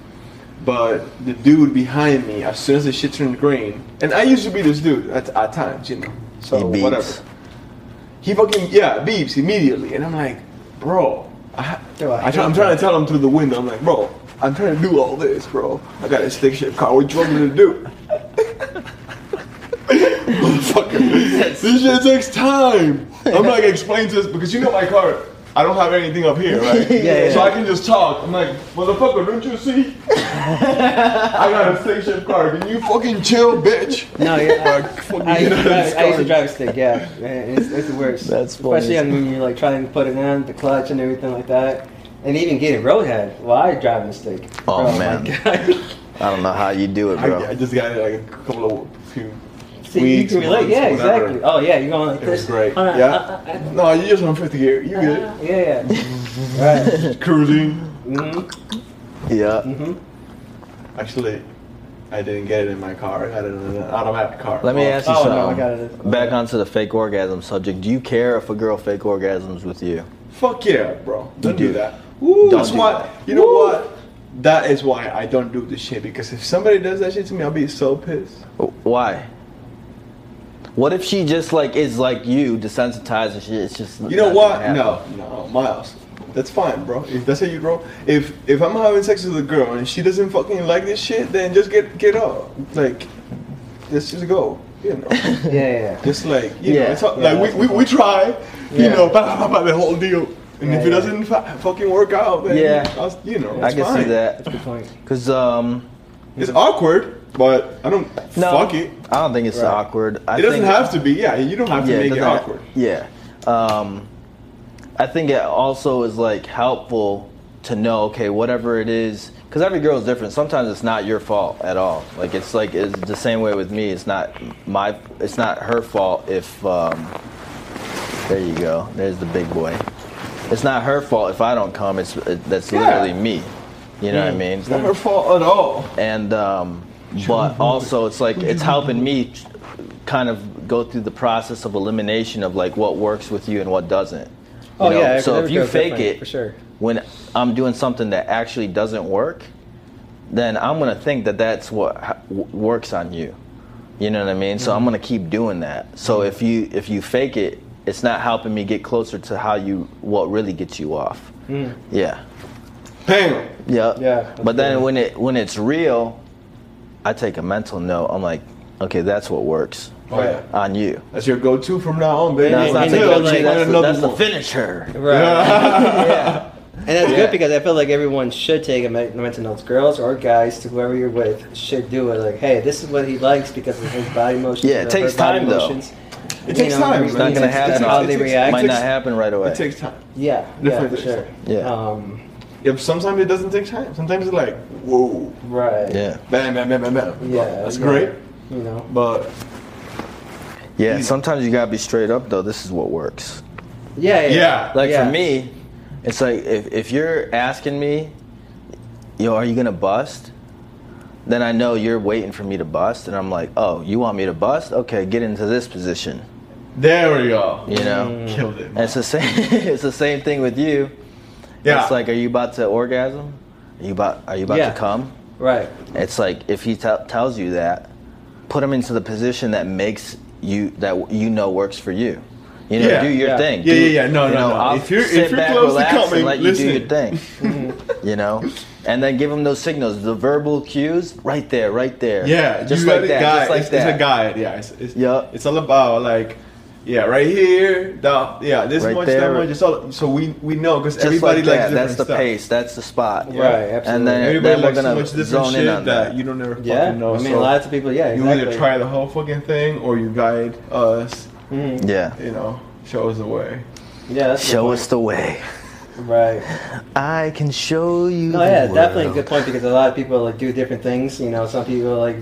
Speaker 1: but the dude behind me, as soon as the shit turns green, and I used to be this dude at, at times, you know. So
Speaker 3: He beeps.
Speaker 1: whatever. He fucking yeah beeps immediately, and I'm like, bro. I,
Speaker 2: Yo, I
Speaker 1: I try, I'm
Speaker 2: hate
Speaker 1: trying to tell him through the window. I'm like, bro, I'm trying to do all this, bro. I got a stick shift car. What you want me to do? Motherfucker, this shit takes time. I'm not gonna explain this because you know my car. I don't have anything up here, right?
Speaker 2: Yeah,
Speaker 1: So
Speaker 2: yeah.
Speaker 1: I can just talk. I'm like, motherfucker, don't you see? I got a station car. Can you fucking chill, bitch?
Speaker 2: No, yeah.
Speaker 1: Like, fucking
Speaker 2: I, I,
Speaker 1: get
Speaker 2: used to
Speaker 1: out of this
Speaker 2: drive, I
Speaker 1: car.
Speaker 2: used to drive a stick, yeah. And It's, it's the worst.
Speaker 3: That's funny.
Speaker 2: Especially when you're like trying to put it in, the clutch and everything like that. And even getting roadhead while I drive a stick.
Speaker 3: Oh,
Speaker 2: Bro, my
Speaker 3: man.
Speaker 2: God.
Speaker 3: I don't know how you do it,
Speaker 1: I, I
Speaker 3: bro.
Speaker 1: just got it like a couple of few.
Speaker 2: See,
Speaker 1: weeks,
Speaker 2: you can relate.
Speaker 1: months,
Speaker 2: Yeah,
Speaker 1: whatever.
Speaker 2: exactly. Oh, yeah, you're going like
Speaker 1: It
Speaker 2: this.
Speaker 1: was great.
Speaker 2: Uh, uh,
Speaker 1: Yeah. No, you just on fifth gear. You
Speaker 2: uh,
Speaker 1: good?
Speaker 2: yeah, yeah. right.
Speaker 1: Cruising.
Speaker 2: Mm-hmm.
Speaker 3: Yeah.
Speaker 1: Actually, I didn't get it in my car. I got it in an automatic car.
Speaker 3: Let me ask you
Speaker 2: Oh, no, I
Speaker 3: something.
Speaker 2: got it.
Speaker 3: Back onto the fake orgasm subject. Do you care if a girl fake orgasms with you?
Speaker 1: Fuck yeah, bro. Don't do
Speaker 3: do.
Speaker 1: that.
Speaker 3: Don't
Speaker 1: that's
Speaker 3: do
Speaker 1: why.
Speaker 3: that.
Speaker 1: You know what? That is why I don't do this shit because if somebody does that shit to me, I'll be so pissed.
Speaker 3: Why? What if she just like is like you, desensitized and shit? It's just
Speaker 1: You know
Speaker 3: not gonna
Speaker 1: what?
Speaker 3: happen.
Speaker 1: No, no, Miles. That's fine, bro. If that's how you roll, if if I'm having sex with a girl and she doesn't fucking like this shit, then just get get up. Like, let's just go. You know.
Speaker 2: Yeah, yeah. yeah.
Speaker 1: Just like you know,
Speaker 3: Yeah.
Speaker 1: it's all,
Speaker 2: Yeah,
Speaker 1: like we, we, we try, you
Speaker 2: Yeah.
Speaker 1: know, bah, bah, bah, the whole deal. And
Speaker 2: Yeah,
Speaker 1: if it
Speaker 2: yeah.
Speaker 1: doesn't fa- fucking work out, then
Speaker 3: Yeah.
Speaker 1: yeah, you know,
Speaker 3: I
Speaker 1: it's
Speaker 3: can
Speaker 1: fine.
Speaker 3: see
Speaker 2: That's a
Speaker 3: that.
Speaker 2: good point.
Speaker 3: Cause um,
Speaker 1: It's awkward, but I don't
Speaker 3: no,
Speaker 1: fuck it.
Speaker 3: I don't think it's
Speaker 2: Right.
Speaker 3: awkward. I
Speaker 1: it doesn't
Speaker 3: think,
Speaker 1: have to be. Yeah, you don't have to
Speaker 3: it
Speaker 1: make it
Speaker 3: doesn't-
Speaker 1: awkward.
Speaker 3: Yeah. Um, I think it also is like helpful to know, okay, whatever it is, because every girl is different. Sometimes it's not your fault at all. Like it's like it's the same way with me. It's not my, it's not her fault if. Um, there you go. There's the big boy. It's not her fault if I don't come. It's it, that's
Speaker 1: Yeah. Mm.
Speaker 3: literally me. You know what I mean?
Speaker 1: It's not her fault at all.
Speaker 3: and um, but also it's like it's helping me kind of go through the process of elimination of like what works with you and what doesn't. You
Speaker 2: Oh,
Speaker 3: know?
Speaker 2: yeah, 'cause
Speaker 3: So if
Speaker 2: every
Speaker 3: you
Speaker 2: girl's
Speaker 3: fake
Speaker 2: different,
Speaker 3: it,
Speaker 2: for sure.
Speaker 3: when I'm doing something that actually doesn't work, then I'm gonna think that that's what h- w- works on you. You know what I mean?
Speaker 2: Mm-hmm.
Speaker 3: So I'm gonna keep doing that. So if you if you fake it, it's not helping me get closer to how you what really gets you off.
Speaker 2: Mm.
Speaker 3: Yeah.
Speaker 1: Bam.
Speaker 3: Yeah.
Speaker 2: Yeah, that's
Speaker 3: But then
Speaker 2: good.
Speaker 3: when it when it's real, I take a mental note. I'm like, okay, that's what works
Speaker 1: Oh yeah,
Speaker 3: on you.
Speaker 1: that's your go-to from now on, baby.
Speaker 3: No, it's not
Speaker 2: and
Speaker 3: the
Speaker 2: you
Speaker 1: Until
Speaker 2: feel
Speaker 3: go-to,
Speaker 1: you
Speaker 2: like-
Speaker 1: find
Speaker 3: That's, the,
Speaker 1: another
Speaker 3: that's the
Speaker 1: one.
Speaker 3: finisher.
Speaker 2: Right. yeah. And that's
Speaker 1: Yeah.
Speaker 2: good because I feel like everyone should take a men- mental notes. Girls or guys, to whoever you're with, should do it. Like, hey, this is what he likes because of his body motions.
Speaker 3: Yeah, it
Speaker 2: or her
Speaker 3: takes
Speaker 2: body
Speaker 3: time, though.
Speaker 2: motions. You
Speaker 1: takes
Speaker 2: know,
Speaker 1: time.
Speaker 2: it's
Speaker 1: It's
Speaker 3: not gonna
Speaker 2: that's
Speaker 3: happen.
Speaker 2: How
Speaker 3: It
Speaker 2: they
Speaker 1: takes-
Speaker 2: react.
Speaker 3: Might not happen right away.
Speaker 1: It takes time.
Speaker 2: Yeah, yeah,
Speaker 1: Definitely
Speaker 2: for
Speaker 1: takes
Speaker 2: sure.
Speaker 1: time.
Speaker 3: Yeah.
Speaker 2: Um,
Speaker 1: Yeah, sometimes it doesn't take time. Sometimes it's like, whoa,
Speaker 2: right.
Speaker 3: yeah.
Speaker 1: bam, bam, bam, bam, bam.
Speaker 2: Yeah.
Speaker 1: that's
Speaker 2: yeah.
Speaker 1: great.
Speaker 2: You know.
Speaker 1: But
Speaker 3: Yeah.
Speaker 1: You-
Speaker 3: Sometimes you gotta be straight up though. This is what works.
Speaker 2: Yeah. Yeah.
Speaker 1: Yeah.
Speaker 3: Like
Speaker 2: Yeah.
Speaker 3: for me, it's like if, if you're asking me, yo, are you gonna bust? Then I know you're waiting for me to bust, and I'm like, oh, you want me to bust? Okay, get into this position.
Speaker 1: there we go.
Speaker 3: You know.
Speaker 1: Killed it.
Speaker 3: And it's the same. it's the same thing with you.
Speaker 1: Yeah.
Speaker 3: It's like, are you about to orgasm? Are you about? Are you about
Speaker 2: Yeah.
Speaker 3: to come?
Speaker 2: Right.
Speaker 3: It's like if he t- tells you that, put him into the position that makes you that you know works for you. You know,
Speaker 1: Yeah.
Speaker 3: do your
Speaker 2: Yeah.
Speaker 3: thing.
Speaker 1: Yeah,
Speaker 3: do-
Speaker 1: yeah, yeah. No,
Speaker 3: you
Speaker 1: no,
Speaker 3: know,
Speaker 1: no.
Speaker 3: I'll
Speaker 1: If you're- if
Speaker 3: sit
Speaker 1: you're
Speaker 3: back,
Speaker 1: close to
Speaker 3: relax, and
Speaker 1: coming,
Speaker 3: let
Speaker 1: listen.
Speaker 3: you do your thing. you know, and then give him those signals, the verbal cues, right there, right there.
Speaker 1: Yeah,
Speaker 3: just
Speaker 1: you
Speaker 3: like
Speaker 1: gotta
Speaker 3: that,
Speaker 1: guide-
Speaker 3: just like
Speaker 1: it's,
Speaker 3: that.
Speaker 1: It's a guide. Yeah, it's it's,
Speaker 3: Yup.
Speaker 1: it's all about like, yeah, right here, da, yeah, this
Speaker 3: Right
Speaker 1: much,
Speaker 3: there.
Speaker 1: that much. It's all so we we know because
Speaker 3: Just
Speaker 1: everybody
Speaker 3: like
Speaker 1: likes
Speaker 3: that. That's
Speaker 1: different
Speaker 3: the
Speaker 1: stuff.
Speaker 3: pace. That's the spot.
Speaker 1: Yeah.
Speaker 2: Right. Absolutely.
Speaker 3: And then,
Speaker 1: Everybody
Speaker 3: then we're
Speaker 1: likes so
Speaker 3: gonna
Speaker 1: much different
Speaker 3: zone
Speaker 1: shit
Speaker 3: in on
Speaker 1: that,
Speaker 3: that.
Speaker 1: you don't ever
Speaker 2: Yeah.
Speaker 1: fucking know.
Speaker 2: I mean,
Speaker 1: so
Speaker 2: a lot of people. Yeah.
Speaker 1: you
Speaker 2: Exactly.
Speaker 1: either try the whole fucking thing or you guide us.
Speaker 2: Mhm.
Speaker 3: yeah.
Speaker 1: You know, show us the way.
Speaker 2: Yeah. That's a good
Speaker 3: Show
Speaker 2: point.
Speaker 3: us the way.
Speaker 2: Right.
Speaker 3: I can show you.
Speaker 2: No,
Speaker 3: the
Speaker 2: Oh, yeah,
Speaker 3: world.
Speaker 2: definitely a good point because a lot of people like do different things. You know, some people like,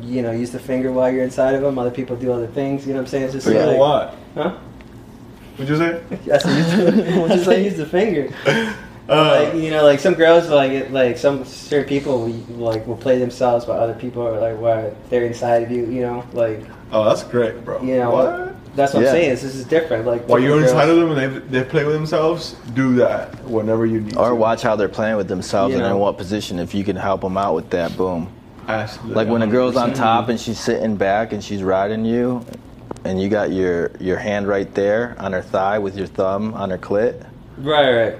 Speaker 2: you know, use the finger while you're inside of them. Other people do other things. You know what I'm saying? It's just
Speaker 1: So you know
Speaker 2: like,
Speaker 1: what?
Speaker 2: huh?
Speaker 1: Would you say?
Speaker 2: Yeah, so use the- just like use the finger. Like
Speaker 1: Uh,
Speaker 2: you know, like some girls like it, like some certain people like will play themselves, but other people are like, why they're inside of you. You know, like
Speaker 1: oh, that's great, bro.
Speaker 2: you know,
Speaker 1: what?
Speaker 2: that's what
Speaker 3: Yeah.
Speaker 2: I'm saying. This is different. Like
Speaker 1: While you're
Speaker 2: different
Speaker 1: inside
Speaker 2: girls-
Speaker 1: of them and they, they play with themselves, do that whenever you need
Speaker 3: Or
Speaker 1: to.
Speaker 3: watch how they're playing with themselves
Speaker 2: Yeah.
Speaker 3: and in what position. If you can help them out with that, boom.
Speaker 1: Absolutely.
Speaker 3: Like when a girl's on
Speaker 1: 100%.
Speaker 3: top and she's sitting back and she's riding you, and you got your your hand right there on her thigh with your thumb on her clit.
Speaker 2: Right, right.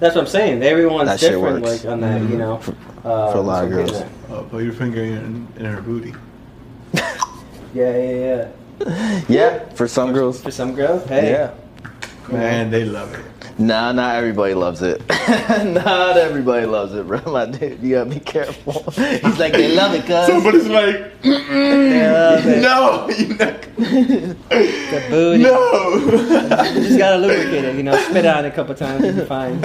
Speaker 2: That's what I'm saying. Everyone's
Speaker 3: That shit
Speaker 2: different,
Speaker 3: works.
Speaker 2: like on that, you know. Uh,
Speaker 3: for a lot of
Speaker 2: so I'm
Speaker 3: girls.
Speaker 2: getting
Speaker 1: Uh, put your finger in, in her booty.
Speaker 2: at. Yeah, yeah, yeah.
Speaker 3: Yeah, for some girls.
Speaker 2: For some girls, hey,
Speaker 3: Yeah.
Speaker 1: Man, they love it.
Speaker 3: Nah, not everybody loves it. not everybody loves it, bro. My dude, you gotta be careful. He's like, they love it, cuz.
Speaker 1: Somebody's like,
Speaker 2: They love it.
Speaker 1: no, you're not,
Speaker 2: The booty.
Speaker 1: no.
Speaker 2: You just gotta lubricate it, you know. Spit on it a couple times, you'll be fine.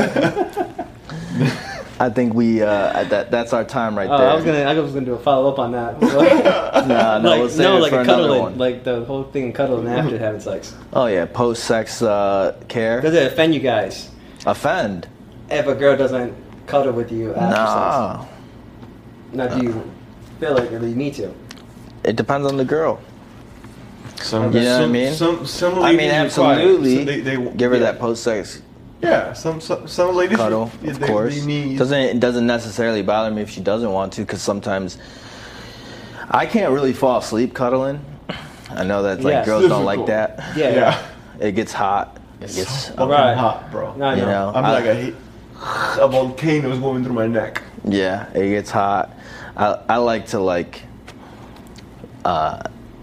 Speaker 3: I think we uh, that that's our time right
Speaker 2: Oh,
Speaker 3: there.
Speaker 2: I was gonna, I was gonna do a follow up on that. like,
Speaker 3: Nah, no, we'll save
Speaker 2: no,
Speaker 3: it
Speaker 2: like
Speaker 3: for
Speaker 2: a
Speaker 3: another
Speaker 2: cuddling,
Speaker 3: one.
Speaker 2: like the whole thing cuddling after having sex.
Speaker 3: oh yeah, post sex uh, care
Speaker 2: Does it offend you guys
Speaker 3: offend?
Speaker 2: if a girl doesn't cuddle with you after sex?
Speaker 3: Nah,
Speaker 2: Now, do you feel like or do you need to?
Speaker 3: it depends on the girl.
Speaker 1: Some,
Speaker 3: You know what I mean?
Speaker 1: Some, some
Speaker 3: I mean,
Speaker 1: ladies require it. So
Speaker 3: absolutely.
Speaker 1: they, they,
Speaker 3: give her
Speaker 1: yeah.
Speaker 3: that post sex
Speaker 1: Yeah, some some, some ladies
Speaker 3: cuddle,
Speaker 1: yeah,
Speaker 3: of
Speaker 1: they-
Speaker 3: course.
Speaker 1: They need,
Speaker 3: Doesn't it doesn't necessarily bother me if she doesn't want to, because sometimes I can't really fall asleep cuddling. I know that like
Speaker 2: Yes.
Speaker 3: girls don't like
Speaker 1: Difficult.
Speaker 3: that.
Speaker 2: Yeah.
Speaker 1: yeah,
Speaker 3: It gets hot. It gets
Speaker 1: fucking
Speaker 2: Right.
Speaker 1: hot, bro.
Speaker 2: No, I
Speaker 3: You
Speaker 2: know.
Speaker 3: know?
Speaker 1: I'm
Speaker 3: I-
Speaker 1: like a heat- a volcano is going through my neck.
Speaker 3: Yeah, it gets hot. I, I like to like uh,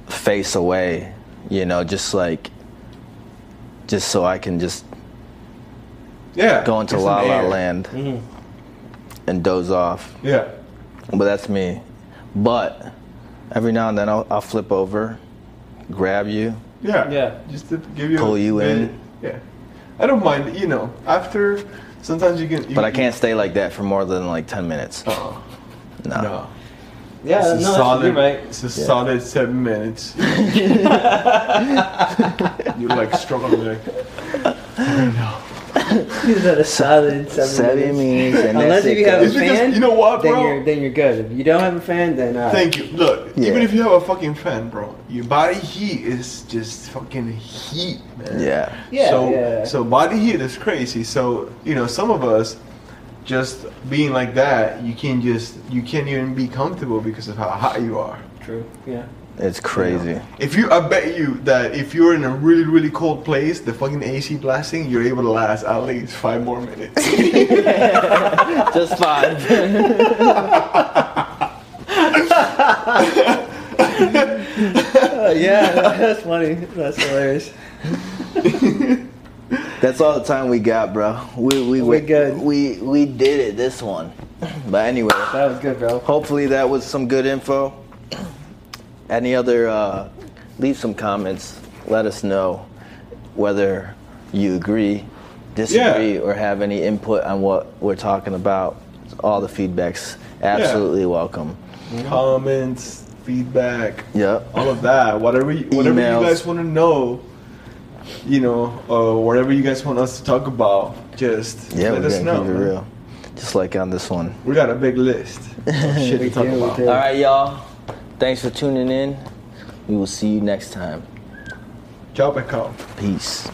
Speaker 3: face away, you know, just like just so I can just
Speaker 1: Yeah,
Speaker 3: go into
Speaker 1: it's
Speaker 3: La
Speaker 1: an
Speaker 3: La
Speaker 1: air.
Speaker 3: Land
Speaker 2: Mm-hmm.
Speaker 3: and doze off.
Speaker 1: Yeah,
Speaker 3: But that's me. But every now and then I'll, I'll flip over, grab you.
Speaker 1: yeah,
Speaker 2: Yeah.
Speaker 1: Just to give you
Speaker 3: Pull
Speaker 1: a,
Speaker 3: you in.
Speaker 1: Yeah, I don't mind. You know, after sometimes you can. You,
Speaker 3: But I can't stay like that for more than like 10 minutes.
Speaker 1: Oh,
Speaker 3: No.
Speaker 1: no.
Speaker 2: Yeah,
Speaker 1: It's a
Speaker 2: Uh, no, that's,
Speaker 1: solid,
Speaker 2: you're right.
Speaker 1: It's a solid seven minutes. you like struggling like
Speaker 2: Is that a solid seven,
Speaker 3: Seven minutes. And
Speaker 2: Unless
Speaker 3: that's it,
Speaker 2: if you have a
Speaker 1: It's because-
Speaker 2: fan,
Speaker 1: you know what,
Speaker 2: then
Speaker 1: bro?
Speaker 2: you're then you're good. If you don't have a fan, then uh, all right.
Speaker 1: Thank you. Look,
Speaker 3: Yeah.
Speaker 1: even if you have a fucking fan, bro, your body heat is just fucking heat, man.
Speaker 3: Yeah.
Speaker 2: Yeah,
Speaker 1: so,
Speaker 2: yeah.
Speaker 1: So body heat is crazy. So you know, some of us, just being like that, you can just you can't even be comfortable because of how hot you are.
Speaker 2: True. Yeah.
Speaker 3: It's crazy.
Speaker 1: If you, I bet you that if you're in a really really cold place, the fucking AC blasting, you're able to last at least five more minutes.
Speaker 3: Just fine.
Speaker 2: Uh, yeah, that's funny. That's hilarious.
Speaker 3: That's all the time we got, bro. We we
Speaker 2: We good.
Speaker 3: We we did it this one. But anyway,
Speaker 2: That was good, bro.
Speaker 3: hopefully that was some good info. Any other? Uh, leave some comments. Let us know whether you agree, disagree, or have any input on what we're talking about. All the feedbacks absolutely welcome.
Speaker 1: Comments, feedback,
Speaker 3: Yep.
Speaker 1: all of that. Whatever you, whatever
Speaker 3: Emails.
Speaker 1: you guys want to know, you know, uh, whatever you guys want us to talk about, just
Speaker 3: Yeah,
Speaker 1: let
Speaker 3: we're
Speaker 1: us
Speaker 3: gonna
Speaker 1: know.
Speaker 3: keep it
Speaker 1: man.
Speaker 3: real, just like on this one.
Speaker 1: We got a big list. of shit
Speaker 2: We
Speaker 1: to talk
Speaker 2: do, we
Speaker 1: about.
Speaker 2: do.
Speaker 3: All right, y'all. Thanks for tuning in. We will see you next time.
Speaker 1: Ciao, Pecao.
Speaker 3: Peace.